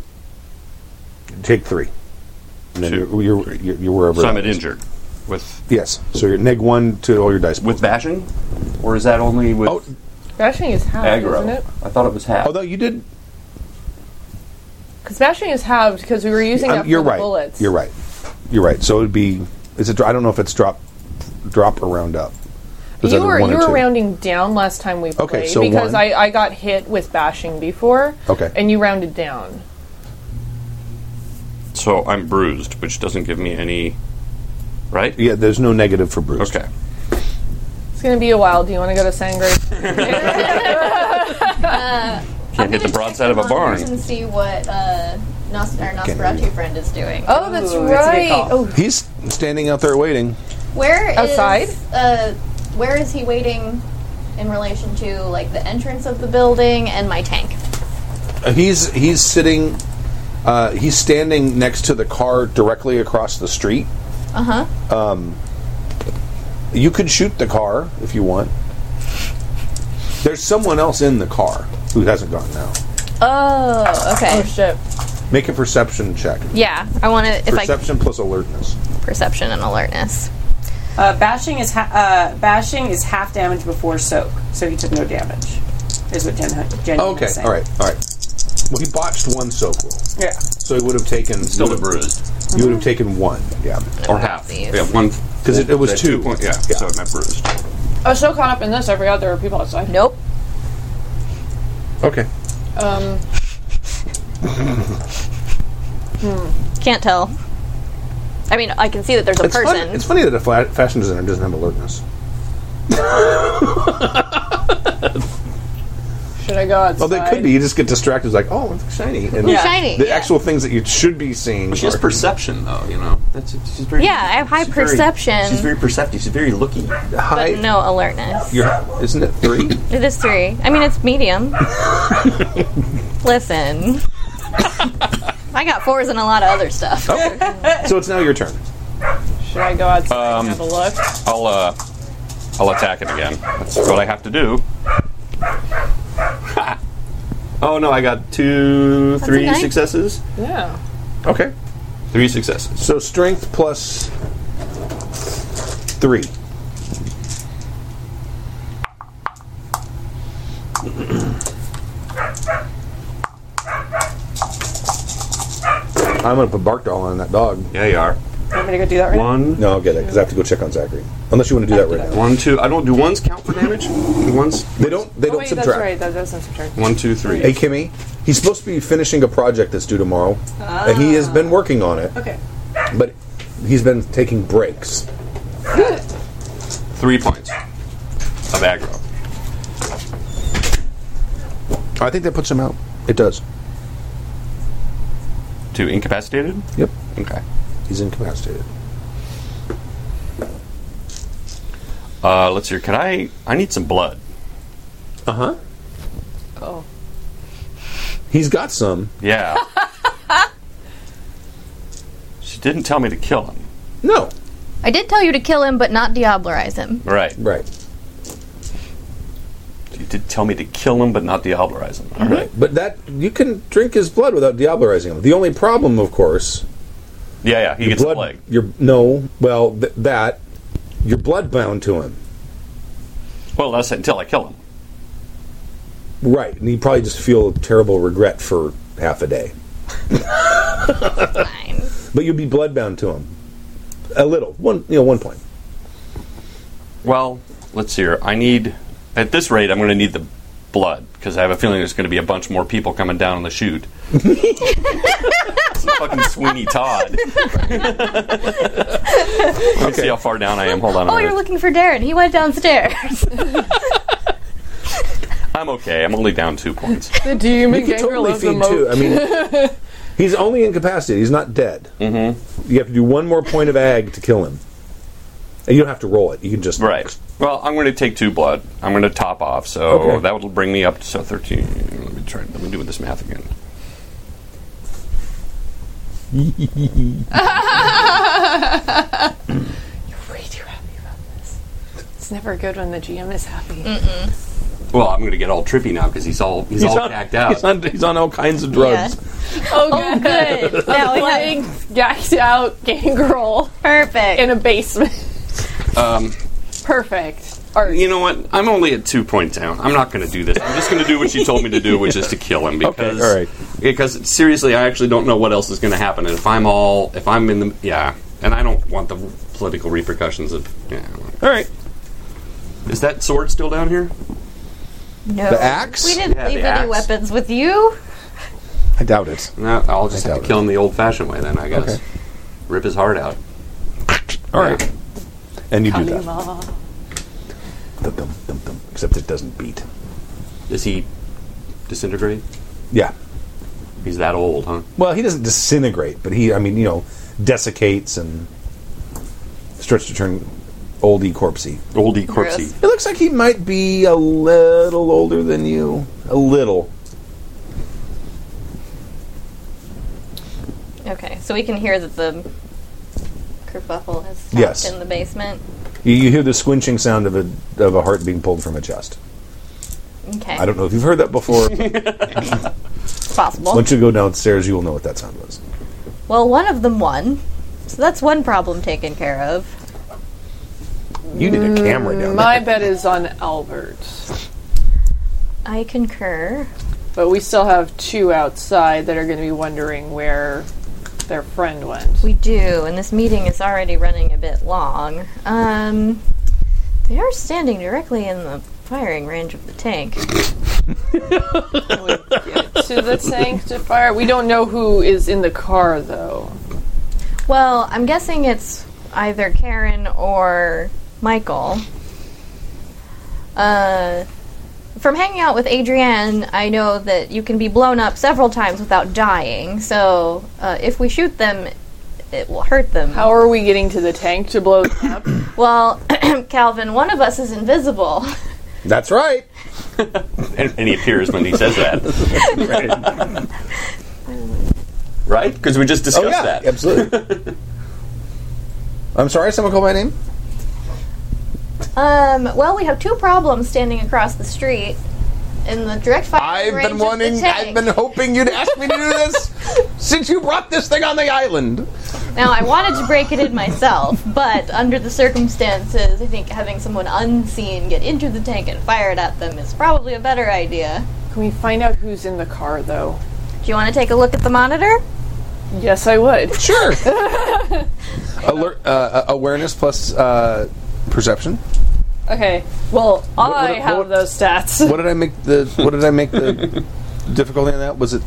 B: Take three. And then You're,
G: Two.
B: you're, you're, you're wherever.
G: So I'm
B: that
G: at
B: is.
G: injured. With
B: Yes. So you're neg one to all your dice.
G: with bashing, or is that only with
B: Oh.
E: Bashing is halved,
G: aggro?
E: isn't it?
G: I thought it was half.
B: Although you did.
E: Because bashing is halved because we were using
B: Um,
E: that for
B: you're
E: the
B: right.
E: bullets.
B: You're right. You're right. So it would be. Is it? dro- I don't know if it's drop, drop or round up. Is
E: You
B: that
E: were
B: one
E: you
B: or
E: were
B: two?
E: rounding down last time we played
B: so
E: because
B: one.
E: I, I got hit with bashing before.
B: Okay.
E: And you rounded down.
G: so I'm bruised, which doesn't give me any. Right.
B: Yeah. There's no negative for Bruce.
G: Okay.
E: It's gonna be a while. Do you want to go to Sangre?
G: Can't hit the broadside of a barn.
D: And see what uh, Nos- our Nosferatu friend is doing.
E: Oh, that's
C: Ooh, that's a good
E: right.
C: call.
E: Oh,
B: He's standing out there waiting.
D: Where is
E: Outside?
D: uh, where is he waiting in relation to like the entrance of the building and my tank?
B: Uh, He's he's sitting. Uh, he's standing next to the car directly across the street. Um,
D: Uh
E: Uh-huh.
D: huh.
B: You could shoot the car if you want. There's someone else in the car who hasn't gone now.
D: Oh, okay.
E: oh shit.
B: Make a perception check.
D: yeah, I want to. If
B: Perception plus alertness.
D: I perception and alertness.
C: Uh, bashing is ha- uh, bashing is half damage before soak, so he took no damage. Is what Jen, Jen was
B: Okay.
C: saying.
B: All right. All right. Well, he botched one soak roll,
C: Yeah.
B: so he would have taken
G: Still a bruised.
B: You would have taken one. Yeah.
G: Or half.
D: these.
G: Yeah, one.
B: 'Cause it- it was
G: that
B: two.
G: point, yeah,
B: Yeah.
G: so I'm at bruised.
E: I was so caught up in this, I forgot there were people outside.
D: Nope.
B: Okay.
E: Um,
D: Can't tell. I mean, I can see that there's a
B: It's, fun-
D: person.
B: it's funny that a fla- fashion designer doesn't have alertness.
E: should I go outside?
B: Well, they could be. You just get distracted. It's like, oh, it's shiny. And
D: Ooh, shiny,
B: The
D: yeah.
B: actual things that you should be seeing.
G: She has
B: are-
G: perception, though. You know, that's she's very.
D: Yeah, I have high
G: she's very-
D: perception.
G: she's very perceptive. She's very looky.
B: high.
D: but no alertness.
B: You're- isn't it three?
D: It is three. I mean, it's medium. Listen. I got fours and a lot of other stuff.
B: so it's now your turn.
E: Should I go outside and have a look?
G: I'll uh, I'll attack it again. That's what I have to do. Ha. oh no, I got two,
D: a
G: three
D: nine.
G: successes.
E: Yeah.
B: Okay.
G: Three successes.
B: So strength plus three. I'm gonna put bark doll on that dog.
G: Yeah, you are.
C: Want me to go do that right
G: One,
B: No, I'll get it because I have to go check on Zachary. Unless you want to do that right now.
G: one, two. I don't do ones count for damage. Do Ones.
B: They don't. They
E: Oh,
B: don't
E: wait,
B: subtract.
E: that's right. That doesn't subtract.
G: One, two, three.
B: Hey, Kimmy, he's supposed to be finishing a project that's due tomorrow. And he has been working on it,
C: now? Okay.
B: but he's been taking breaks.
G: Three points of aggro.
B: I think that puts him out. It does.
G: Two incapacitated.
B: Yep.
G: Okay.
B: He's incapacitated.
G: Uh, let's hear. Can I? I need some blood.
B: Uh huh.
E: Oh.
B: He's got some.
G: Yeah. she didn't tell me to kill him.
B: No.
F: I did tell you to kill him, but not diablerize him.
G: Right.
B: Right.
G: You did tell me to kill him, but not diablerize
B: Mm-hmm.
G: him. All right.
B: But that you can drink his blood without diablerizing him. The only problem, of course,
G: Yeah, yeah. He gets a plague.
B: Your no, well th- that you're blood bound to him,
G: Well, that's until I kill him.
B: right? And you probably just feel terrible regret for half a day.
F: Fine.
B: But you'd be blood bound to him, a little, one you know, one point.
G: Well, let's see here. I need, at this rate, I'm going to need the blood because I have a feeling there's going to be a bunch more people coming down on the chute. Some fucking Sweeney Todd. Let's see how far down I am. Hold on a
F: Oh,
G: minute.
F: you're looking for Darren. He went downstairs.
G: I'm okay. I'm only down two points.
E: The demon
B: You could
E: gangrel
B: totally
E: of the
B: feed
E: moat.
B: too. I mean, he's only incapacitated. He's not dead. Mm-hmm. You have to do one more point of ag to kill him, and you don't have to roll it. You can just
G: right. Well, I'm going to take two blood. I'm going to top off. So
B: Okay.
G: that will bring me up to so 13. Let me try. Let me do this math again.
E: Way too happy about this. It's never good when the GM is happy.
C: Mm-hmm.
G: Well, I'm going to get all trippy now because he's all he's, all packed out.
B: He's on, he's on all kinds of drugs.
E: Oh, God.
F: Good. Now we have-
E: Playing gacked out gangrel
F: Perfect.
E: in a basement.
B: Um,
E: Perfect. Art.
G: You know what? I'm only at two points down. I'm not going to do this. I'm just going to do what she told me to do, which is to kill him. Because,
B: all right.
G: because seriously, I actually don't know what else is going to happen. And if I'm all, if I'm in the, yeah, and I don't want the political repercussions of. Yeah.
B: All right.
G: Is that sword still down here?
F: no.
B: The axe?
F: We didn't
G: Yeah,
F: leave
G: the
F: any
G: axe.
F: weapons with you.
B: I doubt it.
G: No, I'll just
B: I
G: have
B: doubt
G: to kill him the old-fashioned way then. I guess.
B: Okay.
G: Rip his heart out.
B: All right. And you do that.
E: Kalima.
B: Dum, dum, dum, dum. Except it doesn't beat.
G: Does he disintegrate?
B: Yeah.
G: He's that old, huh?
B: Well, he doesn't disintegrate, but he, I mean, you know, desiccates and starts to turn oldy corpsey.
G: Oldie corpsey.
B: It looks like he might be a little older than you. A little.
F: Okay, so we can hear that the kerfuffle has stopped
B: Yes.
F: in the basement.
B: You, you hear the squinching sound of a, of a heart being pulled from a chest.
F: Okay,
B: I don't know if you've heard that before.
F: it's possible.
B: Once you go downstairs, you will know what that sound was.
F: well, one of them won, so that's one problem taken care of.
B: You need a camera down
E: My
B: there.
E: bet is on Albert.
F: I concur.
E: But we still have two outside that are going to be wondering where their friend went.
F: We do, and this meeting is already running a bit long. Um, they are standing directly in the firing range of the tank.
E: to the sanctifier. We don't know who is in the car, though.
F: Well, I'm guessing it's either Karen or Michael. Uh, from hanging out with Adrienne, I know that you can be blown up several times without dying. So uh, if we shoot them, it will hurt them.
E: How are we getting to the tank to blow them up?
F: well, Calvin, one of us is invisible.
B: That's right.
G: And, and he appears when he says that.
B: right.
G: right? Because we just discussed
B: Oh, yeah.
G: that.
B: Absolutely. I'm sorry, someone called my name?
F: Um, well, we have two problems standing across the street in the direct firing
B: I've
F: range
B: been
F: of the
B: wanting, I've
F: tank.
B: been hoping you'd ask me to do this since you brought this thing on the island.
F: Now, I wanted to break it in myself, but under the circumstances, I think having someone unseen get into the tank and fire it at them is probably a better idea.
E: Can we find out who's in the car, though?
F: Do you want to take a look at the monitor?
E: Yes, I would.
B: Sure. Alert, uh, uh, awareness plus uh, perception.
E: Okay. Well, I
B: what-
E: have
B: what-
E: those stats.
B: What did I make the? What did I make the difficulty on that? Was it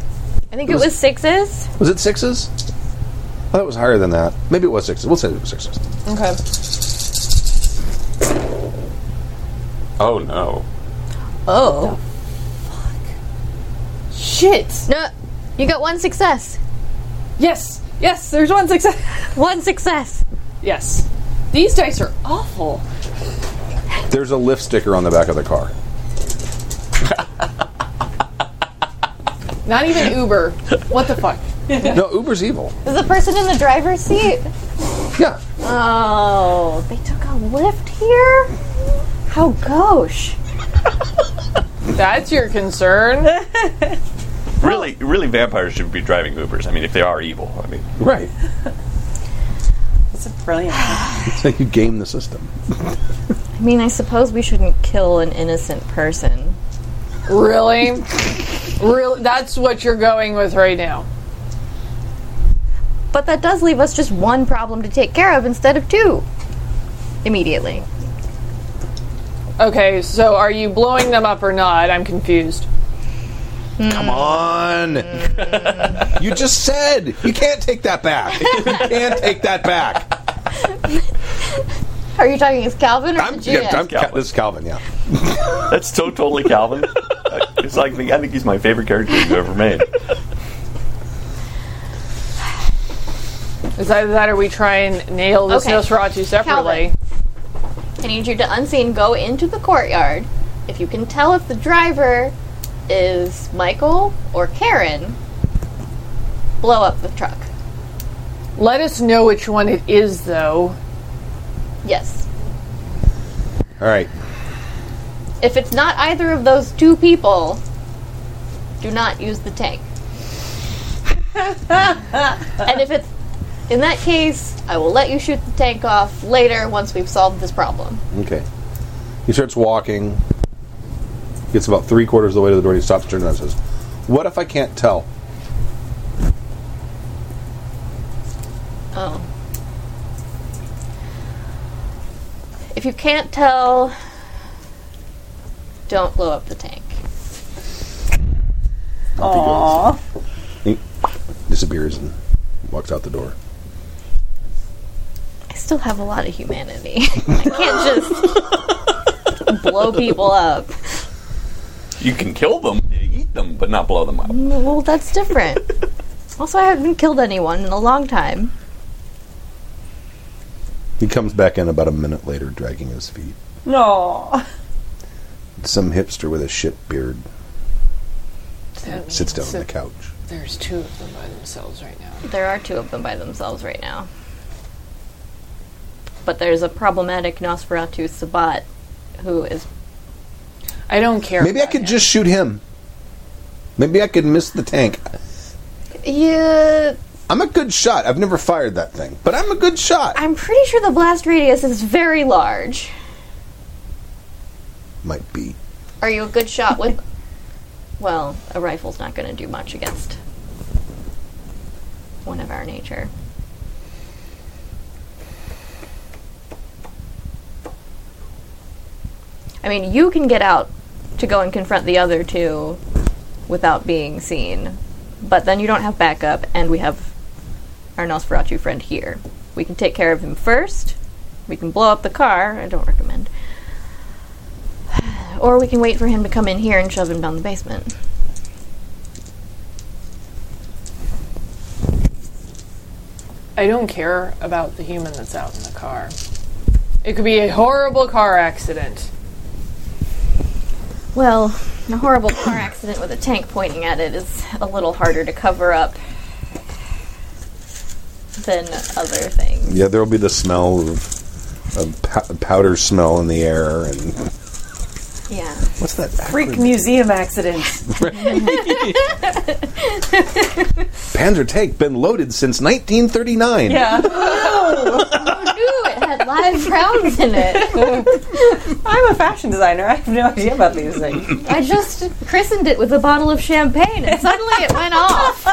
F: I think it was sixes.
B: was it sixes? I thought it was higher than that. Maybe it was sixes. We'll say it was sixes.
E: Okay.
G: Oh no.
F: Oh.
E: Shit.
F: No, you got one success.
E: Yes. Yes. There's one success.
F: One success.
E: Yes. These dice are awful.
B: There's a lift sticker on the back of the car.
E: Not even Uber. what the fuck?
B: No, Uber's evil.
F: Is the person in the driver's seat?
B: Yeah.
F: Oh, they took a lift here? How gauche.
E: That's your concern.
G: Really, really, vampires should be driving Ubers. I mean, if they are evil, I mean,
B: Right.
C: It's a brilliant.
B: So you game the system.
F: I mean, I suppose we shouldn't kill an innocent person.
E: really? Really? That's what you're going with right now.
F: But that does leave us just one problem to take care of instead of two. Immediately.
E: Okay, so are you blowing them up or not? I'm confused.
B: Come on. you just said you can't take that back. You can't take that back.
F: Are you talking as Calvin or
B: I'm,
F: the
B: yeah,
F: Judas?
B: I'm Cal-
G: Calvin.
B: this is Calvin. Yeah.
G: that's so totally Calvin. Uh, it's like the, I think he's my favorite character you've ever made.
E: Is either that or we try and nail this
F: Okay.
E: Nosferatu separately?
F: I need you to unseen go into the courtyard. If you can tell if the driver is Michael or Karen, blow up the truck.
E: Let us know which one it is, though.
F: Yes.
B: All right.
F: If it's not either of those two people, do not use the tank. and if it's in that case, I will let you shoot the tank off later once we've solved this problem.
B: Okay. He starts walking. Gets about three quarters of the way to the door. He stops, turns around, and says, "What if I can't tell?"
F: Oh. If you can't tell, don't blow up the tank.
C: Aww.
B: He disappears and walks out the door.
F: I still have a lot of humanity. I can't just blow people up.
G: You can kill them, you eat them, but not blow them up.
F: Well, that's different. also, I haven't killed anyone in a long time.
B: He comes back in about a minute later, dragging his feet.
C: No.
B: Some hipster with a shit beard sits down on the couch.
E: There's two of them by themselves right now.
F: There are two of them by themselves right now. But there's a problematic Nosferatu Sabat who is.
E: I don't care.
B: Maybe I
E: about
B: could
E: him.
B: just shoot him. Maybe I could miss the tank.
F: Yeah,
B: I'm a good shot. I've never fired that thing, but I'm a good shot.
F: I'm pretty sure the blast radius is very large.
B: Might be.
F: Are you a good shot with. well, a rifle's not going to do much against one of our nature. I mean, you can get out to go and confront the other two without being seen, but then you don't have backup, and we have our Nosferatu friend here. We can take care of him first. We can blow up the car. I don't recommend. Or we can wait for him to come in here and shove him down the basement.
E: I don't care about the human that's out in the car. It could be a horrible car accident.
F: Well, a horrible car accident with a tank pointing at it is a little harder to cover up than other things.
B: Yeah, there'll be the smell of, of pow- powder smell in the air, and
F: Yeah.
B: what's that?
C: Freak museum accidents.
B: Panzer tank been loaded since 1939.
C: Yeah.
F: Ooh, it had live rounds in it.
C: I'm a fashion designer. I have no idea about these things.
F: I just christened it with a bottle of champagne and suddenly it went off.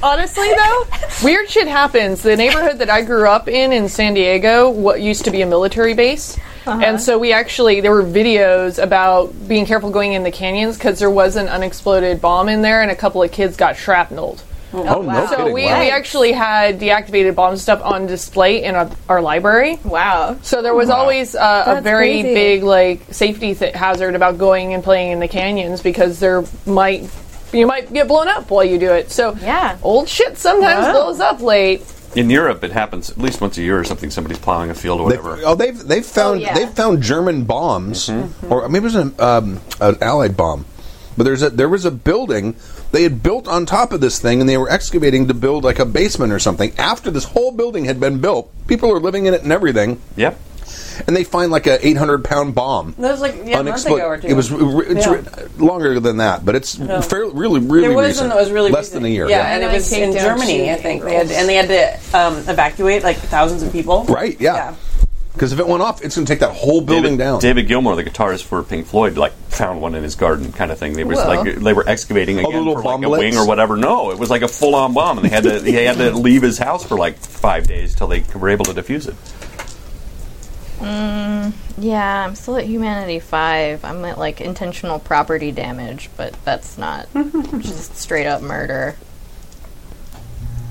E: Honestly, though, weird shit happens. The neighborhood that I grew up in in San Diego, what used to be a military base, and so we actually there were videos about being careful going in the canyons because there was an unexploded bomb in there, and a couple of kids got shrapnelled.
B: Oh no!
E: So
B: kidding.
E: we,
B: Wow.
E: we actually had deactivated bomb stuff on display in our, our library.
F: Wow.
E: So there was always uh, a
F: That's
E: very
F: crazy.
E: big like safety th- hazard about going and playing in the canyons because there might you might get blown up while you do it. So
F: Yeah.
E: old shit sometimes blows up late.
G: In Europe, it happens at least once a year or something. Somebody's plowing a field or
B: They,
G: whatever.
B: oh, they've they've found
F: yeah.
G: Mm-hmm.
B: they've found German bombs, or maybe it was an, um, an Allied bomb But there's a there was a building they had built on top of this thing, and they were excavating to build like a basement or something. After this whole building had been built, people are living in it and everything,
G: Yep.
B: and they find like a 800 pound bomb.
C: That was like yeah, a month
B: Unexplo-
C: ago or two.
B: It was r- r- it's
C: Yeah. Oh.
B: r- longer than that, but it's fairly really really
C: There was one
B: recent.
C: that was really
B: less
C: recent.
B: than a year.
C: Yeah, and it
E: And
C: was
E: they
C: in
E: take down
C: Germany,
E: two
C: I think. They had, and they had to um, evacuate like thousands of people.
B: Right, yeah. Because if it went off, it's going to take that whole building
G: David,
B: down.
G: David Gilmour, the guitarist for Pink Floyd, like found one in his garden, kind of thing. They was
E: Whoa.
G: like they were excavating again
B: little
G: for like a
B: bomblets?
G: wing or whatever. No, it was like a full on bomb, and they had to he had to leave his house for like five days till they were able to defuse it.
D: Yeah, I'm still at Humanity 5. I'm at like intentional property damage, but that's not just straight up murder,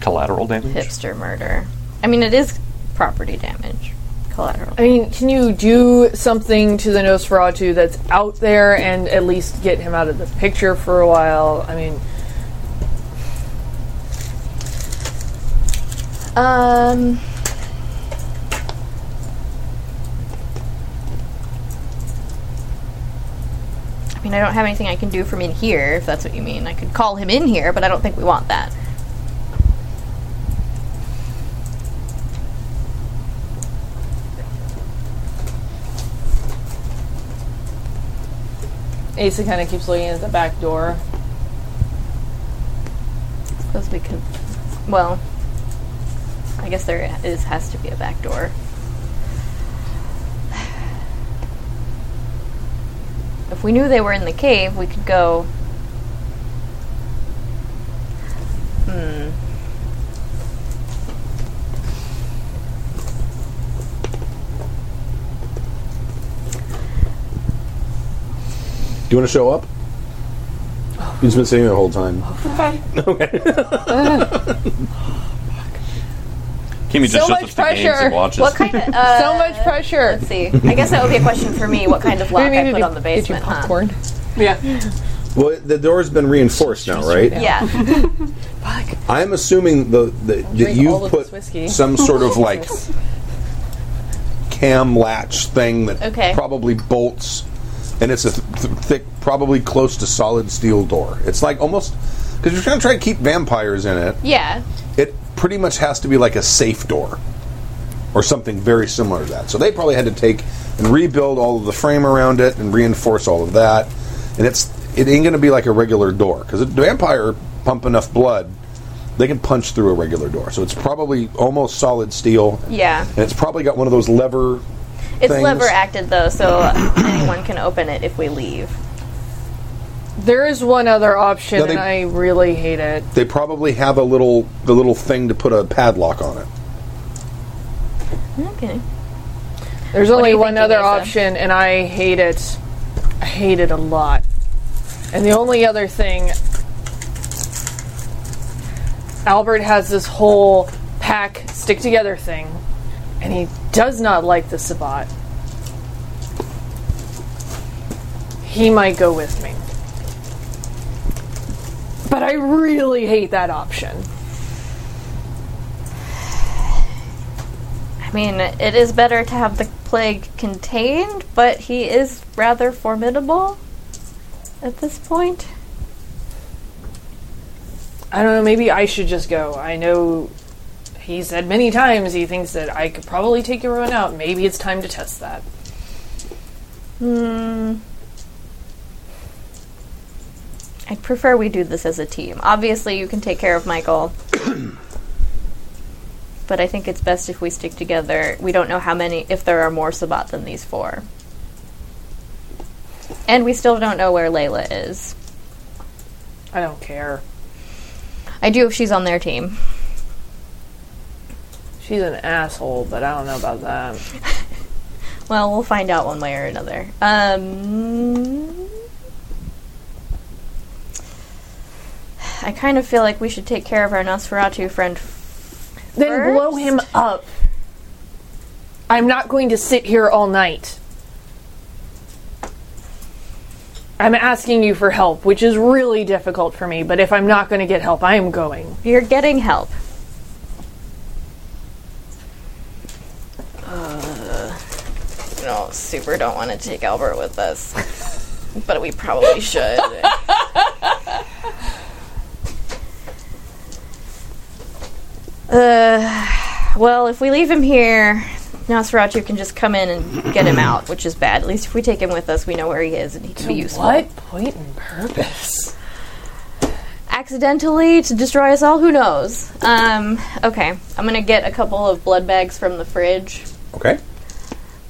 G: Collateral damage.
D: hipster murder. I mean, it is property damage, collateral.
E: I mean, can you do something to the Nosferatu that's out there and at least get him out of the picture for a while? I mean,
D: Um. I mean, I don't have anything I can do from in here, if that's what you mean. I could call him in here, but I don't think we want that.
E: Asa kind of keeps looking at the back door.
D: Suppose we could. Well, I guess there is has to be a back door. If we knew they were in the cave, we could go. Hmm.
B: Do you want to show up? He's been sitting there the whole time.
G: Kimmy just
E: So
G: shows
E: much
G: us the games
E: pressure.
G: and watches.
D: What kind of. Uh,
E: so much pressure.
D: Let's see. I guess that would be a question for me. What kind of lock
E: We need
D: I
E: to
D: put
E: do-
D: on the basement?
E: Get you
D: huh?
E: popcorn.
B: Well, it- the door's been reinforced now, right?
D: Yeah.
B: I'm assuming the, the that
E: Drink all
B: you
E: of
B: put
E: this whiskey.
B: some sort of like cam latch thing that
D: Okay.
B: probably bolts, and it's a th- th- thick, probably close to solid steel door. It's like almost because you're trying to try to keep vampires in it.
D: yeah.
B: It pretty much has to be like a safe door or something very similar to that. So they probably had to take and rebuild all of the frame around it and reinforce all of that. And it's it ain't going to be like a regular door because a vampire pump enough blood, they can punch through a regular door. So it's probably almost solid steel.
D: Yeah.
B: and it's probably got one of those lever.
D: It's
B: things.
D: lever acted though, so anyone can open it if we leave.
E: There is one other option,
B: No, they-
E: and I really hate it.
B: They probably have a little the little thing to put a padlock on it.
D: Okay.
E: There's
D: are
E: only
D: you
E: one
D: thinking,
E: other
D: Asa?
E: option, and I hate it. I hate it a lot. And the only other thing, Albert has this whole pack stick together thing, and he does not like the Sabbat. He might go with me. But I really hate that option.
D: I mean, it is better to have the plague contained, but he is rather formidable at this point.
E: I don't know, maybe I should just go. I know he said many times he thinks that I could probably take everyone out. Maybe it's time to test that.
D: I'd prefer we do this as a team. Obviously, you can take care of Michael. but I think it's best if we stick together. We don't know how many, if there are more Sabbat than these four. And we still don't know where Layla is.
E: I don't care.
D: I do if she's on their team.
E: She's an asshole, but I don't know about that.
D: Well, we'll find out one way or another. Um, I kind of feel like we should take care of our Nosferatu friend.
E: Then blow
D: First?
E: him up. I'm not going to sit here all night. I'm asking you for help, which is really difficult for me, but if I'm not going to get help, I am going.
D: You're getting help. Uh, no, super don't want to take Albert with us, but we probably should.
F: Uh, well, if we leave him here, Nosferatu can just come in and get him out, which is bad. At least if we take him with us, we know where he is and he can be useful.
E: What point and purpose?
F: Accidentally to destroy us all? Who knows? Um, okay, I'm gonna get a couple of blood bags from the fridge.
B: Okay.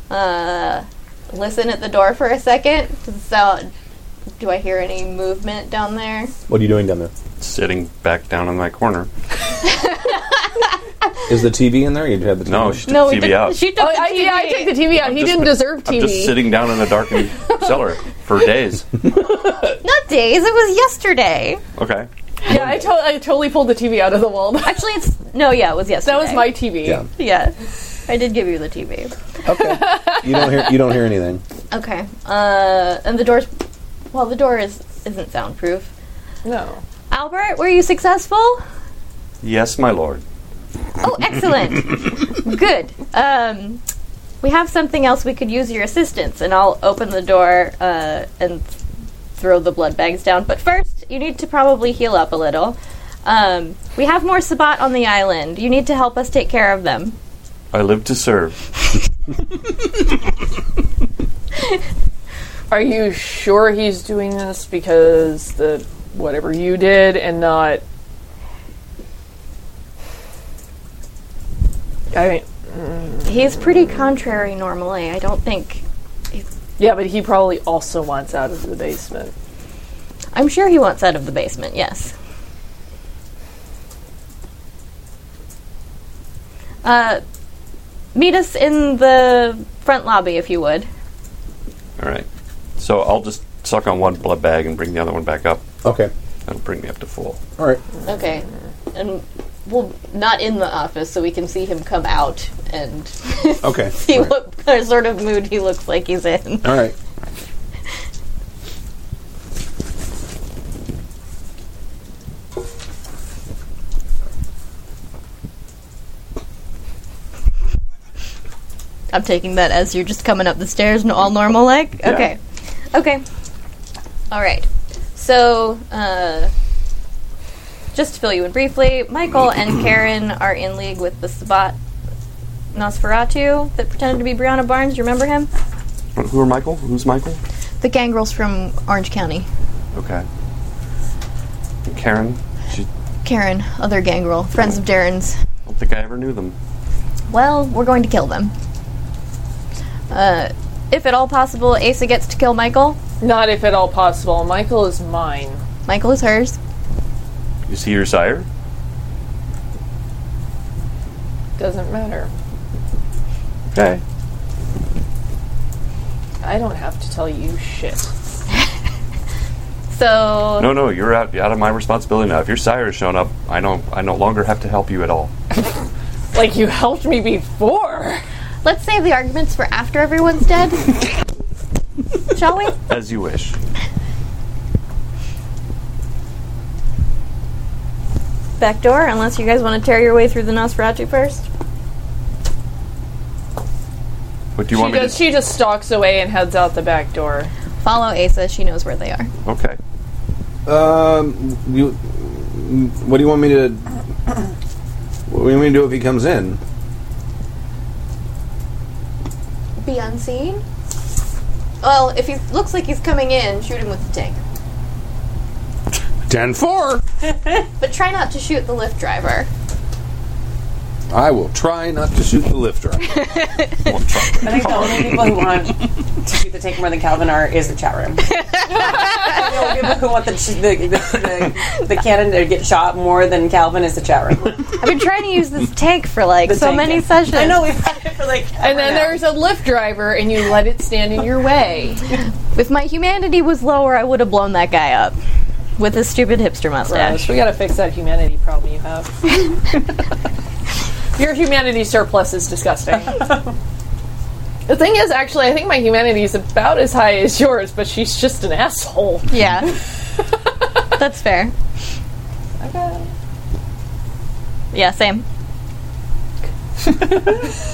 F: Uh, listen at the door for a second. So, do I hear any movement down there?
B: What are you doing down there?
G: Sitting back down in my corner.
B: Is the TV in there? You have the TV.
G: No, she took
F: No,
G: TV
F: we did-
G: out.
F: She
E: Oh,
F: took the
E: I, yeah, I
F: TV.
E: took the TV out. he
G: just
E: didn't
G: been-
E: deserve TV.
G: I'm just sitting down in a darkened cellar for days.
F: Not days. It was yesterday.
G: Okay.
E: yeah, I, to- I totally pulled the TV out of the wall. that
F: Actually, it's no. Yeah, it was yesterday.
E: was my TV.
B: Yeah.
F: Yeah, I did give you the TV.
B: Okay. you don't hear. You don't hear anything.
F: Okay. Uh, and the door's well, the door is isn't soundproof.
E: No.
F: Albert, were you successful?
G: Yes, my lord.
F: Oh, excellent. Good. Um, we have something else we could use your assistance, and I'll open the door uh, and th- throw the blood bags down. But first, you need to probably heal up a little. Um, we have more Sabat on the island. You need to help us take care of them.
G: I live to serve.
E: Are you sure he's doing this because the whatever you did and not? I mean,
F: He's pretty contrary normally. I don't think.
E: yeah, but he probably also wants out of the basement.
F: I'm sure he wants out of the basement, yes. Uh, meet us in the front lobby if you would.
G: All right. So I'll just suck on one blood bag and bring the other one back up.
B: Okay.
G: That'll bring me up to full.
B: All right.
F: Okay. And well, not in the office, so we can see him come out and
B: Okay.
F: see what sort of mood he looks like he's in.
B: All right.
F: I'm taking that as you're just coming up the stairs, n- all normal like. Okay, okay, all right. So, uh, just to fill you in briefly, Michael and Karen are in league with the Sabat Nosferatu that pretended to be Brianna Barnes. You remember him?
G: Who are Michael? Who's Michael?
F: The gangrels from Orange County.
G: Okay. And Karen? She, I
F: Karen, other gangrel, friends of Darren's.
G: don't think I ever knew them.
F: Well, we're going to kill them. Uh, if at all possible, Asa gets to kill Michael.
E: Not if at all possible. Michael is mine.
F: Michael is hers.
G: Is he your sire?
E: Doesn't matter.
G: Okay.
E: I don't have to tell you shit.
F: So
G: No, no, you're out, out of my responsibility now. If your sire has shown up, I don't. I no longer have to help you at all.
E: Like you helped me before.
F: let's save the arguments for after everyone's dead. Shall we?
G: As you wish.
F: Back door, unless you guys want to tear your way through the Nosferatu first.
G: What do you
E: She
G: want me
E: just
G: to?
E: she just stalks away and heads out the back door.
F: Follow Asa, she knows where they are.
G: Okay.
B: Um. You. What do you want me to? What do you want me to do if he comes in?
F: Be unseen? Well, if he looks like he's coming in, shoot him with the tank.
B: Ten four.
F: But try not to shoot the lift driver.
B: I will try not to shoot the lifter.
C: I think the only people who want to shoot the take more than Calvin are is the chat room. the only people who want the the, the, the, the cannon to get shot more than Calvin is the chat room.
F: I've been trying to use this tank for like
C: The
F: so
C: tank,
F: many
C: yeah.
F: sessions.
C: I know we've had it for like.
E: And then there's a lift driver and you let it stand in your way.
F: If my humanity was lower, I would have blown that guy up with his stupid hipster mustache.
E: Gosh, we gotta fix that humanity problem you have. Your humanity surplus is disgusting. the thing is, actually, I think my humanity is about as high as yours, but she's just an asshole.
F: Yeah. That's fair.
E: Okay.
F: Yeah, same.
E: mask.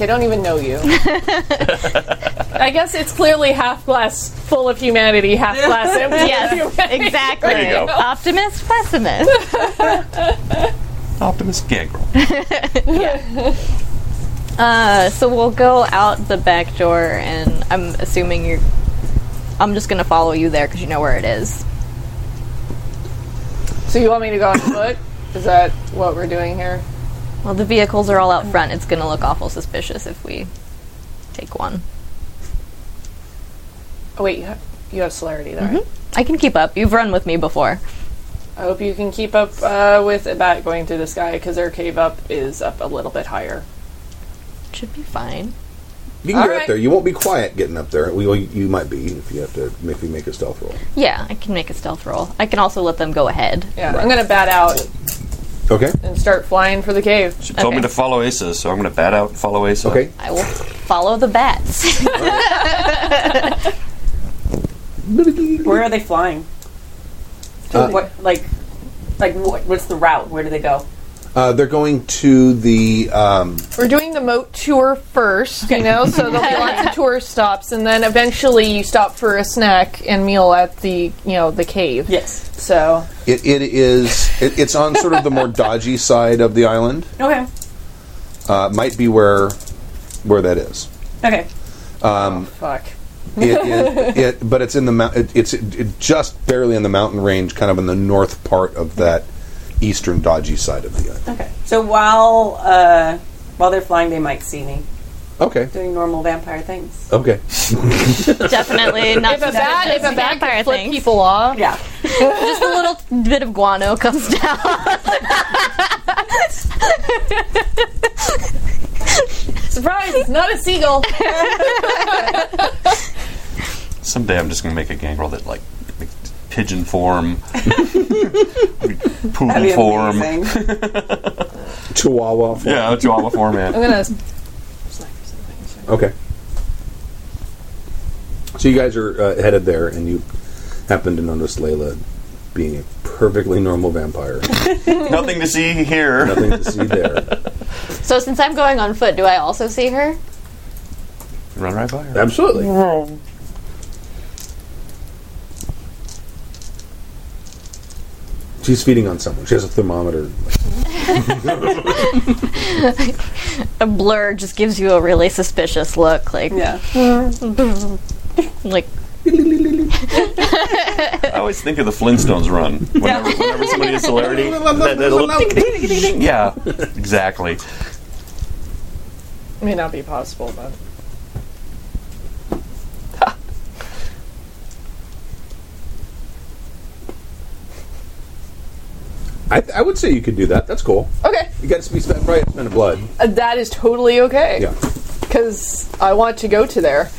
E: I don't even know you. I guess it's clearly half glass full of humanity, half glass empty. of
D: Yes,
E: humanity.
D: exactly.
G: There you go.
D: Optimist, pessimist.
G: Optimus Gangrel.
D: Uh, so we'll go out the back door, and I'm assuming you're. I'm just gonna follow you there because you know where it is.
E: So you want me to go on foot? Is that what we're doing here?
D: Well, the vehicles are all out front. It's gonna look awful suspicious if we take one.
E: Oh wait, you have, you have celerity there. right?
D: I can keep up. You've run with me before.
E: I hope you can keep up uh, with a bat going through the sky because their cave up is up a little bit higher.
D: Should be fine.
B: You can
E: All
B: get up
E: right.
B: there. You won't be quiet getting up there. Well, you you might be if you have to if you make a stealth roll.
D: Yeah, I can make a stealth roll. I can also let them go ahead.
E: Yeah, I'm gonna bat out
B: Okay.
E: and start flying for the cave.
G: She told me
D: Okay.
G: to follow Asa, so I'm going to bat out and follow Asa.
B: Okay.
D: I will follow the bats.
C: Where are they flying?
B: Uh,
C: what like like what, what's the route? Where do they go?
B: Uh, they're going to the um,
E: We're doing the moat tour first, you know, so there'll be lots of tour stops, and then eventually you stop for a snack and meal at the, you know, the cave.
C: Yes.
E: So
B: It, it is. It, it's on sort of the more dodgy side of the island.
C: Okay.
B: Uh, might be where where that is.
C: Okay.
E: fuck.
B: It, it, it, but it's in the mount. It, it's it, it just barely in the mountain range, kind of in the north part of that eastern dodgy side of the island.
C: Okay. So while uh, while they're flying, they might see me
B: Okay.
C: doing normal vampire things.
B: Okay.
D: Definitely not.
E: If a bat, if a bat
D: vampire
E: could flip
D: things.
E: people off,
C: Yeah.
D: just a little bit of guano comes down.
E: surprise, it's not a seagull.
G: Someday I'm just going to make a Gangrel that, like, makes pigeon form,
C: That'd
G: poodle
C: be
G: form.
C: amazing.
B: Chihuahua. form.
G: Yeah, a Chihuahua form, man.
E: I'm gonna.
B: Okay. So you guys are uh, headed there, and you happen to notice Layla being a perfectly normal vampire.
G: Nothing to see here.
B: Nothing to see there.
D: So since I'm going on foot, do I also see her?
G: Run right by her.
B: Absolutely. She's feeding on someone. She has a thermometer.
D: A blur just gives you a really suspicious look, like
C: Yeah.
D: like
G: I always think of the Flintstones run. Whenever, whenever somebody has celerity. that- that little ding, ding, ding, ding. yeah, exactly.
E: May not be possible, but.
B: I, I would say you could do that. That's cool.
E: Okay,
B: You got to be spent right spent blood.
E: uh, that is totally okay.
B: Yeah,
E: Because I want to go to there.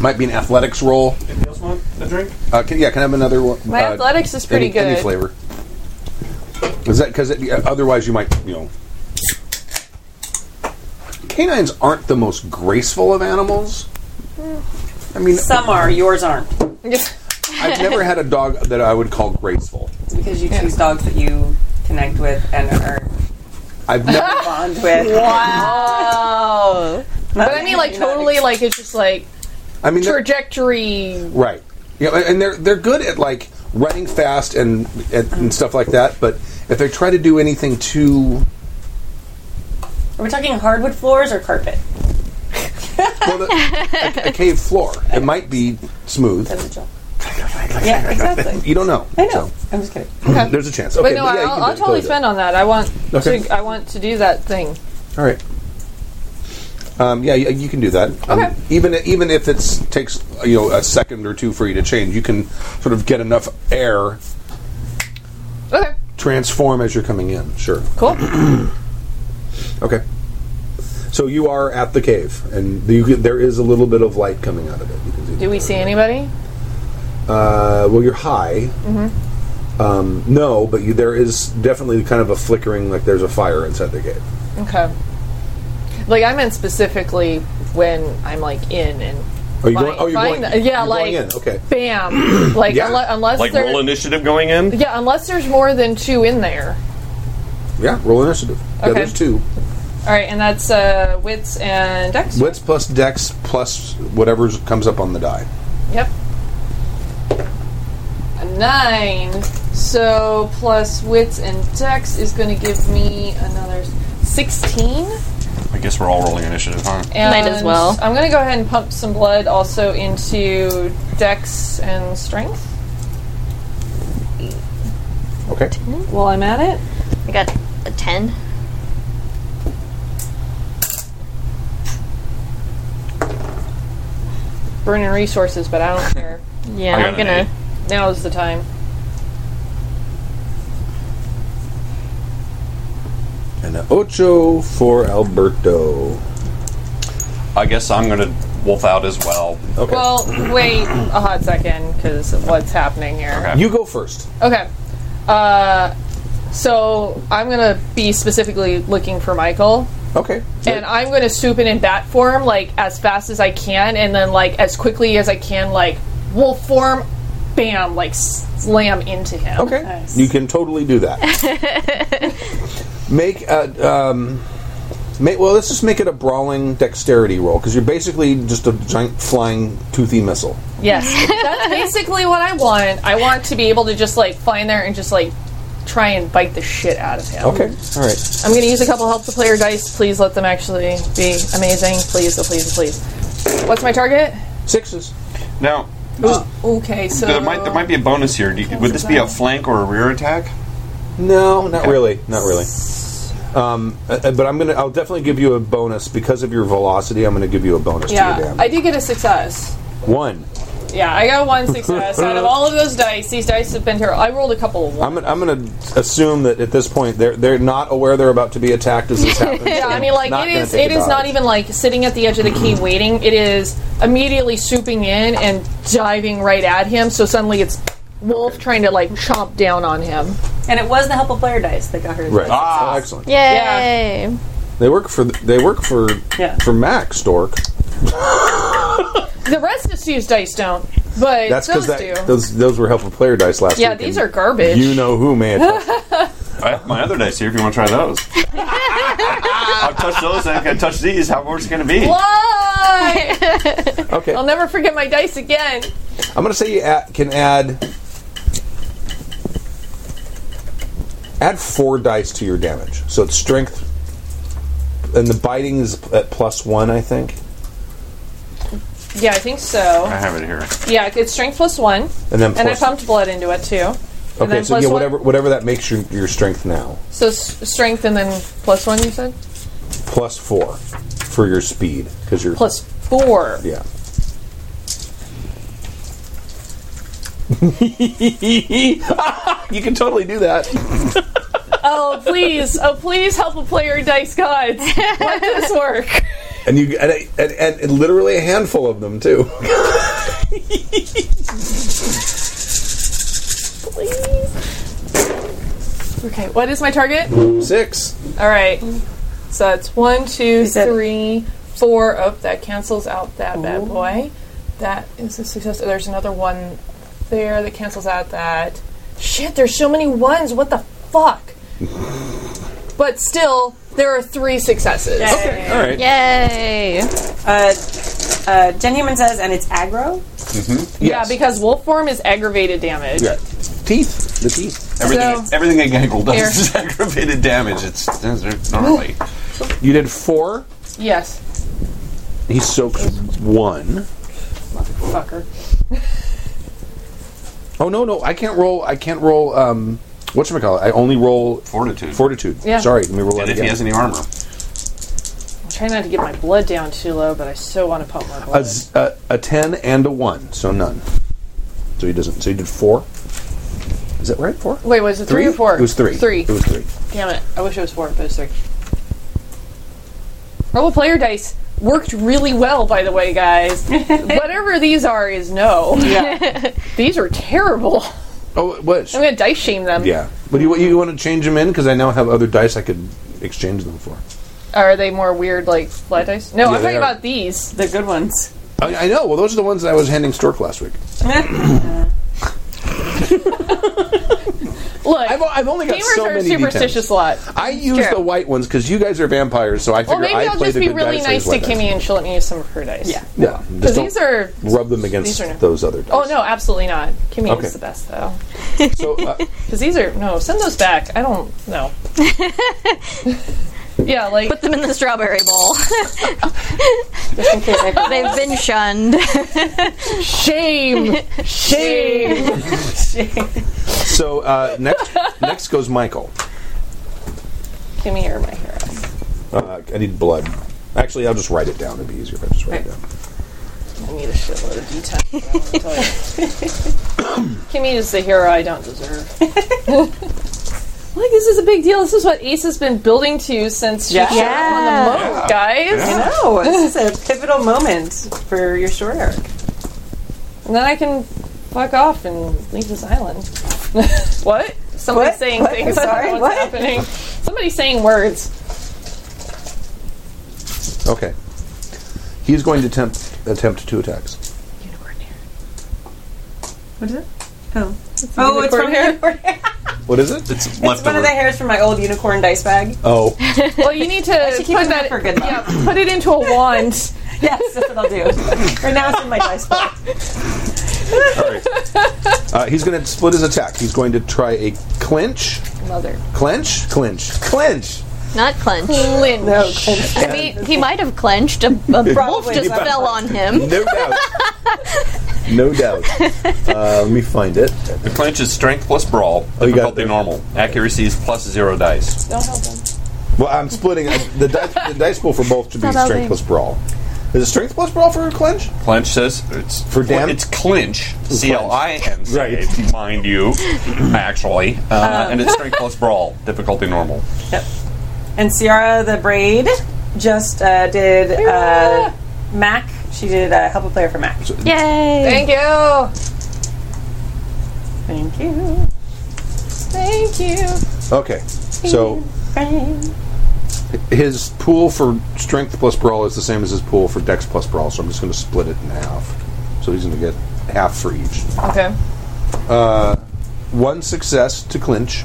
B: might be an athletics roll.
G: Anybody else want a drink?
B: Uh, can, yeah, can I have another one?
E: My
B: Uh,
E: athletics is pretty
B: any,
E: good.
B: Any flavor? Is that because otherwise you might you know. Canines aren't the most graceful of animals. I mean,
C: Some are. Yours aren't.
B: I've never had a dog that I would call graceful.
C: It's because you choose dogs that you connect with and are
B: I've never.
C: bond with.
E: Wow. but I mean, like, totally, like, it's just like
B: I mean, they're-
E: trajectory.
B: Right. Yeah, and they're they're good at like running fast and and, and stuff like that. But if they try to do anything too
C: Are we talking hardwood floors or carpet?
B: well, the, a, a cave floor, it might be smooth.
C: That's a joke. Yeah, exactly.
B: You don't know.
C: I know. I'm just kidding.
B: So, there's a chance. Okay,
E: But no,
B: yeah, you
E: I'll,
B: can
E: I'll
B: do it,
E: totally
B: do it.
E: spend on that. I want
B: Okay.
E: to. I want to do that thing.
B: All right. Um, yeah, you, you can do that. Um,
E: Okay.
B: Even even if it takes uh, you know a second or two for you to change, you can sort of get enough air,
E: Okay,
B: transform as you're coming in. Sure.
E: cool.
B: Okay. So you are at the cave, and you get, there is a little bit of light coming out of it. You can see
E: Do we see anybody?
B: Uh, well, you're high.
E: Mm-hmm.
B: Um, no, but you, there is definitely kind of a flickering, like there's a fire inside the cave.
E: Okay. Like I meant specifically when I'm like in and.
B: Are you
E: find-
B: going? Oh, you're
E: find
B: going.
E: the- yeah,
B: you're
E: like
B: going in. Okay.
E: bam. Like
B: Yeah.
E: unle- unless
G: Like
E: there-
G: roll initiative going in?
E: Yeah, unless there's more than two in there.
B: Yeah. Roll initiative. Yeah,
E: Okay.
B: there's two.
E: All right, and that's uh, wits and dex.
B: Wits plus dex plus whatever comes up on the die.
E: Yep. A nine. So plus wits and dex is going to give me another sixteen.
G: I guess we're all rolling initiative, huh?
E: And
D: Might as well.
E: I'm going to go ahead and pump some blood also into dex and strength
B: Okay.
E: while I'm at it.
D: I got a 10.
E: Burning resources, but I don't care.
D: Yeah,
G: I got
D: I'm
G: an
D: gonna.
E: Now is the time.
B: And a ocho for Alberto.
G: I guess I'm going to wolf out as well.
B: Okay.
E: Well, wait a hot second because what's happening here?
G: Okay.
B: you go first.
E: Okay. Uh, so I'm gonna be specifically looking for Michael,
B: Okay.
E: and I'm gonna swoop in in bat form, like as fast as I can, and then like as quickly as I can, like wolf form, bam, like slam into him.
B: Okay. You can totally do that. make a um, make, well. Let's just make it a brawling dexterity roll because you're basically just a giant flying toothy missile.
E: Yes, that's basically what I want. I want to be able to just like fly in there and just like try and bite the shit out of him.
B: Okay. All right.
E: I'm gonna use a couple help the player dice. Please let them actually be amazing. Please, oh, please, oh, please. What's my target?
B: Sixes.
G: Now,
E: Oh, Okay, so
G: there might, there might be a bonus here. Do you- would this be a flank or a rear attack?
B: No, not really. Not really. Um, uh, uh, but I'm gonna. I'll definitely give you a bonus because of your velocity. I'm gonna give you a bonus to your
E: yeah, I
B: damage.
E: did get a success.
B: One.
E: Yeah, I got one success out of all of those dice. These dice have been terrible. I rolled a couple of ones.
B: I'm, gonna- I'm going to assume that at this point they're they're not aware they're about to be attacked as this happens.
E: Yeah, I mean, like
B: Not
E: it
B: gonna
E: is.
B: take
E: It
B: a
E: is not
B: dodge.
E: even like sitting at the edge of the key waiting. It is immediately swooping in and diving right at him. So suddenly it's Wolf trying to like chomp down on him.
C: And it was the helpful player dice that got her.
B: Right. Oh,
G: Ah.
B: excellent.
D: Yay!
B: They work for th- they work for
C: Yeah.
B: for Mac Stork.
E: The rest of Sue's dice don't, but
B: That's because
E: those
B: that
E: do.
B: those those were helpful player dice last
E: yeah,
B: week,
E: these
B: and
E: are garbage.
B: You know who, man.
G: I have my other dice here if you want to try those. I've touched those, I can touch these. How worse is it going to be?
E: Why?
B: okay,
E: I'll
B: I'm
E: never forget my dice again.
B: going to say you add, can add add four dice to your damage. So it's strength, and the biting is at plus one, I think,
E: Yeah, I think so.
G: I have it here.
E: Yeah, it's strength plus one,
B: and then
E: and I
B: plus-
E: pumped blood into it too. and
B: okay,
E: then
B: so
E: plus
B: yeah,
E: one.
B: whatever whatever that makes your your strength now
E: So s- strength and then plus one. You said
B: plus four for your speed because you're
E: plus four.
B: yeah. you can totally do that.
E: Oh please, oh please, help a player, dice gods. Let this work.
B: And you and, and, and, and literally a handful of them too.
E: Okay, what is my target?
B: Six.
E: All right, so that's one, two,
C: said-
E: three, four. Oh, that cancels out that bad boy. That is a success. Oh, there's another one there that cancels out that. Shit, there's so many ones. What the fuck? but still, there are three successes.
B: Okay. All right.
D: Yay!
C: Uh, uh, Jen Human says, and it's aggro.
E: Yeah, because wolf form is aggravated damage.
B: Yeah. Teeth. The teeth.
G: Everything,
E: So-
G: everything a gangle does
E: Here.
G: is aggravated damage. It's, it's normally.
B: You did four.
E: Yes,
B: He soaks one.
E: fucker.
B: Oh no no! I can't roll. I can't roll. Um, what should I call it? I only roll
G: Fortitude.
B: fortitude.
E: Yeah.
B: Sorry, let me roll
G: and
B: that
G: if he
B: again.
G: has any armor.
E: I'm trying not to get my blood down too low, but I so want to pump my blood.
B: a, z- a, a ten and a one, so none. So he doesn't. So he did four. Is that right? Four.
E: Wait, was it three, or four?
B: It was three.
E: Three.
B: It was three.
E: Damn it. I wish it was four, but it was three. Roll a player dice worked really well, by the way, guys. Whatever these are is no. these are terrible.
B: Oh, it was.
E: I'm going to dice shame them.
B: Yeah. But you you want to change them in because I now have other dice I could exchange them for.
E: Are they more weird, like flat dice? No,
B: Yeah, they
E: I'm talking
B: are.
E: about these.
C: The good ones.
B: I, I know. Well, those are the ones that I was handing Stork last week.
E: Look,
B: I've, I've only got
E: gamers
B: so
E: are a
B: many
E: superstitious
B: D10s.
E: lot.
B: I use
E: True.
B: the white ones because you guys are vampires, so I figure
E: Well, maybe
B: I
E: I'll
B: play
E: just
B: the
E: be
B: good
E: really
B: dice,
E: nice
B: raise
E: to
B: white dice.
E: Kimmy, and she'll let me use some of her dice.
C: Yeah.
B: Yeah,
E: because
B: just
E: these
B: don't
E: are.
B: rub them against
E: these are-
B: those other dice.
E: Oh no, absolutely not. Kimmy
B: Okay.
E: is the best though.
B: So, uh,
E: Because these are no, send those back. I don't know. yeah, like
D: Put them in the strawberry bowl.
C: Just in case I
D: They've been shunned.
E: shame, shame.
B: so uh, next next goes Michael.
E: Kimmy, you're my hero.
B: Uh, I need blood. Actually, I'll just write it down. It'd be easier if I just write it down.
E: I need a shitload of detail. but I wanna tell you. Kimmy is the hero I don't deserve. Like this is a big deal. This is what Ace has been building to since she
C: Yeah.
E: showed up on the moat, guys.
C: No, this is a pivotal moment for your short arc.
E: And then I can fuck off and leave this island. what? Somebody's
C: What?
E: saying
C: What?
E: things. I
C: Sorry,
E: don't know
C: what?
E: what's happening. Somebody's saying words.
B: Okay. He's going to attempt attempt two attacks.
C: What is it? Oh, oh, it's from
E: hair.
C: unicorn hair.
B: What is it?
G: It's
C: It's one
G: leftover.
C: of the hairs from my old unicorn dice bag.
B: Oh,
E: Well, you need to
C: should keep
E: put
C: them
E: that
C: for good luck.
E: yeah, put it into a wand.
C: Yes, that's what I'll do. right now, it's in my dice bag.
B: all right. Uh, he's going to split his attack. He's going to try a clinch,
E: Mother.
B: clench, clinch, clench.
D: Not clench.
E: Lynn.
C: No, clench.
D: I mean, he might have clenched. A, a wolf
C: Probably
D: just
C: not.
D: fell on him.
B: No doubt. no doubt. Uh, let me find it.
G: The clinch is strength plus brawl.
B: Oh, you got
G: difficulty
B: it.
G: normal. Accuracy is plus zero dice.
E: Don't help him.
B: Well, I'm splitting I, the dice. The dice pool for both should be
D: Not helping.
B: strength plus brawl. Is it strength plus brawl for a clinch?
G: Clinch says it's
B: For dam-
G: It's clinch. C L I N. C,
B: Right.
G: Mind you, actually, uh, and it's strength plus brawl. Difficulty normal.
C: And Ciara the Braid just uh, did uh, Mac. She did uh, help a player for Mac.
D: Yay!
E: Thank you.
C: Thank you.
E: Thank you.
B: Okay. So his pool for strength plus brawl is the same as his pool for dex plus brawl. So I'm just going to split it in half. So he's going to get half for each. Uh,
E: Okay.
B: One success to clinch,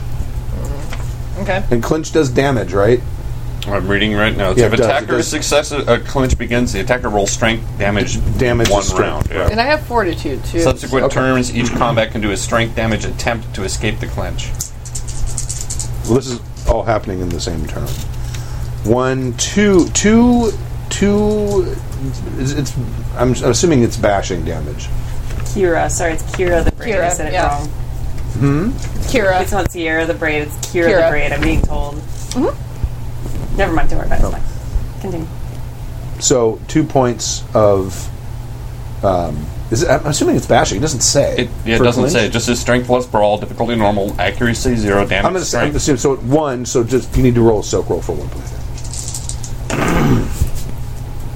E: Okay.
B: and clinch does damage, right?
G: I'm reading right now.
B: Yeah,
G: if
B: it does, it
G: attacker
B: does.
G: success, a clinch begins. The attacker rolls strength damage,
B: Damage is
G: one
B: strength,
G: round. Yeah.
E: And I have fortitude too.
G: Subsequent turns, each combat can do a strength damage attempt to escape the clinch.
B: Well, this is all happening in the same turn. One, two, two, two. It's. it's I'm, I'm assuming it's bashing damage.
C: Kira. Sorry, it's Kira the Braid. I
E: Kira,
C: said it
E: yeah.
C: wrong.
E: Kira.
C: It's not Sierra the Braid, it's Kira, Mm-hmm.
E: Kira.
C: the Braid, I'm being told. Never mind, don't worry about it. It's fine. Continue.
B: So two points of. Um, is it, I'm assuming it's bashing. It doesn't say.
G: It, yeah, it
B: for
G: doesn't
B: clinch.
G: say. It just says strength plus brawl, difficulty normal, accuracy zero, damage
B: I'm gonna say, I'm
G: strength.
B: assuming so. One. So just you need to roll a soak roll for one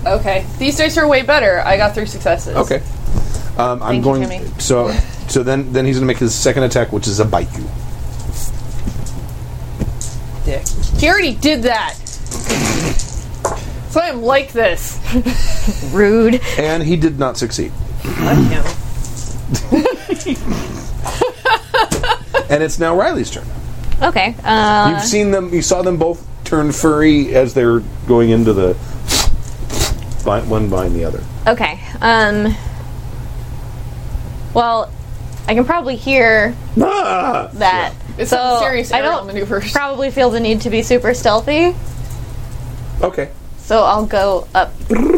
B: point.
E: Okay. These dice are way better. I got three successes.
B: Okay. Um, I'm
E: Thank you,
B: going.
E: Jimmy.
B: so so then then he's gonna make his second attack, which is a bite you.
E: Dick. He already did that. So I'm like this.
D: Rude.
B: And he did not succeed. And it's now Riley's turn.
D: Okay. Uh,
B: You've seen them. You saw them both turn furry as they're going into the behind, one behind the other.
D: okay. Um. Well, I can probably hear
B: Ah!
D: that.
E: It's
D: so
E: some serious
D: I
E: aerial
D: don't
E: maneuvers.
D: probably feel the need to be super stealthy.
B: Okay,
D: So I'll go up.
B: you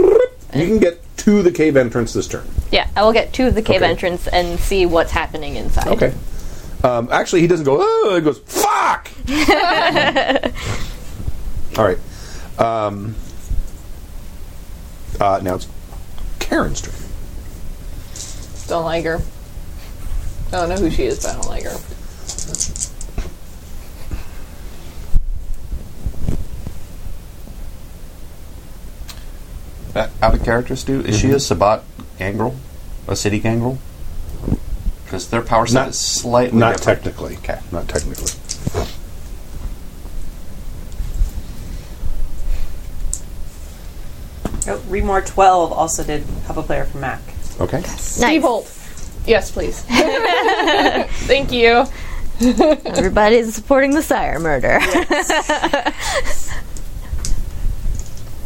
B: can get to the cave entrance this turn.
D: Yeah, I will get to the cave
B: Okay.
D: entrance and see what's happening inside.
B: Okay. Um, actually, he doesn't go. Oh, he goes. Fuck. All right. Um, uh, now it's Karen's turn.
E: Don't like her. I don't know who she is, but I don't like her.
G: That out of character, Stu. Is she a Sabat gangrel, a city gangrel? Because their power set
B: Not-
G: is slightly
B: Not
G: different.
B: technically.
G: Okay.
B: Not technically.
C: Oh, Remore 12 also did help a player for Mac.
B: Okay.
D: Nice.
E: Bolt. Yes, please. Thank you.
D: Everybody's supporting the sire murder.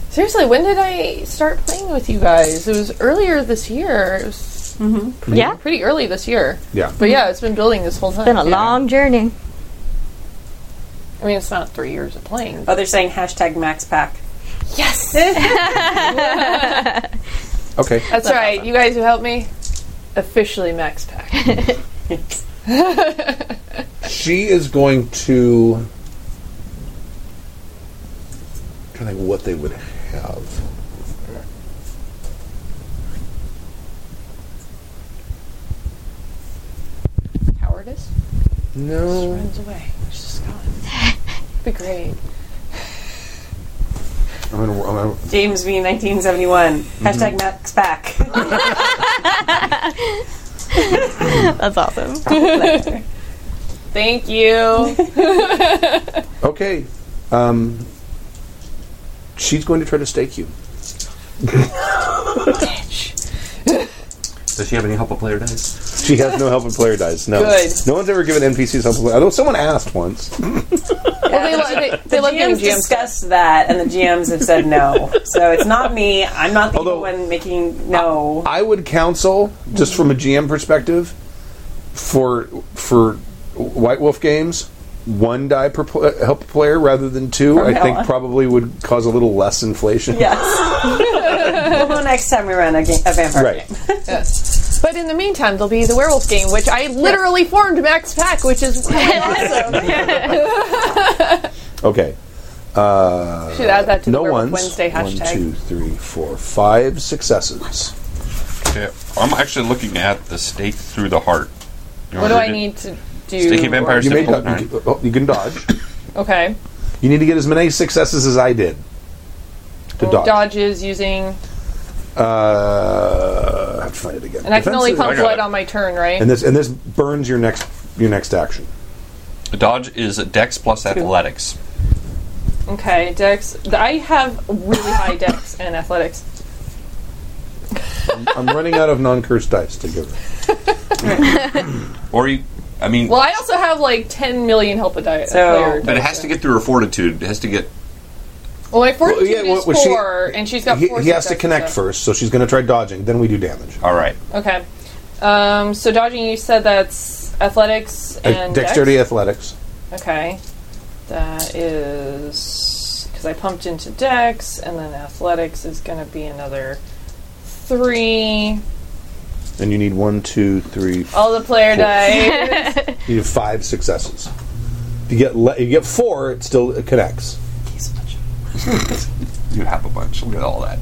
E: Seriously, when did I start playing with you guys? It was earlier this year. It was pretty,
D: Yeah.
E: pretty early this year.
B: Yeah.
E: But yeah, it's been building this whole time.
D: Been a long journey.
E: I mean, it's not three years of playing.
C: Oh, they're saying hashtag Max Pack.
B: Okay.
E: That's, right. You guys who helped me, officially max pack.
B: She is going to. I'm trying to think what they would have.
E: Cowardice
B: No.
E: runs away. It's just gone. Be great.
B: I'm gonna, I'm gonna,
C: James V. 1971.
B: Mm-hmm.
C: Hashtag Max Pack.
D: That's awesome.
E: Thank you.
B: okay. Um, she's going to try to stake you.
G: Does she have any help with player dice?
B: She has no help in player dice. No.
E: Good.
B: No one's ever given NPCs help in player Although someone asked once.
E: well, they, lo- they, they
C: The
E: love getting
C: GMs
E: GM stuff.
C: discussed that, and the GMs have said no. So it's not me. I'm not the
B: Although-
C: one making no.
B: I would counsel, just from a GM perspective, for for White Wolf games, one die per pl- help player rather than two. I
C: now
B: think
C: on.
B: probably would cause a little less inflation.
C: yes. we'll know next time we run a, ga- a vampire
B: Right.
C: game.
E: Yes. But in the meantime, there'll be the werewolf game, which I literally formed Max Pack, which is awesome.
B: Okay. Uh,
E: Should add that to the
B: no
E: werewolf
B: ones.
E: Wednesday hashtag.
B: One, two, three, four, five successes.
G: Okay. I'm actually looking at the stake through the heart. You
E: What
G: wanna
E: do I
G: read it?
E: need to do?
G: Sticky vampires.
B: You may
G: Simple.
B: do- you can- oh, you can dodge.
E: Okay.
B: you need to get as many successes as I did to
E: Well,
B: dodge.
E: Dodges using,
B: Uh, I have to find it again.
E: and I can only
B: Defenses-
E: pump
G: I got
E: blood
G: it.
E: on my turn, right?
B: And this and this burns your next your next action.
G: The dodge is a dex plus athletics.
E: Okay, Dex. th- I have really high Dex and athletics.
B: I'm running out of non-cursed dice to give.
G: Or you, I mean,
E: Well, I also have like 10 million help a diet.
C: So-
G: but it has to get through her fortitude. It has to get.
E: Well, my fortitude
B: Well, yeah,
E: is
B: well, she-
E: four, and she's got
B: He,
E: four.
B: he has to
E: successes,
B: connect
E: so-
B: first, so she's going to try dodging. Then we do damage.
G: All right.
E: Okay. Um, so dodging, you said that's athletics
B: Uh,
E: and
B: Dexterity,
E: Dex?
B: athletics.
E: Okay, that is because I pumped into Dex, and then athletics is going to be another three.
B: And you need one, two, three. f-
E: All the player
B: Four.
E: die.
B: You need five successes. If you get le- you get four, it still it connects.
G: You have a bunch. Look at all that.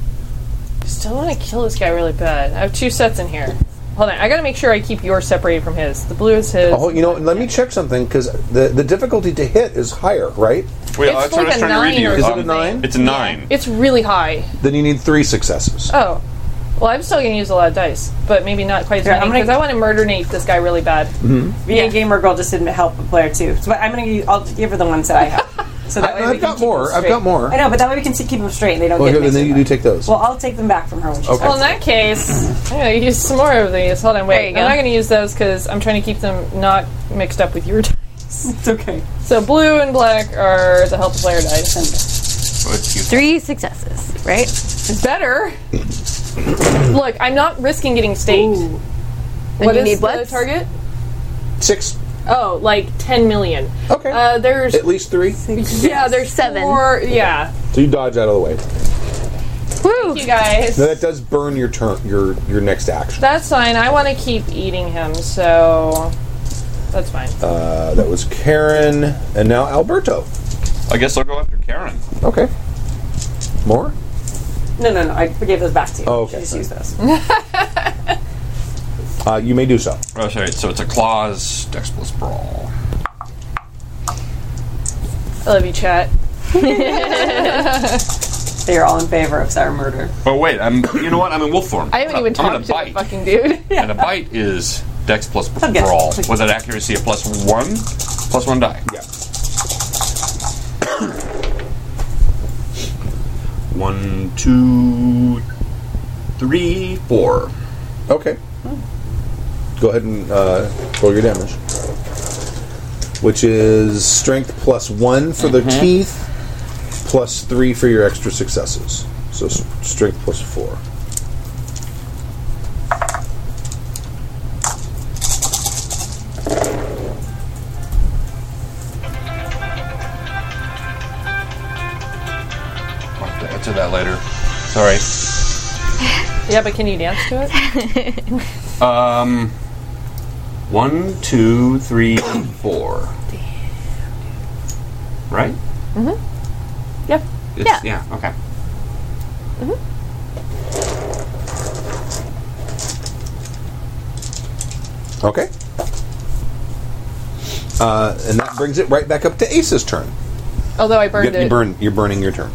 E: Still want to kill this guy really bad. I have two sets in here. Hold on, I got to make sure I keep yours separated from his. The blue is his.
B: Oh, you know, let me check something because the the difficulty to hit is higher, right?
G: Wait,
E: It's
G: that's what I
E: like
G: was
E: a
G: trying to read to
E: nine
G: you.
E: or
B: Is it a
G: Um,
B: nine?
G: It's a nine.
E: It's really high.
B: Then you need three successes.
E: Oh. Well, I'm still going to use a lot of dice, but maybe not quite as
C: Here,
E: many
C: I'm gonna-
E: because I want to murder Nate this guy really bad.
C: Being a gamer girl just didn't help a player too. So I'm gonna gi- I'll give her the ones that I have. So that way
B: I, I've
C: we can
B: got
C: keep them
B: more. I've
C: straight.
B: got more.
C: I know, but that way we can see, keep them straight. and They don't
B: Well,
C: get
B: here, then
C: mixed
B: you
C: up.
B: do take those.
C: Well, I'll take them back from her when she's
B: Okay.
E: Well, in that case, I'm going to use some more of these. Hold on, wait.
D: you go.
E: I'm not going to use those because I'm trying to keep them not mixed up with your dice.
C: It's okay.
E: So blue and black are the help player dice.
G: Oh, it's cute.
D: Three successes, right?
E: It's better. Look, I'm not risking getting staked. What
D: you
E: is
D: need
E: the
D: what?
E: target?
B: Six.
E: Oh, like 10 million.
B: Okay.
E: Uh, there's
B: At least three. So
E: yeah, there's
D: Seven.
E: Four, yeah.
B: you dodge out of the way.
D: Woo!
E: You guys.
B: Now that does burn your turn, your your next action.
E: That's fine. I want to keep eating him, so that's fine.
B: Uh, that was Karen, and now Alberto.
G: I guess I'll go after Karen.
B: Okay. More?
C: No, no, no. I gave those back to you.
B: Oh, okay.
C: She just used those.
B: Uh, you may do so.
G: Oh, sorry. So it's a claws, dex plus brawl.
E: I love you, chat.
C: They are all in favor of our murder.
G: Oh wait, I'm. You know what? I'm in wolf form.
E: I haven't even
G: I'm gonna
E: talked to the
G: bite.
E: fucking dude.
G: And a bite is dex plus
C: get it.
G: brawl with an accuracy of plus one, plus one die.
B: Yeah.
G: One, two, three, four.
B: Okay. Go ahead and uh, roll your damage. which is strength plus one for the teeth, plus three for your extra successes. So s- strength plus four.
G: I'll have to answer that later. Sorry.
E: Yeah, but can you dance to it?
G: Um, one, two, three, four. Right? Mm-hmm.
E: Yeah.
G: It's, yeah. Okay.
B: Okay. Uh, and that brings it right back up to Ace's turn.
E: Although I
B: You,
E: burned
B: get- you
E: it.
B: burn. You're Uh, burning your turn.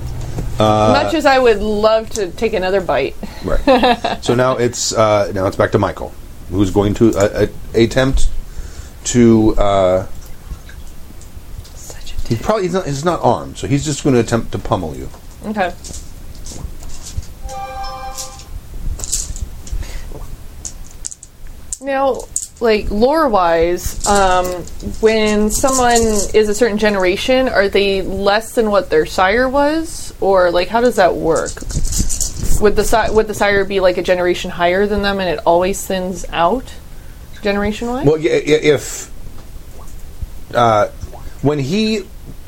E: Much as I would love to take another bite.
B: Right. so now it's uh, now it's back to Michael, who's going to uh, uh, attempt to. Uh, he probably he's not, he's not armed, so he's just going to attempt to pummel you.
E: Okay. Now, like lore wise, um, when someone is a certain generation, are they less than what their sire was, or like how does that work? Would the si- would the sire be like a generation higher than them, and it always thins out generation wise?
B: Well, yeah, i- if uh, when he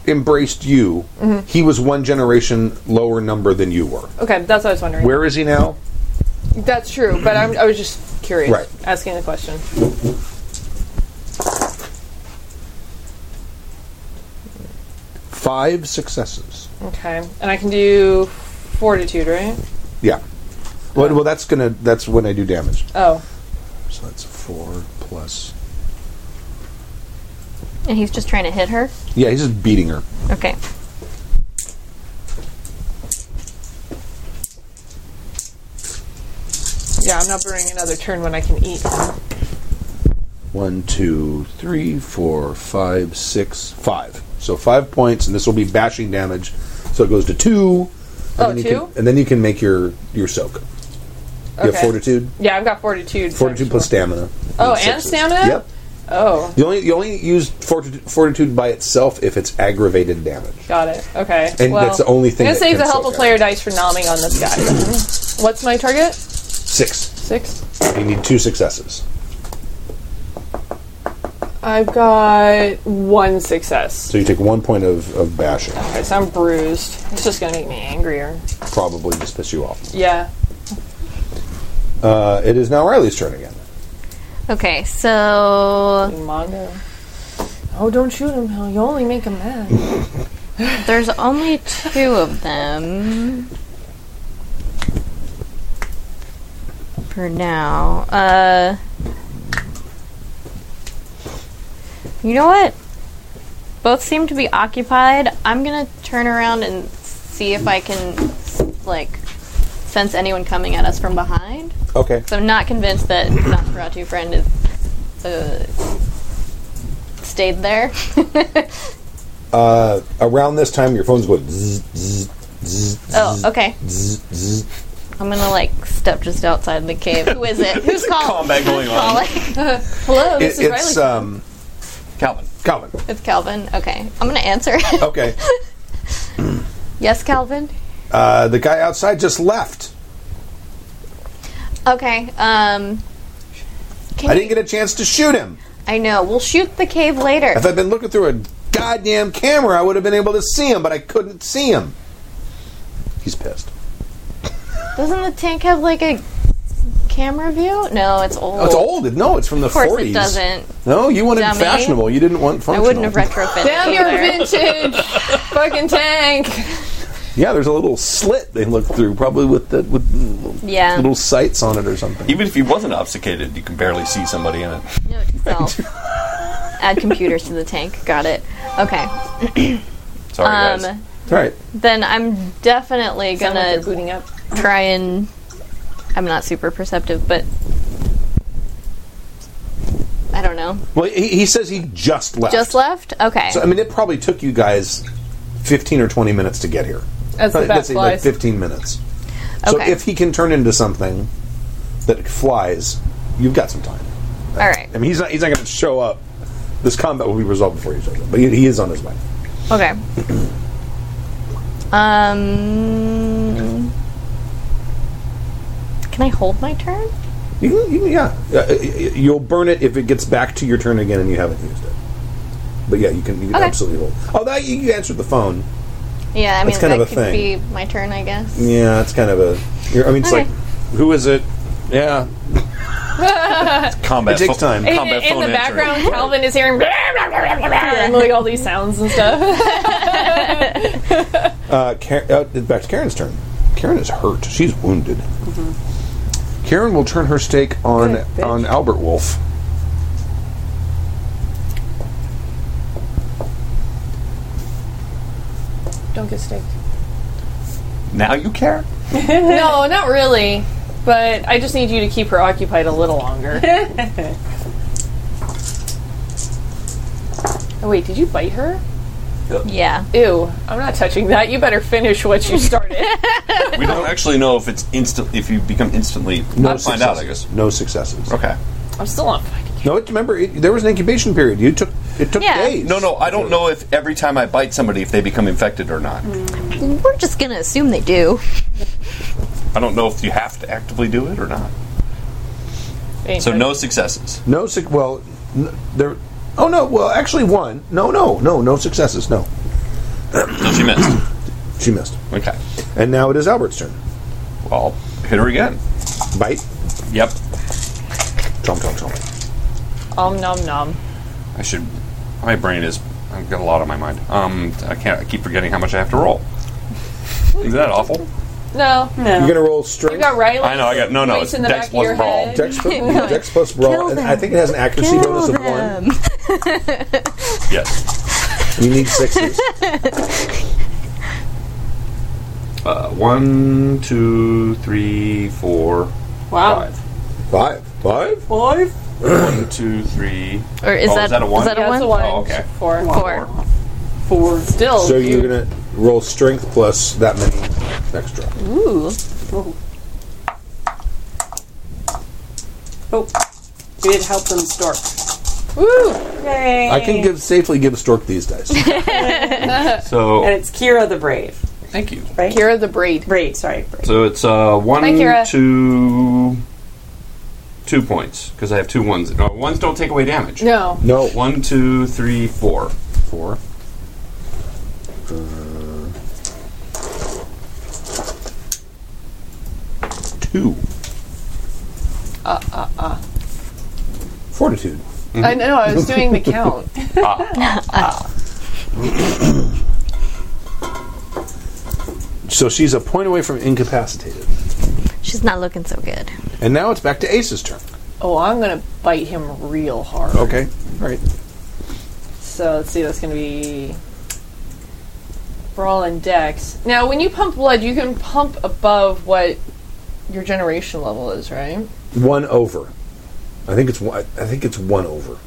B: embraced you, he was one generation lower number than you were.
E: okay, that's what I was wondering.
B: Where is he now?
E: That's true, but I'm, I was just curious,
B: Right.
E: asking the question.
B: Five successes.
E: Okay, and I can do fortitude, right?
B: Yeah. Well, well, that's gonna. That's when I do damage.
E: Oh,
B: So that's four plus.
D: And he's just trying to hit her?
B: Yeah, he's just beating her.
D: Okay.
E: yeah, I'm not burning another turn when I can eat.
B: One, two, three, four, five, six, five. So five points, and this will be bashing damage. So it goes to two. and
E: Oh,
B: then you
E: two?
B: Can, and then you can make your your soak. You have
E: Okay.
B: fortitude.
E: Yeah, I've got fortitude.
B: Fortitude plus stamina.
E: Oh, and
B: sixes.
E: stamina?
B: Yep.
E: Oh,
B: You only you only use fortitude, fortitude by itself if it's aggravated damage.
E: got it. Okay.
B: And
E: well,
B: that's the only thing
E: I'm
B: that
E: gonna save
B: can
E: the helpful
B: soak
E: player dice for nomming on this guy. What's my target?
B: Six.
E: Six.
B: You need two successes.
E: I've got one success.
B: So you take one point of, of bashing.
E: Okay, so I'm bruised. It's just gonna make me angrier.
B: Probably just piss you off.
E: Yeah.
B: Uh, it is now Riley's turn again.
D: Okay, so
E: Mondo. Oh, don't shoot him! Hal. You only make him mad.
D: There's only two of them. For now. Uh You know what? Both seem to be occupied. I'm going to turn around and see if I can like sense anyone coming at us from behind.
B: Okay.
D: So I'm not convinced that Nosferatu friend is uh, stayed there.
B: Uh, around this time, your phone's going. Zzz, zzz, zzz,
D: oh, okay.
B: zzz, zzz.
D: I'm gonna like step just outside the cave. Who is it? Who's calling?
G: Combat going on.
E: Hello,
B: It-
E: this is
B: it's
E: Riley.
B: um,
G: Calvin.
B: Calvin.
D: It's Calvin. Okay, I'm gonna answer.
B: Okay.
D: yes, Calvin.
B: Uh, the guy outside just left.
D: Okay. Um. Can
B: I didn't get a chance to shoot him.
D: I know. We'll shoot the cave later.
B: If I'd been looking through a goddamn camera, I would have been able to see him, but I couldn't see him. He's pissed.
D: Doesn't the tank have like a camera view? No, it's old.
B: Oh, it's old. No, it's from the
D: Of course,
B: 40s.
D: it doesn't.
B: No, you wanted
D: Dummy.
B: fashionable. You didn't want
D: I
B: functional.
D: wouldn't have retrofitted.
E: Damn your
D: either.
E: vintage fucking tank.
B: Yeah, there's a little slit they look through, probably with the with
D: Yeah.
B: little sights on it or something.
G: Even if he wasn't obfuscated, you can barely see somebody in it.
D: Note to self. Add computers to the tank. Got it. Okay.
G: Sorry, guys.
D: Um.
B: All right.
D: Then I'm definitely
E: Sound like
D: gonna
E: they're booting up.
D: try and I'm not super perceptive, but I don't know.
B: Well, he, he says he just left.
D: Just left? Okay.
B: So I mean, it probably took you guys fifteen or twenty minutes to get here.
E: As the
B: Like,
E: bat
B: Let's say like
E: flies.
B: fifteen minutes. So
D: Okay.
B: if he can turn into something that flies, you've got some time.
D: All right.
B: I mean, he's not he's not going to show up this combat will be resolved before he shows up. But he, he is on his way.
D: Okay. Um. Can I hold my turn?
B: You can, you can, yeah, Uh, uh, you'll burn it if it gets back to your turn again and you haven't used it. But yeah, you can, you can
D: Okay.
B: absolutely hold. Oh, that you, you answered the phone.
D: Yeah, I mean
B: That's kind
D: that
B: of a
D: could
B: thing.
D: be my turn, I guess.
B: Yeah, it's kind of a. You're, I mean, it's
D: Okay.
B: like, who is it? Yeah,
G: Combat.
B: It takes
G: pho-
B: time.
E: In,
G: Combat
E: in
G: phone
E: the
G: answering.
E: background, Calvin is hearing and like all these sounds and stuff.
B: Uh, Karen, uh, back to Karen's turn. Karen is hurt. She's wounded. Karen will turn her stake on
E: Mm-hmm. Good bitch.
B: on Albert Wolf.
E: Don't get staked.
G: Now you care.
E: No, not really. But I just need you to keep her occupied a little longer. oh Oh, wait, did you bite her?
D: Yeah.
E: Ew, I'm not touching that. You better finish what you started.
G: We don't actually know if it's instant. If you become instantly, I'll find out. I guess.
B: No successes.
G: Okay.
E: I'm still on fighting.
B: No, it, remember it, there was an incubation period. You took it took
D: Yeah.
B: days.
G: No, no. I don't know if every time I bite somebody, if they become infected or not.
E: Mm.
D: We're just gonna assume they do.
G: I don't know if you have to actively do it or not.
E: Ain't
G: So
E: that-
G: no successes.
B: no. Su- well, n- there. Oh no. Well, actually, one. No, no, no, no successes. No,
G: So she missed.
B: she missed.
G: Okay.
B: And now it is Albert's turn.
G: Well, hit her again.
B: Bite.
G: Yep.
B: Chomp, chomp, chomp.
E: Om nom nom.
G: I should. My brain is. I've got a lot on my mind. Um, I can't. I keep forgetting how much I have to roll. Is that awful?
E: No,
C: No.
B: You're gonna roll
E: you
B: strength.
E: got Riley.
G: I know, I got- no, no,
E: Points
G: it's
E: in the
G: Dex
E: back of
G: plus
E: your
G: brawl.
E: head.
B: Dex, plus, Dex plus brawl, and I think it has an accuracy bonus of one.
G: Yes.
B: You need sixes.
G: Uh, one, two, three, four,
E: Oh.
C: Wow.
G: five.
B: Five. Five?
C: Five.
G: One, two, three.
D: Or is,
G: Oh,
D: that,
G: is that a one?
D: Is that
E: Yeah,
D: a
E: that's
D: one?
E: a one.
G: Oh, okay.
E: Four.
D: Four.
C: Four.
E: Still.
B: So you're
E: dude.
B: gonna roll strength plus that many extra.
E: Ooh.
C: Oh. We did help them stork.
E: Woo.
C: Yay.
B: I can give safely give Stork these dice.
C: And
G: So
C: it's Kira the Brave.
G: thank you.
C: Right?
E: Kira the braid.
C: Brave, sorry. Brave.
G: So it's uh, one,
E: Hi, Kira.
G: two, two points because I have two ones. No, ones don't take away damage.
E: No.
B: No.
G: One, two, three, four.
B: Four. Two. Uh, uh, uh. Fortitude.
G: Mm-hmm.
E: I know. I was doing the count.
B: So she's a point away from incapacitated.
D: She's not looking so good.
B: And now it's back to Ace's turn.
E: Oh, I'm gonna bite him real hard.
B: Okay. All right.
E: So let's see, that's going to be Brawl and Dex. Now, when you pump blood, you can pump above what your generation level is, right?
B: One over. I think it's one. I think it's one over.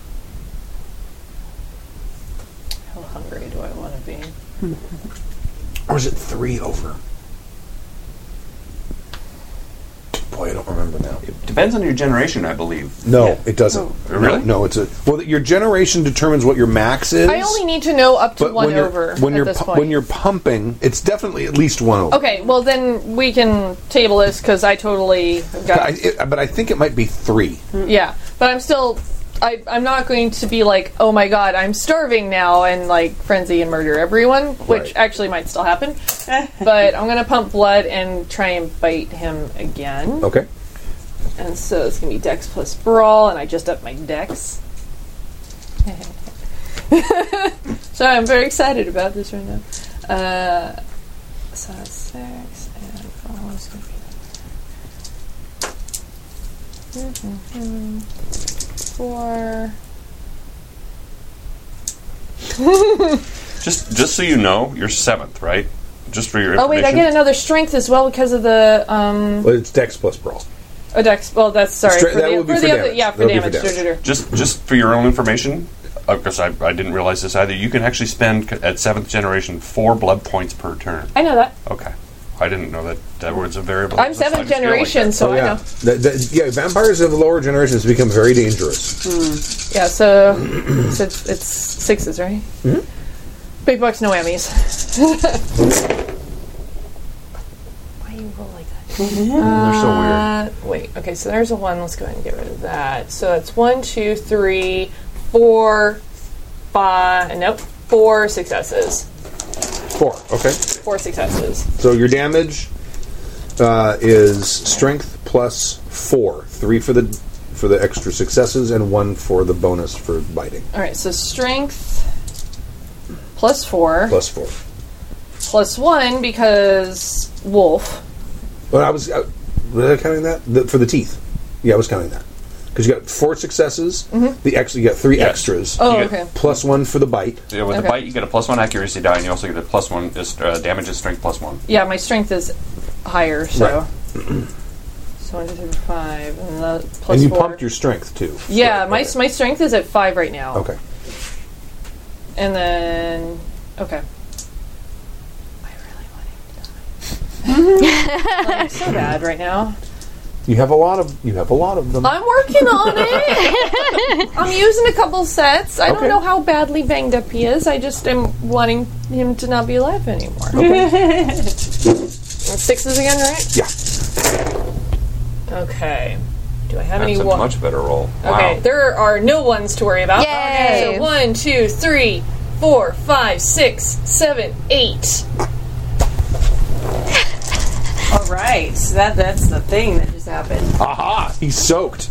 E: How hungry do I want to be?
B: Or is it three over? Boy, I don't remember now.
G: Depends on your generation, I believe.
B: No, it doesn't.
G: Oh. Really?
B: No, no, it's a well. Your generation determines what your max is.
E: I only need to know up to
B: but
E: one
B: when you're,
E: over
B: when
E: at
B: you're
E: this
B: pu-
E: point.
B: when you're pumping, it's definitely at least one over.
E: okay, well then we can table this because I totally
B: But
E: got
B: I, it, but I think it might be three.
E: yeah. But I'm still. I, I'm not going to be like, oh my god, I'm starving now, and like frenzy and murder everyone, which
B: Right.
E: actually might still happen. but I'm gonna pump blood and try and bite him again.
B: Okay.
E: And so it's gonna be Dex plus Brawl, and I just upped my Dex. so I'm very excited about this right now. Uh, so that's six, and Brawl is gonna be four.
G: Just just so you know, you're seventh, right? Just for your
E: Oh wait,
G: information.
E: I get another strength as well because of the um
B: Well, it's Dex plus brawl.
E: oh, Dex. Well, that's sorry
B: Stra- that
E: the,
B: would be for
E: the other
B: damage.
E: yeah for
B: That would be for
E: damage.
B: damage.
E: Sure, sure, sure.
G: just just for your own information, because I, I didn't realize this either. You can actually spend c- at seventh generation four blood points per turn.
B: Oh,
E: I know that.
G: Okay. I didn't know that that was a variable.
E: I'm
G: It's like
E: seventh
G: a skill like
E: generation,
G: that.
E: so I
B: Oh, yeah.
E: know.
B: The- the- yeah, vampires of the lower generations become very dangerous.
E: Yeah, so, so it's, it's sixes, right? Mm-hmm. Big bucks, no whammies. Why you roll like that?
G: They're so weird.
E: Uh, wait, okay, so there's a one. Let's go ahead and get rid of that. So that's one, two, three, four, five. Nope, four successes.
B: Four. Okay.
E: Four successes.
B: So your damage uh, is strength plus four, three for the for the extra successes and one for the bonus for biting.
E: All right, so strength plus four,
B: Plus four.
E: plus one because wolf.
B: But I was uh, was I counting that the, for the teeth? Yeah, I was counting that because you got four successes. The extra you got three extras.
E: Mm-hmm. Oh,
G: Yeah.
E: okay.
B: Plus one for the bite.
G: Yeah, with
E: Okay.
G: the bite, you get a plus one accuracy die, and you also get a plus one is, uh, damage and strength plus one.
E: Yeah, my strength is higher, so.
B: Right.
E: so one, two, three, five, and the plus
B: and you
E: four.
B: pumped your strength too.
E: yeah,
B: Right,
E: my
B: okay.
E: my strength is at five right now.
B: Okay.
E: And then okay. I really want him to die. I'm so bad right now.
B: You have a lot of you have a lot of them.
E: I'm working on it. I'm using a couple sets. I
B: Okay.
E: don't know how badly banged up he is. I just am wanting him to not be alive anymore. Sixes again, right?
B: yeah.
E: Okay. Do I have
G: That's
E: any
G: a
E: one?
G: much better roll.
E: Okay,
G: Wow.
E: there are no ones to worry about.
D: Yay.
E: Okay, so one, two, three, four, five, six, seven, eight.
C: All right, so that that's the thing that just happened.
B: Aha! He soaked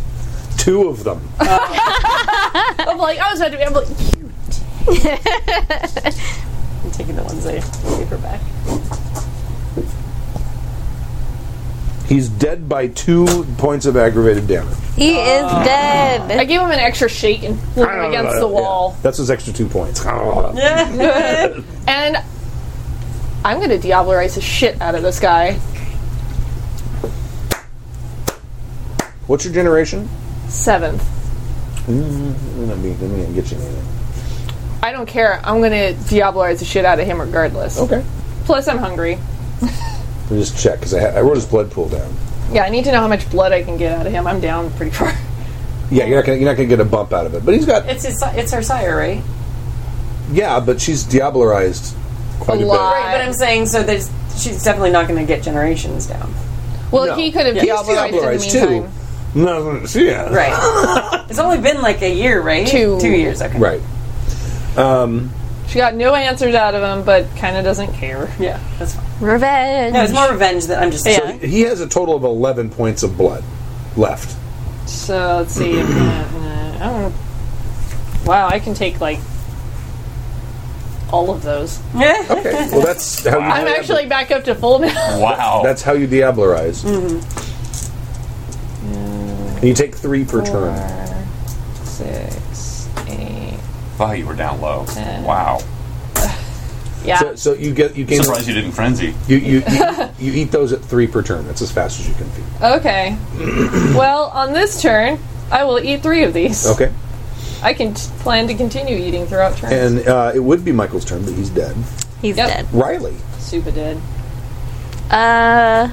B: two of them.
E: I'm like, I was about to be. I'm like,
C: I'm taking the ones I gave her back.
B: He's dead by two points of aggravated damage.
D: He
G: Ah.
D: is
E: I
D: dead.
E: gave him an extra shake and threw him against the wall.
B: That's his extra two points.
E: And I'm gonna diablerize the shit out of this guy.
B: What's your generation? Mm,
E: Seventh.
B: Let me, let me get you anything.
E: I don't care. I'm gonna diablerize the shit out of him regardless.
C: Oh.
B: Okay.
E: Plus, I'm hungry.
B: Let me just check because I, ha- I wrote his blood pool down.
E: Yeah, I need to know how much blood I can get out of him. I'm down pretty far.
B: Yeah, you're not gonna you're not gonna get a bump out of it, but he's got
C: It's his, it's her sire, right?
B: yeah, but she's diablerized quite a,
E: lot.
C: Right, but uh, I'm saying so. There's she's definitely not going to get generations down.
E: Well,
B: No.
E: he could have
B: bit. He's
E: diablerized,
B: diablerized
E: in the
B: too.
E: meantime.
B: No, she has.
C: Right. it's only been like a year, right?
E: Two.
C: Two years. Okay.
B: Right. Um,
E: She got no answers out of him, but kind of doesn't care.
C: Yeah, that's fine.
D: Revenge.
C: No, it's more revenge that I'm just.
E: Yeah.
B: he has a total of eleven points of blood left.
E: So let's see. if, uh, uh, I don't know. Wow, I can take like all of those.
C: Yeah.
B: Okay, well that's how you
E: I'm actually back up to full now.
G: Wow.
B: that's how you diablerize.
E: Mm-hmm.
B: And you take three per turn.
E: Six, eight.
G: wow, you were down low. Wow.
E: Yeah.
B: So, so you get you gain
G: Surprised you didn't frenzy.
B: you you, you you eat those at three per turn. That's as fast as you can feed.
E: okay. well, on this turn, I will eat three of these.
B: Okay,
E: I can t- plan to continue eating throughout turns.
B: and uh, it would be Michael's turn, but he's dead.
D: He's
E: Yep.
D: dead.
B: Riley,
E: Super dead.
D: Uh.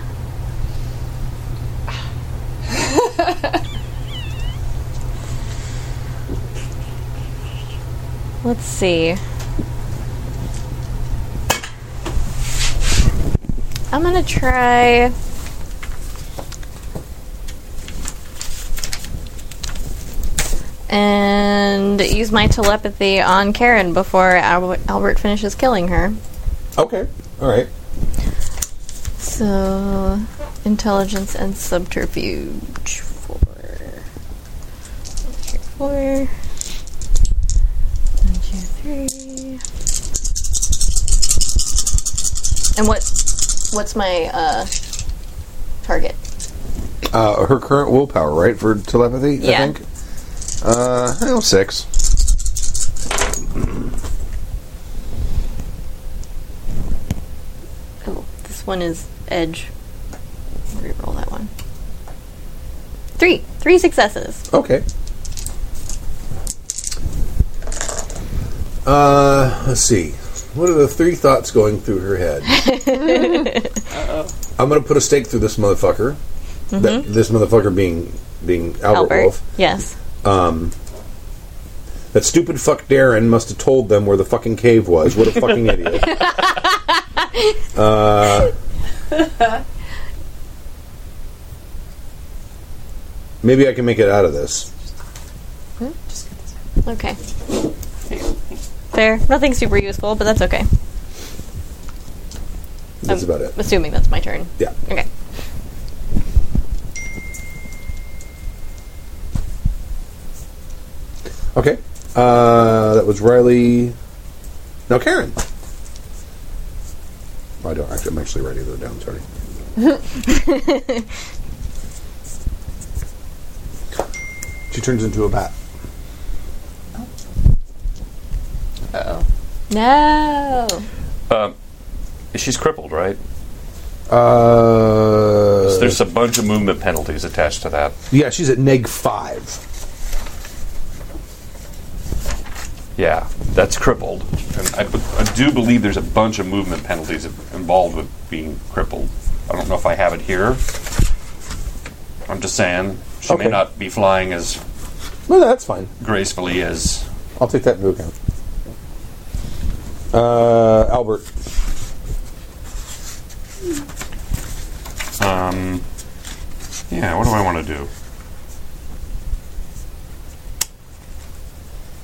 D: Let's see. I'm gonna try. And use my telepathy on Karen before Albert, Albert finishes killing her.
B: okay, all right.
D: So, intelligence and subterfuge for four. One, two, three. And what? What's my uh, target?
B: Uh, her current willpower, right, for telepathy,
D: Yeah.
B: I think? Uh, I don't know, six.
D: Oh, this one is edge. Reroll that one. Three, three successes.
B: Okay. Uh, let's see. What are the three thoughts going through her head?
E: Uh-oh.
B: I'm gonna put a stake through this motherfucker. That this motherfucker being being Albert,
D: Albert.
B: Wolf. Um,
D: Yes.
B: That stupid fuck Darren must have told them where the fucking cave was. What a fucking idiot. Uh, maybe I can make it out of this.
D: Okay. Fair. Nothing super useful, but that's okay.
B: That's
D: I'm
B: about it.
D: Assuming that's my turn.
B: Yeah.
D: Okay.
B: Okay. Uh, that was Riley. Now Karen. Oh, I don't actually. I'm actually writing those down. Sorry. she turns into a bat.
D: No.
G: She's crippled, right?
B: Uh,
G: There's a bunch of movement penalties attached to that.
B: yeah, she's at neg five.
G: Yeah, that's crippled. And I, b- I do believe there's a bunch of movement penalties involved with being crippled. I don't know if I have it here. I'm just saying she
B: Okay.
G: may not be flying as
B: No, that's fine.
G: gracefully as
B: I'll take that into account. Uh, Albert.
G: Um, yeah, what do I want to do?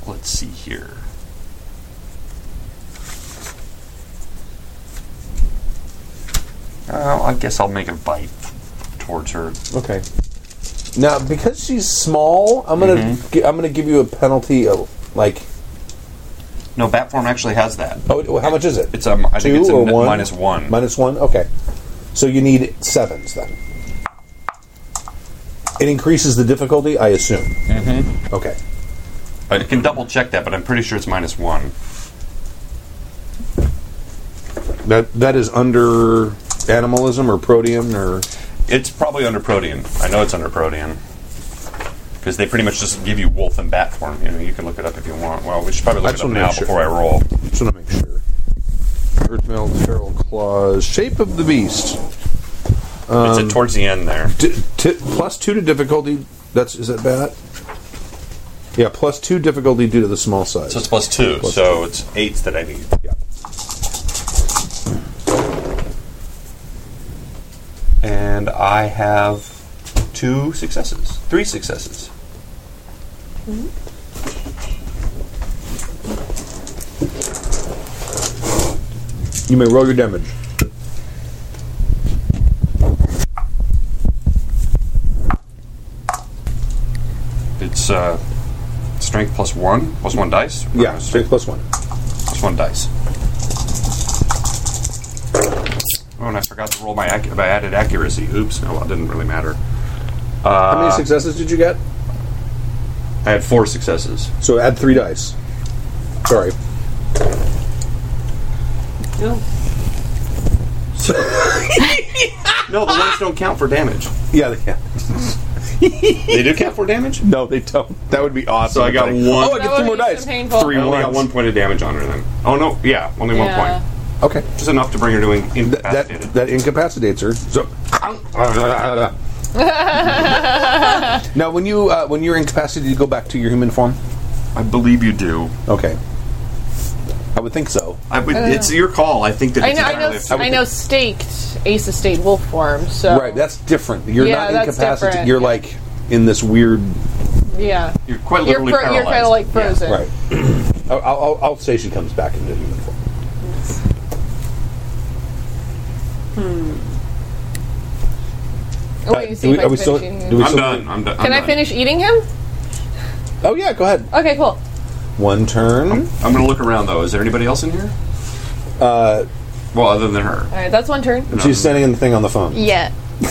G: Let's see here. Uh, I guess I'll make a bite towards her.
B: Okay. Now, because she's small, I'm gonna gi- I'm gonna give you a penalty of like.
G: No, bat form actually has that.
B: Oh, how much is it?
G: It's um, I think
B: two
G: it's a
B: or
G: mi-
B: one?
G: minus one.
B: Minus one. Okay. So you need sevens then. It increases the difficulty, I assume. Mm-hmm. Okay.
G: I can double check that, but I'm pretty sure it's minus one.
B: That that is under animalism or proteum or
G: It's probably under protean. I know it's under protean. Because they pretty much just give you wolf and bat form. You know, you can look it up if you want. Well, we should probably
B: I
G: look it
B: just
G: up
B: wanna
G: now
B: make sure.
G: before I roll.
B: just want to make sure. Earth male feral claws. Shape of the beast.
G: it's
B: Um,
G: at towards the end there.
B: D- t- plus two to difficulty. That's is that bad? Yeah, plus two difficulty due to the small size.
G: So it's plus two.
B: Plus
G: so it's eights that I need.
B: Yeah.
G: And I have two successes, three successes.
B: You may roll your damage.
G: It's uh, strength plus one, plus one dice. Or
B: Yeah,
G: no,
B: strength plus one.
G: plus one dice. Oh, and I forgot to roll my ac- my added accuracy. Oops, no, it didn't really matter.
B: How
G: Uh,
B: many successes did you get?
G: I had four successes.
B: So add three dice. Sorry.
G: No, the ones don't count for damage.
B: Yeah, they can.
G: They do count for damage.
B: No, they don't. That would be awesome.
G: So I got
B: one.
G: one.
B: Oh, I
E: That
B: get three
E: would
B: more
E: be so
B: dice.
E: painful.
B: Three
G: I only got
B: ones.
G: one point of damage on her then. Oh no, yeah, only
E: Yeah.
G: one point.
B: Okay.
G: Just enough to bring her to in-
B: That,
G: incapacitated.
B: that that incapacitates her. So. now, when you uh, when you're incapacitated, you go back to your human form.
G: I believe you do.
B: Okay. I would think so.
G: I would, it's your call. I think that
E: Uh. I
G: it's
E: know, I
G: entirely
E: know,
G: up to
E: I know staked, Ace of State Wolf form, so.
B: Right, that's different. You're
E: Yeah,
B: not
E: that's
B: incapacitated.
E: different.
B: You're like in this weird.
E: Yeah.
G: You're quite
E: You're,
G: literally
E: fro- you're kind
G: paralyzed.
E: of like
G: Yeah.
E: frozen.
B: Right. I'll, I'll, I'll say she comes back into human form.
E: Oh, wait,
B: Uh,
E: you
B: do
E: see
B: we-
E: if I
B: are we
E: can
B: still-
E: finish eating
B: do we-
E: him.
G: I'm done. I'm done. I'm
E: Can I
G: done.
E: finish eating him?
B: Oh yeah, go ahead.
E: Okay, cool.
B: One turn.
G: I'm going to look around though. Is there anybody else in here?
B: Uh,
G: Well, other than her.
E: All right, that's one turn.
B: she's sending in the thing on the phone.
D: Yeah.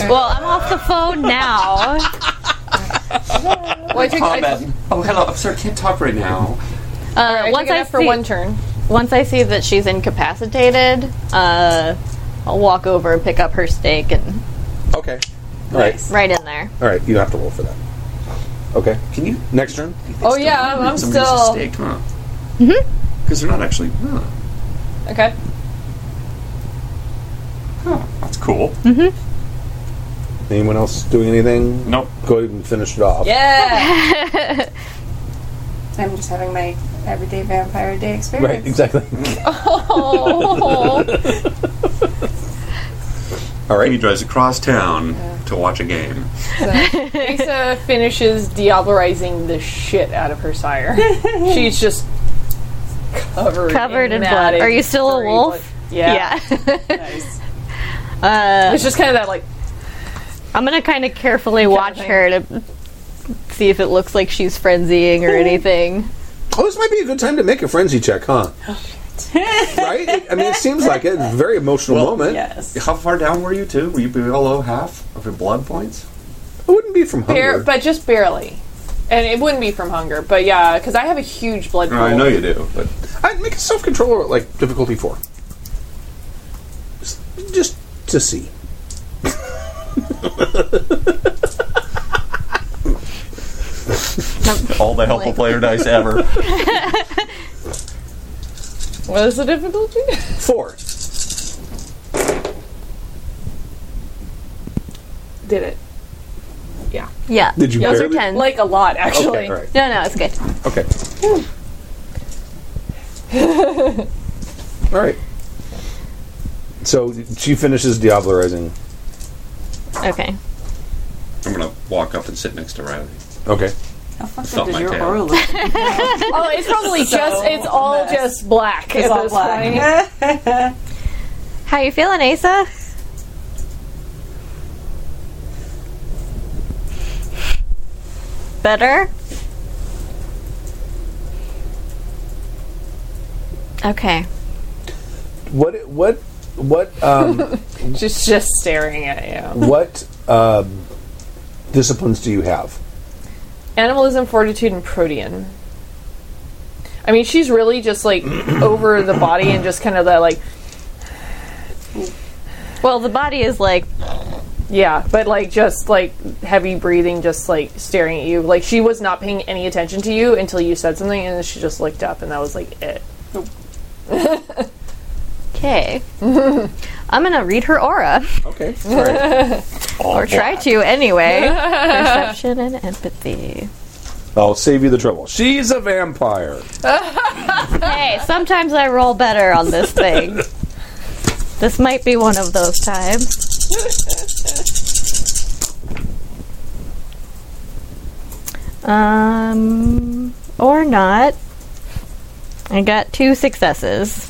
D: Well, I'm off the phone now.
E: Well, I took, I,
G: Combat. Oh, hello. I'm sorry. I can't talk right now.
D: Uh,
E: I took
D: once
E: it
D: I
E: up for
D: see-
E: one turn.
D: Once I see that she's incapacitated, uh, I'll walk over and pick up her steak and
B: Okay. All right.
D: right in there.
B: All right. You don't have to roll for that. Okay.
G: Can you?
B: Next turn.
E: Oh, yeah, I'm- I'm
G: Somebody's just
E: still. Mm-hmm.
G: staked, huh? Because they're not actually. Huh.
E: Okay.
G: Huh. I That's cool.
E: Mm-hmm.
B: Anyone else doing anything?
G: Nope.
B: Go ahead and finish it off.
C: Yeah. I'm just having my everyday vampire day experience.
B: Right, exactly.
E: Oh,
B: All
G: He
B: right.
G: drives across town to watch a game.
E: Lisa finishes diablerizing the shit out of her sire. She's just covered,
D: Covered in blood.
E: matted,
D: Are you still a
E: furry
D: wolf?
E: blood. Yeah.
D: uh,
E: It's just kind of that like
D: I'm gonna kind of carefully watch
E: thing.
D: her to see if it looks like she's frenzying or anything.
B: Oh, this might be a good time to make a frenzy check, huh? right? I mean, it seems like it. It's a very emotional moment.
C: Yes.
G: How far down were you, too? Were you below half of your blood points?
B: It wouldn't be from hunger.
E: bare, but just barely. And it wouldn't be from hunger, but yeah, because I have a huge blood pool.
G: I know you do, but
B: I'd make a self controller at like difficulty four. Just- Just to see.
G: all the helpful player dice ever.
E: What is the difficulty?
B: Four.
E: Did it
D: Yeah.
B: Did you
D: Those
B: barely-
D: are ten.
E: like a lot actually?
B: Okay, all right.
D: no, no, it's good.
B: Okay. all right. So she finishes diablerizing.
D: Okay.
G: I'm going to walk up and sit next to Riley.
B: Okay.
C: How fucked
G: Felt
C: up is
G: my
C: your
G: tail.
C: aura look?
E: Oh, it's probably just it's all just black.
C: It's
E: at
C: all
E: this
C: black.
E: point.
D: How you feeling, Asa? Better? Okay.
B: What? What? What? Um,
E: Just just staring at you.
B: what? Um, disciplines do you have?
E: Animalism, fortitude, and protean. I mean, she's really just like over the body and just kind of that like
D: Well, the body is like,
E: yeah, but like just like heavy breathing, just like staring at you. Like she was not paying any attention to you until you said something, and then she just looked up, and that was like it.
D: okay. I'm gonna read her aura.
B: Okay. All right. Oh,
D: Or try to, anyway. Perception and empathy.
B: I'll save you the trouble. She's a vampire.
D: Hey, sometimes I roll better on this thing. This might be one of those times. Um, or not. I got two successes.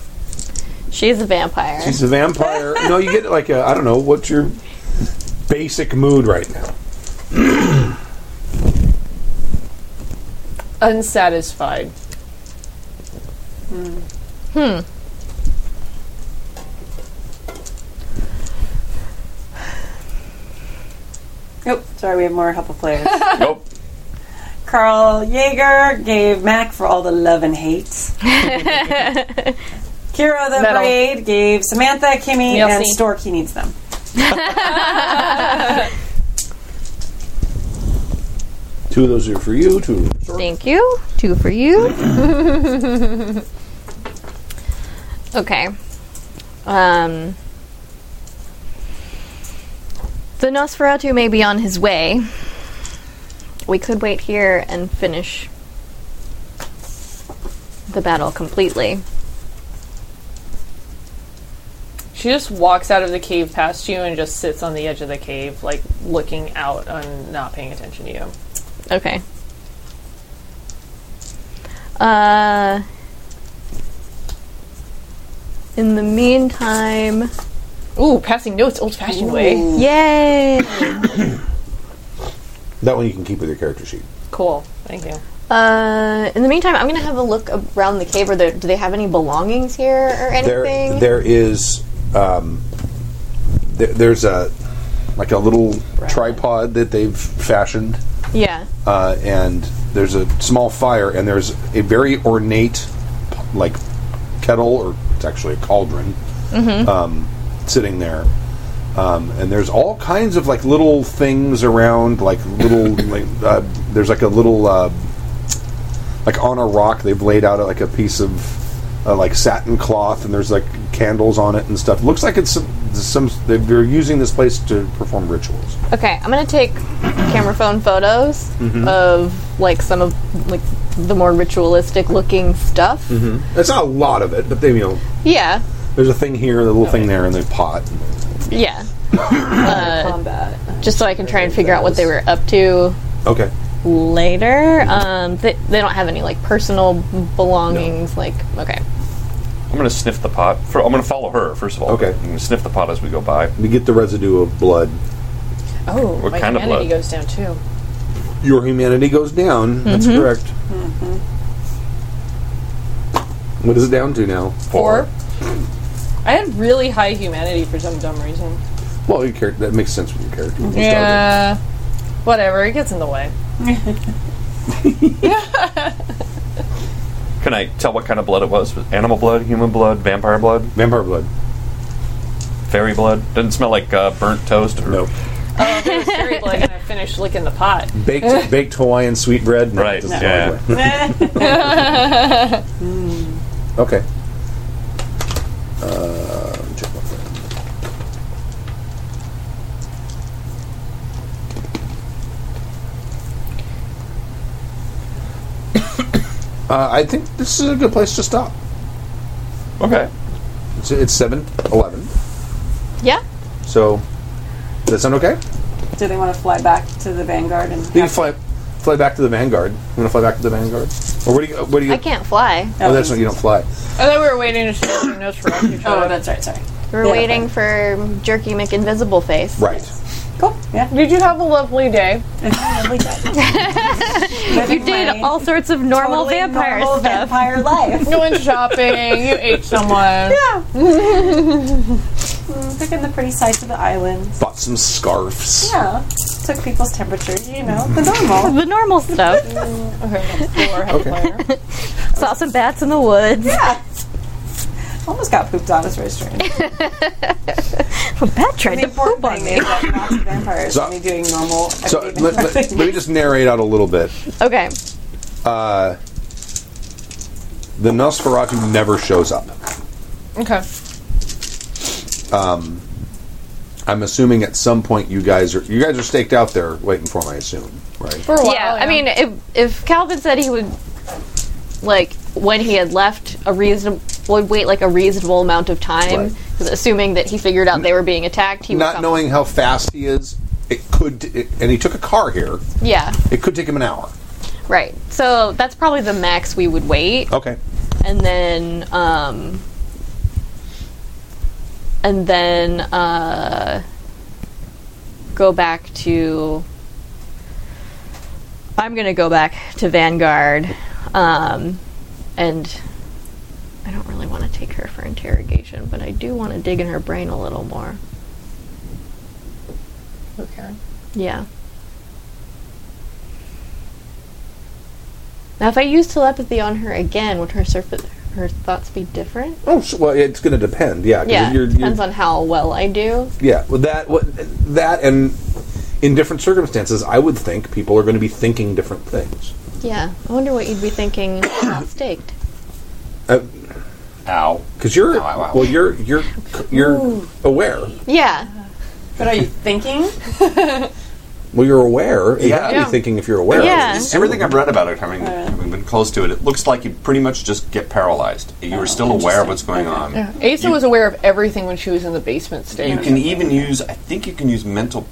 D: She's a vampire.
B: She's a vampire. no, you get like a I don't know what's your basic mood right now.
E: Unsatisfied.
C: Nope. Sorry, we have more helpful players.
G: Nope.
C: Carl Yeager gave Mac for all the love and hate. Kira the
E: Metal.
C: Braid gave Samantha, Kimmy,
E: Yossi.
C: and Stork. He needs them.
B: Two of those are for you. Two.
D: Thank you. Two for you. okay. Um, the Nosferatu may be on his way. We could wait here and finish the battle completely.
E: She just walks out of the cave past you and just sits on the edge of the cave, like looking out and not paying attention to you.
D: Okay. Uh, in the meantime,
E: Ooh, passing notes, old fashioned way.
D: yay!
B: That one you can keep with your character sheet.
E: Cool. Thank you.
D: Uh, in the meantime, I'm gonna have a look around the cave. Are there, do they have any belongings here or
B: There,
D: anything?
B: there is, um, there, there's a like a little tripod that they've fashioned,
D: yeah.
B: uh, and there's a small fire, and there's a very ornate, like kettle or it's actually a cauldron, um, sitting there. Um, and there's all kinds of like little things around, like little like uh, there's like a little uh, like on a rock they've laid out like a piece of uh, like satin cloth and there's like candles on it and stuff. Looks like it's some they're using this place to perform rituals.
D: Okay, I'm gonna take camera phone photos of like some of like the more ritualistic looking stuff.
B: It's not a lot of it, but they you know
D: Yeah,
B: there's a thing here, a little thing there, and the pot.
D: yeah. Uh,
I: combat.
D: Just so I can try and figure out what they were up to
B: Okay,
D: later. Um, they, they don't have any like personal belongings. Like okay,
G: I'm going to sniff the pot. For, I'm going to follow her first of all.
B: Okay.
G: I'm going to sniff the pot as we go by.
B: we get the residue of blood.
I: Oh,
G: What
I: my
G: kind of
I: humanity
G: blood?
I: goes down too.
B: Your humanity goes down. That's correct. What is it down to now?
I: Four. I had really high humanity for some dumb reason.
B: Well, your character that makes sense with your character. It's down to-
I: Yeah. Whatever, it gets in the way.
G: Can I tell what kind of blood it was? Was Animal blood, human blood, vampire blood,
B: Vampire blood.
G: fairy blood? Doesn't smell like uh, burnt toast. Or,
B: No.
I: Fairy blood, and I finished licking the pot.
B: Baked baked Hawaiian sweetbread. No,
G: Right,
B: it doesn't
G: yeah.
B: sound like
C: Eh.
B: that. okay. Uh, let me check my phone. Uh, I think this is a good place to stop.
G: Okay.
B: It's, it's seven eleven.
D: yeah.
B: So, does that sound okay?
C: Do they want to fly back to the Vanguard and?
B: You can fly fly back to the Vanguard. You want to fly back to the Vanguard? Or what do you? What do you?
D: I can't fly.
B: Oh, that's not. You don't fly.
I: I thought we were waiting to show some notes for us. to show
H: Oh,
I: up.
H: that's right. Sorry.
D: We're
C: Yeah.
D: waiting for Jerky McInvisible Face.
B: Right.
C: Cool. Yeah.
E: Did you have a lovely day?
D: You did all sorts of normal
C: totally
D: vampire
C: normal
D: stuff.
C: vampire life.
E: You went shopping. You ate someone.
C: Took in the pretty sights of the islands.
B: Bought some scarves.
C: Yeah. Took people's temperatures. You know, the normal.
D: The normal stuff. Saw some bats in the woods.
C: yeah. Almost got pooped on. It's very strange.
D: A bat tried
C: The
D: to
C: important
D: poop on
C: thing
D: me.
C: is that lots of vampires
B: So-
C: only doing normal.
B: So let,
C: everyday
B: let, let
C: vampire things.
B: me just narrate out a little bit. Uh,
D: Okay.
B: The Nosferatu never shows up.
E: Okay.
B: Um, I'm assuming at some point you guys are you guys are staked out there waiting for him. I assume, right?
E: For a while.
D: yeah, I mean, if if Calvin said he would, like, when he had left, a reasonable would wait like a reasonable amount of time,
B: Right.
D: 'cause assuming that he figured out they were being attacked, he would
B: Not
D: come.
B: knowing how fast he is, it could. It, and he took a car here.
D: Yeah,
B: It could take him an hour.
D: right. So that's probably the max we would wait,
B: Okay.
D: and then, um, and then uh, go back to. I'm gonna go back to Vanguard, um, and I don't really want to take her for interrogation, but I do want to dig in her brain a little more.
E: Okay.
D: Yeah. Now, if I use telepathy on her again, would her surface her thoughts be different?
B: Oh so, well, it's going to depend. Yeah. 'cause
D: Yeah,
B: you're- you're-
D: depends on how well I do.
B: Yeah, well, that what that and in different circumstances, I would think people are going to be thinking different things.
D: Yeah, I wonder what you'd be thinking. if not staked.
G: Ow.
B: Because you're
G: Ow, ow, ow.
B: well, you're you're you're aware.
D: Yeah,
C: But are you thinking?
B: Well, you're aware. You have to
E: Yeah.
B: be thinking if you're aware.
D: Yeah.
G: Everything I've read about it, having, having been close to it, it looks like you pretty much just get paralyzed. You are still aware of what's going on.
E: Asa was aware of everything when she was in the basement
G: You
E: stage.
G: can even use. I think you can use mental.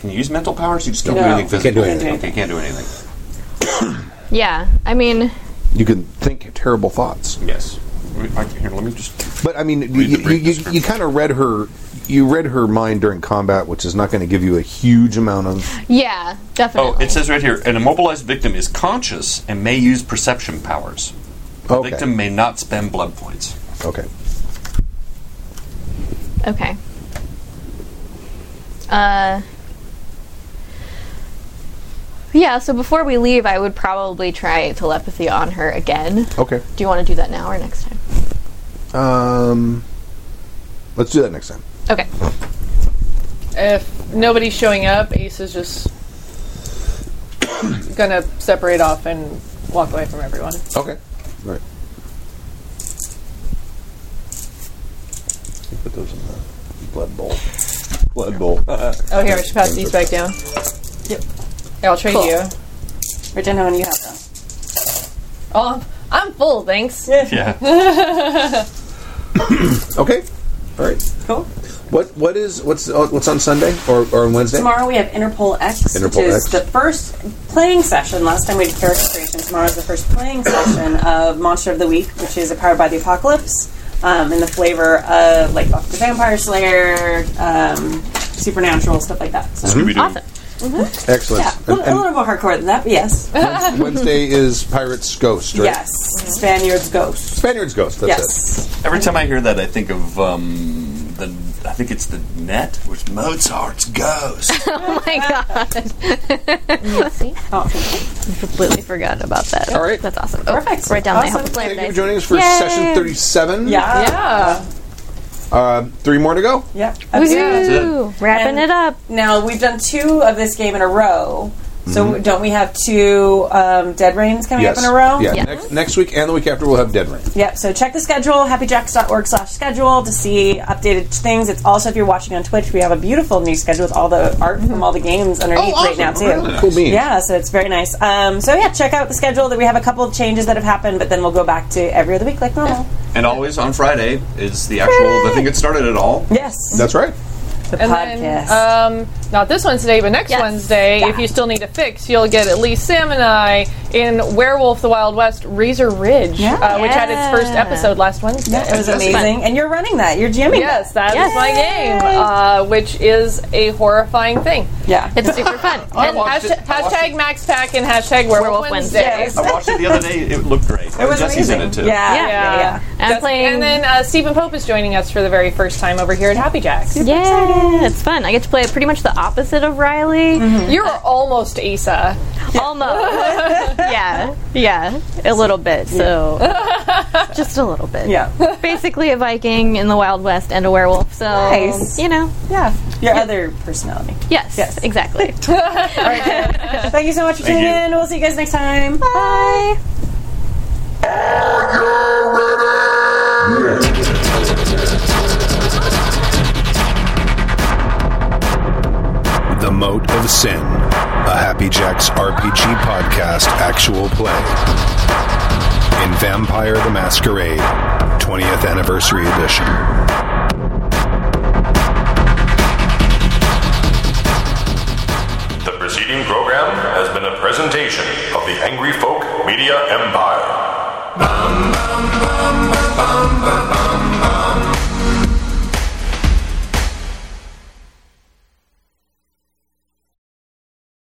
G: Can you use mental powers? You just can't do
C: No.
G: anything
B: Can't do
G: physical.
B: anything.
G: Okay, can't do anything.
D: yeah. I mean,
B: You can think terrible thoughts.
G: Yes. Wait, I- Here, let me just.
B: But I mean, you,
G: Read the
B: you,
G: brief
B: you,
G: description.
B: you kind of read her. You read her mind during combat, which is not going to give you a huge amount of.
D: yeah,
G: Oh,
D: definitely.
G: it says right here: an immobilized victim is conscious and may use perception powers. The
B: Okay.
G: victim may not spend blood points.
B: Okay.
D: okay. Uh. Yeah, so before we leave, I would probably try telepathy on her again.
B: Okay.
D: Do you want to do that now or next time?
B: Um, let's do that next time.
D: Okay.
E: If nobody's showing up, Ace is just gonna separate off and walk away from everyone.
B: Okay. All right. Put those in there. Blood Bowl. Blood Bowl.
E: Oh, here, I should pass these back down. Yep. Yeah, I'll trade
C: Cool.
E: you.
C: Virginia, how many you have though?
E: Oh, I'm full, thanks.
G: Yeah.
B: okay. All right.
C: Cool.
B: What what is what's uh, what's on Sunday or, or on Wednesday?
C: Tomorrow we have Interpol X,
B: Interpol
C: which
B: X.
C: is the first playing session. Last time we did character creation. Tomorrow's the first playing session of Monster of the Week, which is powered by the Apocalypse, um, in the flavor of like Buffy the Vampire Slayer, um, Supernatural stuff like that. So
G: Scooby-Doo.
D: Awesome.
B: Excellent.
C: yeah, a, little- a little more hardcore than that, but yes,
B: And Wednesday is Pirates Ghost, right?
C: yes, Spaniards Ghost.
B: Spaniards Ghost. That's it.
C: Yes.
G: Every time I hear that, I think of um, the. I think it's the net, which Mozart's ghost.
D: Oh my god.
C: Oh,
D: Completely forgotten about that.
B: All right.
D: That's awesome.
C: Perfect.
D: Right down
C: Awesome.
D: there. Play
B: Thank you for
D: dice.
B: joining us for session 37.
C: yeah.
E: Yeah.
B: Uh, three more to go.
C: Yeah.
D: Woohoo! Wrapping
C: And-
D: it up.
C: Now we've done two of this game in a row. So don't we have two um, Dead Rains coming
B: Yes.
C: up in a row?
B: Yeah.
D: Yeah.
B: Next, next week and the week after, we'll have Dead Rain.
C: Yep. So check the schedule, happyjacks.org slash schedule to see updated things. It's also, if you're watching on Twitch, we have a beautiful new schedule with all the art from all the games underneath right now, too.
B: Cool beans.
C: Yeah, so it's very nice. Um, so yeah, check out the schedule. That we have a couple of changes that have happened, but then we'll go back to every other week like normal.
G: And always on Friday is the actual the thing that started it all.
C: Yes,
B: That's right.
C: the
E: And
C: podcast.
E: then, um, not this Wednesday, but next
D: Yes.
E: Wednesday, if you still need a fix, you'll get at least Sam and I in Werewolf the Wild West Razor Ridge,
C: Yeah.
E: uh, which had its first
D: Yeah.
E: episode last Wednesday.
C: yeah, it was amazing, and you're running that. You're jamming.
E: Yes,
C: that.
E: that
D: Yes.
E: is my game, uh, which is a horrifying thing.
C: yeah.
D: It's super fun.
E: And
G: watched
E: hashtag,
G: it. I watched
E: hashtag MaxPack and hashtag Werewolf,
D: Werewolf
E: Wednesdays.
D: Wednesdays.
G: I watched it the other day. It looked great.
C: It was
G: Jesse's
C: amazing.
G: in it too.
C: Yeah, yeah,
D: Yeah.
C: yeah. yeah.
D: I'm playing.
E: And then uh, Stephen Pope is joining us for the very first time over here at Happy Jacks.
D: yeah, it's fun. I get to play pretty much the opposite of Riley.
E: You're almost Asa.
D: Almost. yeah, yeah, a little bit. So just a little bit.
C: Yeah.
D: Basically, a Viking in the Wild West and a werewolf. So
C: Nice.
D: you know,
C: Yeah. Your other personality.
D: yes,
C: Yes.
D: exactly.
C: Thank you so much for
G: Thank
C: tuning
G: you.
C: in. We'll see you guys next time.
D: Bye.
A: The Moat of Sin, a Happy Jacks RPG podcast actual play. In Vampire the Masquerade, 20th Anniversary Edition.
J: The preceding program has been a presentation of the Angry Folk Media Empire.